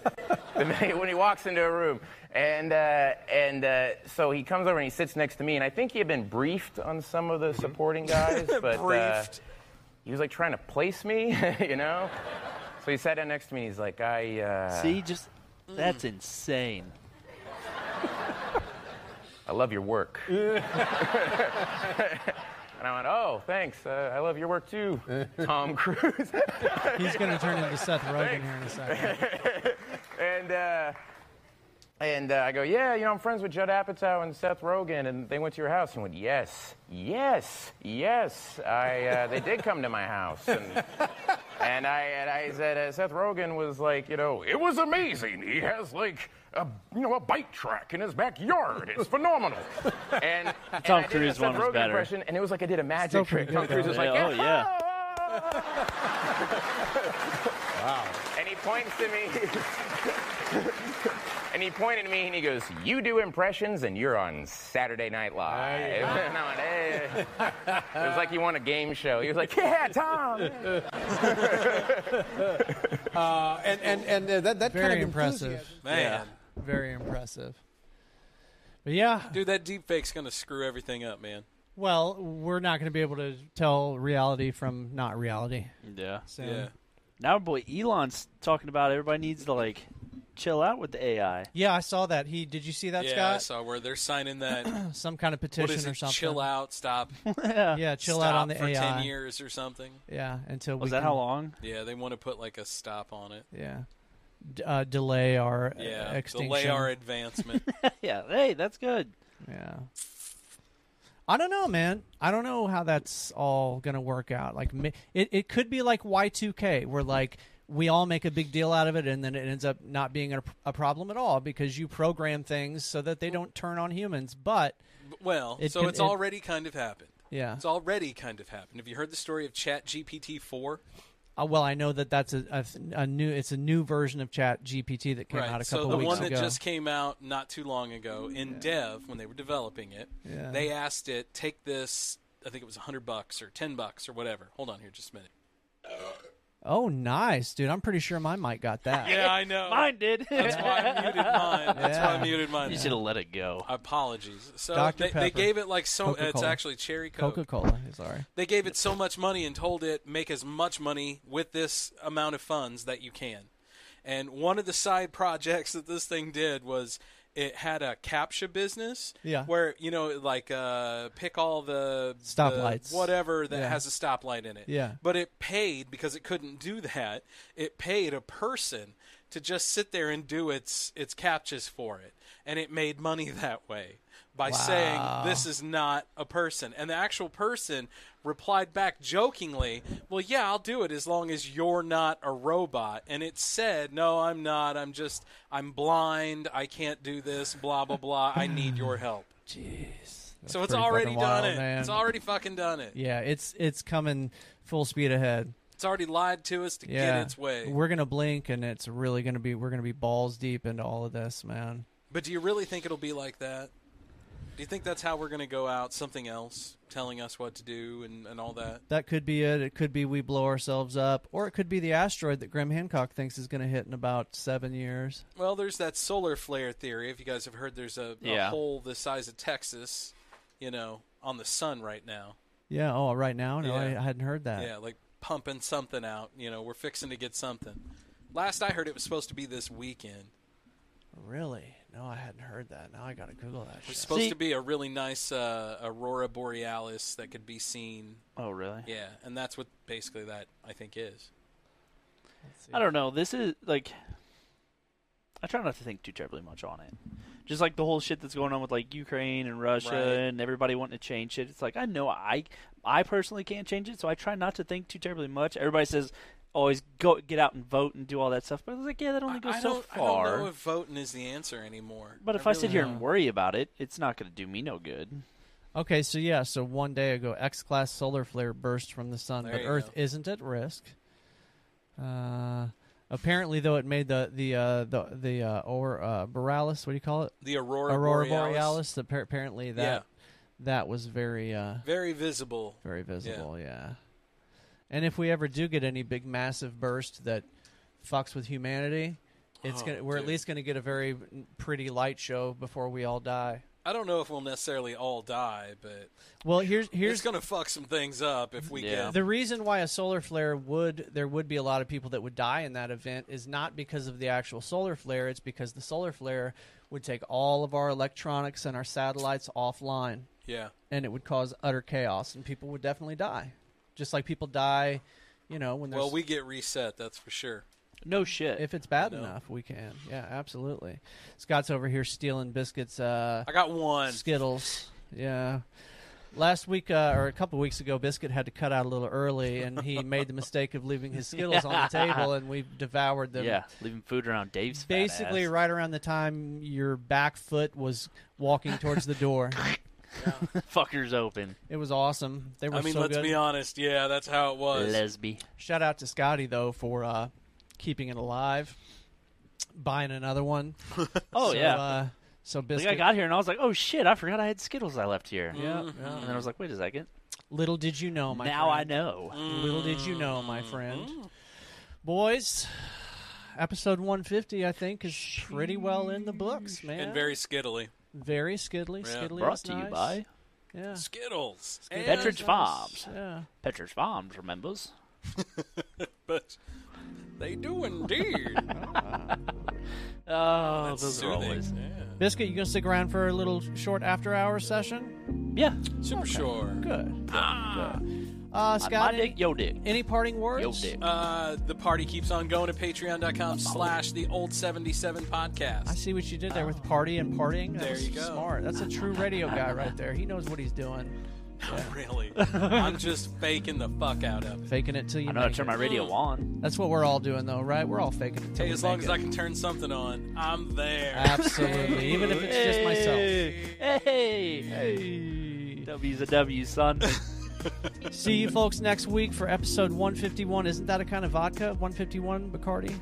Speaker 10: the minute *laughs* when he walks into a room. And, uh, and uh, so he comes over and he sits next to me, and I think he had been briefed on some of the supporting guys, but uh,
Speaker 3: Briefed.
Speaker 10: he was like trying to place me, *laughs* you know? So he sat down next to me and he's like, I.
Speaker 4: *laughs*
Speaker 10: Uh,
Speaker 4: See, just that's insane.
Speaker 10: I love your work. and I went, oh, thanks. Uh, I love your work too, Tom Cruise.
Speaker 2: He's going to turn into Seth Rogen here in a second.
Speaker 10: and uh, and uh, I go, yeah, you know, I'm friends with Judd Apatow and Seth Rogen, and they went to your house. And went, yes, yes, yes. I uh, they did come to my house. *laughs* And, and I and I said uh, Seth Rogen was like, you know, it was amazing. He has like a you know a bike track in his backyard. It's phenomenal. and and
Speaker 4: Tom
Speaker 10: I did a
Speaker 4: Cruise
Speaker 10: Seth
Speaker 4: one was
Speaker 10: Rogen
Speaker 4: better.
Speaker 10: impression, and it was like I did a magic
Speaker 2: Still pretty
Speaker 10: trick. Tom
Speaker 2: good,
Speaker 10: Cruise
Speaker 2: though.
Speaker 10: was like, "Ah!"
Speaker 4: Yeah, oh, yeah.
Speaker 10: and he points to me. and he pointed at me and he goes, You do impressions and you're on Saturday Night Live. and I went, hey. It was like he won a game show. He was like, Yeah, Tom.
Speaker 11: And and and uh, that that
Speaker 2: Very
Speaker 11: kind of
Speaker 2: impressive.
Speaker 11: enthusiasm-
Speaker 3: Man,
Speaker 2: Very impressive. But yeah,
Speaker 3: dude, that deep fake's gonna screw everything up, man.
Speaker 2: well, we're not going to be able to tell reality from not reality.
Speaker 4: Yeah.
Speaker 2: So
Speaker 3: Yeah,
Speaker 2: yeah.
Speaker 4: Now, boy, Elon's talking about everybody needs to like chill out with the AI.
Speaker 2: I saw that. He did you see that,
Speaker 3: yeah. I
Speaker 2: Scott?
Speaker 3: saw where they're
Speaker 2: *clears throat*
Speaker 3: signing that.
Speaker 2: Some kind of petition
Speaker 3: what is
Speaker 2: or
Speaker 3: it?
Speaker 2: something.
Speaker 3: Chill out. Stop.
Speaker 2: Yeah, *laughs* chill
Speaker 3: stop
Speaker 2: out on the
Speaker 3: for
Speaker 2: AI.
Speaker 3: ten years or something.
Speaker 2: Yeah, until we
Speaker 4: Was that
Speaker 2: can-
Speaker 4: how long?
Speaker 3: Yeah, they want to put like a stop on it.
Speaker 2: Yeah. D- uh, delay our uh,
Speaker 3: Yeah,
Speaker 2: extinction.
Speaker 3: delay our
Speaker 2: *laughs*
Speaker 3: advancement.
Speaker 4: yeah. Hey, that's good.
Speaker 2: Yeah. I don't know, man. I don't know how that's all going to work out. Like ma- it it could be like Y2K where like we all make a big deal out of it and then it ends up not being a, a problem at all because you program things so that they don't turn on humans. But
Speaker 3: well,
Speaker 2: It
Speaker 3: so
Speaker 2: can-
Speaker 3: it's
Speaker 2: it-
Speaker 3: already kind of happened.
Speaker 2: yeah.
Speaker 3: It's already kind of happened. Have you heard the story of Chat GPT four?
Speaker 2: Uh, well, I know that that's a, a, a new it's a new version of Chat GPT that came out a couple
Speaker 3: so the
Speaker 2: weeks
Speaker 3: one that
Speaker 2: ago.
Speaker 3: just came out not too long ago in Dev when they were developing it,
Speaker 2: Yeah.
Speaker 3: they asked
Speaker 2: *laughs*
Speaker 3: it take this. I think it was hundred bucks or ten bucks or whatever. Hold on here, just a minute.
Speaker 2: Oh, nice, dude. I'm pretty sure my mic got that.
Speaker 3: *laughs* Yeah, I know.
Speaker 4: Mine did. *laughs*
Speaker 3: That's why I muted mine. That's why I
Speaker 2: Yeah.
Speaker 3: muted mine.
Speaker 2: You shoulda let
Speaker 4: it go.
Speaker 3: Apologies. So
Speaker 2: Dr.
Speaker 3: They, they
Speaker 2: Pepper.
Speaker 3: gave it like so. It's
Speaker 2: Coca-Cola.
Speaker 3: actually cherry coke.
Speaker 2: Coca-Cola. Sorry.
Speaker 3: They gave it so much money and told it make as much money with this amount of funds that you can. And one of the side *laughs* projects that this thing did was it had a captcha business,
Speaker 2: Yeah.
Speaker 3: where you know like uh, pick all the the
Speaker 2: Stoplights.
Speaker 3: whatever that
Speaker 2: Yeah.
Speaker 3: has a stoplight in it.
Speaker 2: Yeah.
Speaker 3: But it paid because it couldn't do that. It paid a person to just sit there and do its its captchas for it, and it made money *laughs* that way by saying
Speaker 12: Wow.
Speaker 3: this is not a person. And the actual person replied back jokingly, "Well, yeah, I'll do it as long as you're not a robot." And it said, "No, I'm not. I'm just I'm blind. I can't do this. Blah blah blah. I need
Speaker 2: *sighs*
Speaker 3: your help."
Speaker 4: Jeez.
Speaker 3: so it's
Speaker 2: pretty
Speaker 3: already done
Speaker 2: fucking wild,
Speaker 3: it.
Speaker 2: man.
Speaker 3: It's already fucking done it.
Speaker 2: Yeah, it's it's coming full speed ahead.
Speaker 3: It's already lied to us to
Speaker 2: Yeah,
Speaker 3: get its way.
Speaker 2: we're gonna blink, and it's really gonna be we're gonna be balls deep into all of this, man.
Speaker 3: But do you really think it'll be like that? Do you think that's how we're going to go out? Something else telling us what to do and, and all that?
Speaker 2: That could be it. It could be we blow ourselves up, or it could be the asteroid that Grim Hancock thinks is gonna hit in about seven years.
Speaker 3: Well, there's that solar flare theory. If you guys have heard, there's a, a
Speaker 2: Yeah.
Speaker 3: hole the size of Texas, you know, on the sun right now.
Speaker 2: Yeah. Oh, right now? No, I,
Speaker 3: Yeah.
Speaker 2: I hadn't heard that.
Speaker 3: Yeah, like pumping something out. You know, we're fixing to get something. Last I heard, it was supposed to be this weekend.
Speaker 2: Really? No, I hadn't heard that. Now I gotta Google that. Shit.
Speaker 3: It's supposed to be a really nice uh, aurora borealis that could be seen.
Speaker 4: Oh, really?
Speaker 3: Yeah, and that's what basically that I think is.
Speaker 4: I don't know. This is like I try not to think too terribly much on it. Just like the whole shit that's going on with like Ukraine and Russia
Speaker 3: Right.
Speaker 4: and everybody wanting to change it. It's like I know I I personally can't change it, so I try not to think too terribly much. Everybody says always go get out and vote and do all that stuff, but it's like yeah, that only goes
Speaker 3: I
Speaker 4: so
Speaker 3: don't,
Speaker 4: far.
Speaker 3: I don't know if voting is the answer anymore.
Speaker 4: but if I, sit here and worry about it, it's not going to do me no good.
Speaker 2: Okay, so yeah, so one day ago, X class solar flare burst from the sun,
Speaker 4: There
Speaker 2: but
Speaker 4: you
Speaker 2: Earth isn't at risk. Uh, apparently, though, it made the the uh, the the uh, or uh, Borealis. What do you call it?
Speaker 3: The aurora borealis.
Speaker 2: borealis. appa- apparently, that
Speaker 3: Yeah.
Speaker 2: that was very uh,
Speaker 3: Very visible.
Speaker 2: very visible. Yeah. And if we ever do get any big massive burst that fucks with humanity, it's
Speaker 3: Oh,
Speaker 2: gonna we're at
Speaker 3: dude.
Speaker 2: least gonna get a very pretty light show before we all die.
Speaker 3: I don't know if we'll necessarily all die, but
Speaker 2: Well, here's here's
Speaker 3: it's going to fuck some things up if we get.
Speaker 2: The reason why a solar flare would there would be a lot of people that would die in that event is not because of the actual solar flare, it's because the solar flare would take all of our electronics and our satellites offline.
Speaker 3: Yeah.
Speaker 2: And it would cause utter chaos and people would definitely die. Just like people die, you know, when there's
Speaker 3: well, we get reset. That's for sure.
Speaker 4: No shit.
Speaker 2: If it's bad enough, we can. Yeah, absolutely. Scott's over here stealing biscuits. Uh,
Speaker 3: I got one.
Speaker 2: Skittles. Yeah. Last week uh, or a couple weeks ago, Biscuit had to cut out a little early, and
Speaker 3: *laughs*
Speaker 2: he made the mistake of leaving his Skittles on the table, and we devoured them.
Speaker 4: yeah, leaving food around Dave's fat
Speaker 2: um, Basically,
Speaker 4: ass.
Speaker 2: right around the time your back foot was walking towards the door,
Speaker 3: *laughs*
Speaker 4: fuckers open.
Speaker 2: it was awesome. They were
Speaker 3: I mean,
Speaker 2: so
Speaker 3: let's
Speaker 2: good.
Speaker 3: be honest. Yeah, that's how it was.
Speaker 4: Lesby.
Speaker 2: Shout out to Scotty though for uh, keeping it alive, buying another one.
Speaker 4: Oh,
Speaker 2: So,
Speaker 4: yeah.
Speaker 2: uh, so
Speaker 4: Like,
Speaker 2: biscuit.
Speaker 4: I got here and I was like, oh shit, I forgot I had Skittles I left here.
Speaker 2: Yeah, yeah.
Speaker 4: And then I was like, wait a second.
Speaker 2: Little did you know, my
Speaker 4: Now I Mm-hmm.
Speaker 2: friend. Mm-hmm.
Speaker 4: know.
Speaker 2: Little did you know, my friend. Boys, episode 150, I think, is pretty well in the books, man.
Speaker 3: And very skittly.
Speaker 2: very skiddly.
Speaker 3: Yeah.
Speaker 2: Skiddly
Speaker 4: Brought
Speaker 2: is
Speaker 4: to you
Speaker 2: nice.
Speaker 4: by-
Speaker 2: yeah.
Speaker 3: Skittles. And-
Speaker 4: Petridge Farms.
Speaker 2: Yeah.
Speaker 4: Petridge Farms remembers.
Speaker 3: but they
Speaker 2: *laughs*
Speaker 3: do indeed.
Speaker 4: Oh,
Speaker 3: That's
Speaker 4: those
Speaker 3: soothing.
Speaker 4: are always.
Speaker 2: Biscuit, you gonna stick around for a little short after hour session?
Speaker 4: Yeah,
Speaker 3: super sure.
Speaker 2: Good.
Speaker 3: Ah.
Speaker 2: Uh,
Speaker 4: My-
Speaker 2: Scott,
Speaker 4: my
Speaker 2: any-
Speaker 4: dick, yo dick.
Speaker 2: any parting words?
Speaker 3: Uh, the party keeps on going to patreon.com slash the old 77 podcast.
Speaker 2: I see what you did there with party and partying. That
Speaker 3: There
Speaker 2: was
Speaker 3: you go.
Speaker 2: Smart. That's a true radio guy right there. He knows what he's doing.
Speaker 3: Not really. I'm just faking the fuck out of it.
Speaker 2: Faking it till you.
Speaker 4: I know I
Speaker 2: make
Speaker 4: turned
Speaker 2: it.
Speaker 4: my radio on.
Speaker 2: That's what we're all doing, though, right? We're all faking it till
Speaker 3: Hey,
Speaker 2: we
Speaker 3: as long
Speaker 2: make
Speaker 3: as
Speaker 2: it. Uh,
Speaker 3: I can turn something on, I'm there.
Speaker 2: Absolutely, even if it's just myself.
Speaker 4: Hey, hey. W's a W, son.
Speaker 2: See you folks next week for episode 151. Isn't that a kind of vodka? 151 Bacardi?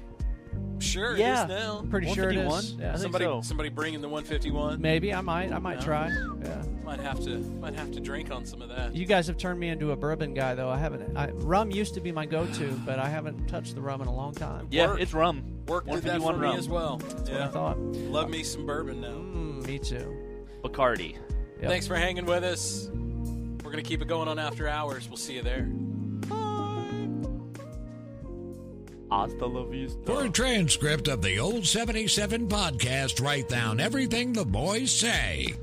Speaker 3: Sure,
Speaker 2: Yeah,
Speaker 3: it is now.
Speaker 2: pretty sure it is. 151? Yeah, I think
Speaker 3: somebody,
Speaker 2: so.
Speaker 3: somebody bringing the 151.
Speaker 2: Maybe I might. I might
Speaker 3: No.
Speaker 2: try. Yeah.
Speaker 3: Might have to might have to drink on some of that.
Speaker 2: You guys have turned me into a bourbon guy, though. I haven't. I, rum used to be my go-to, but I haven't touched the rum in a long time.
Speaker 4: Yeah, it's rum.
Speaker 3: Work did that
Speaker 4: 151
Speaker 3: for
Speaker 4: rum.
Speaker 3: me as well.
Speaker 2: That's
Speaker 3: yeah.
Speaker 2: what I thought.
Speaker 3: Love me some bourbon now.
Speaker 2: me too.
Speaker 4: Bacardi.
Speaker 2: Yep.
Speaker 3: Thanks for hanging with us. We're gonna keep it going on after hours. We'll see you there.
Speaker 4: Hasta la vista.
Speaker 1: For a transcript of the Old 77 podcast, write down everything the boys say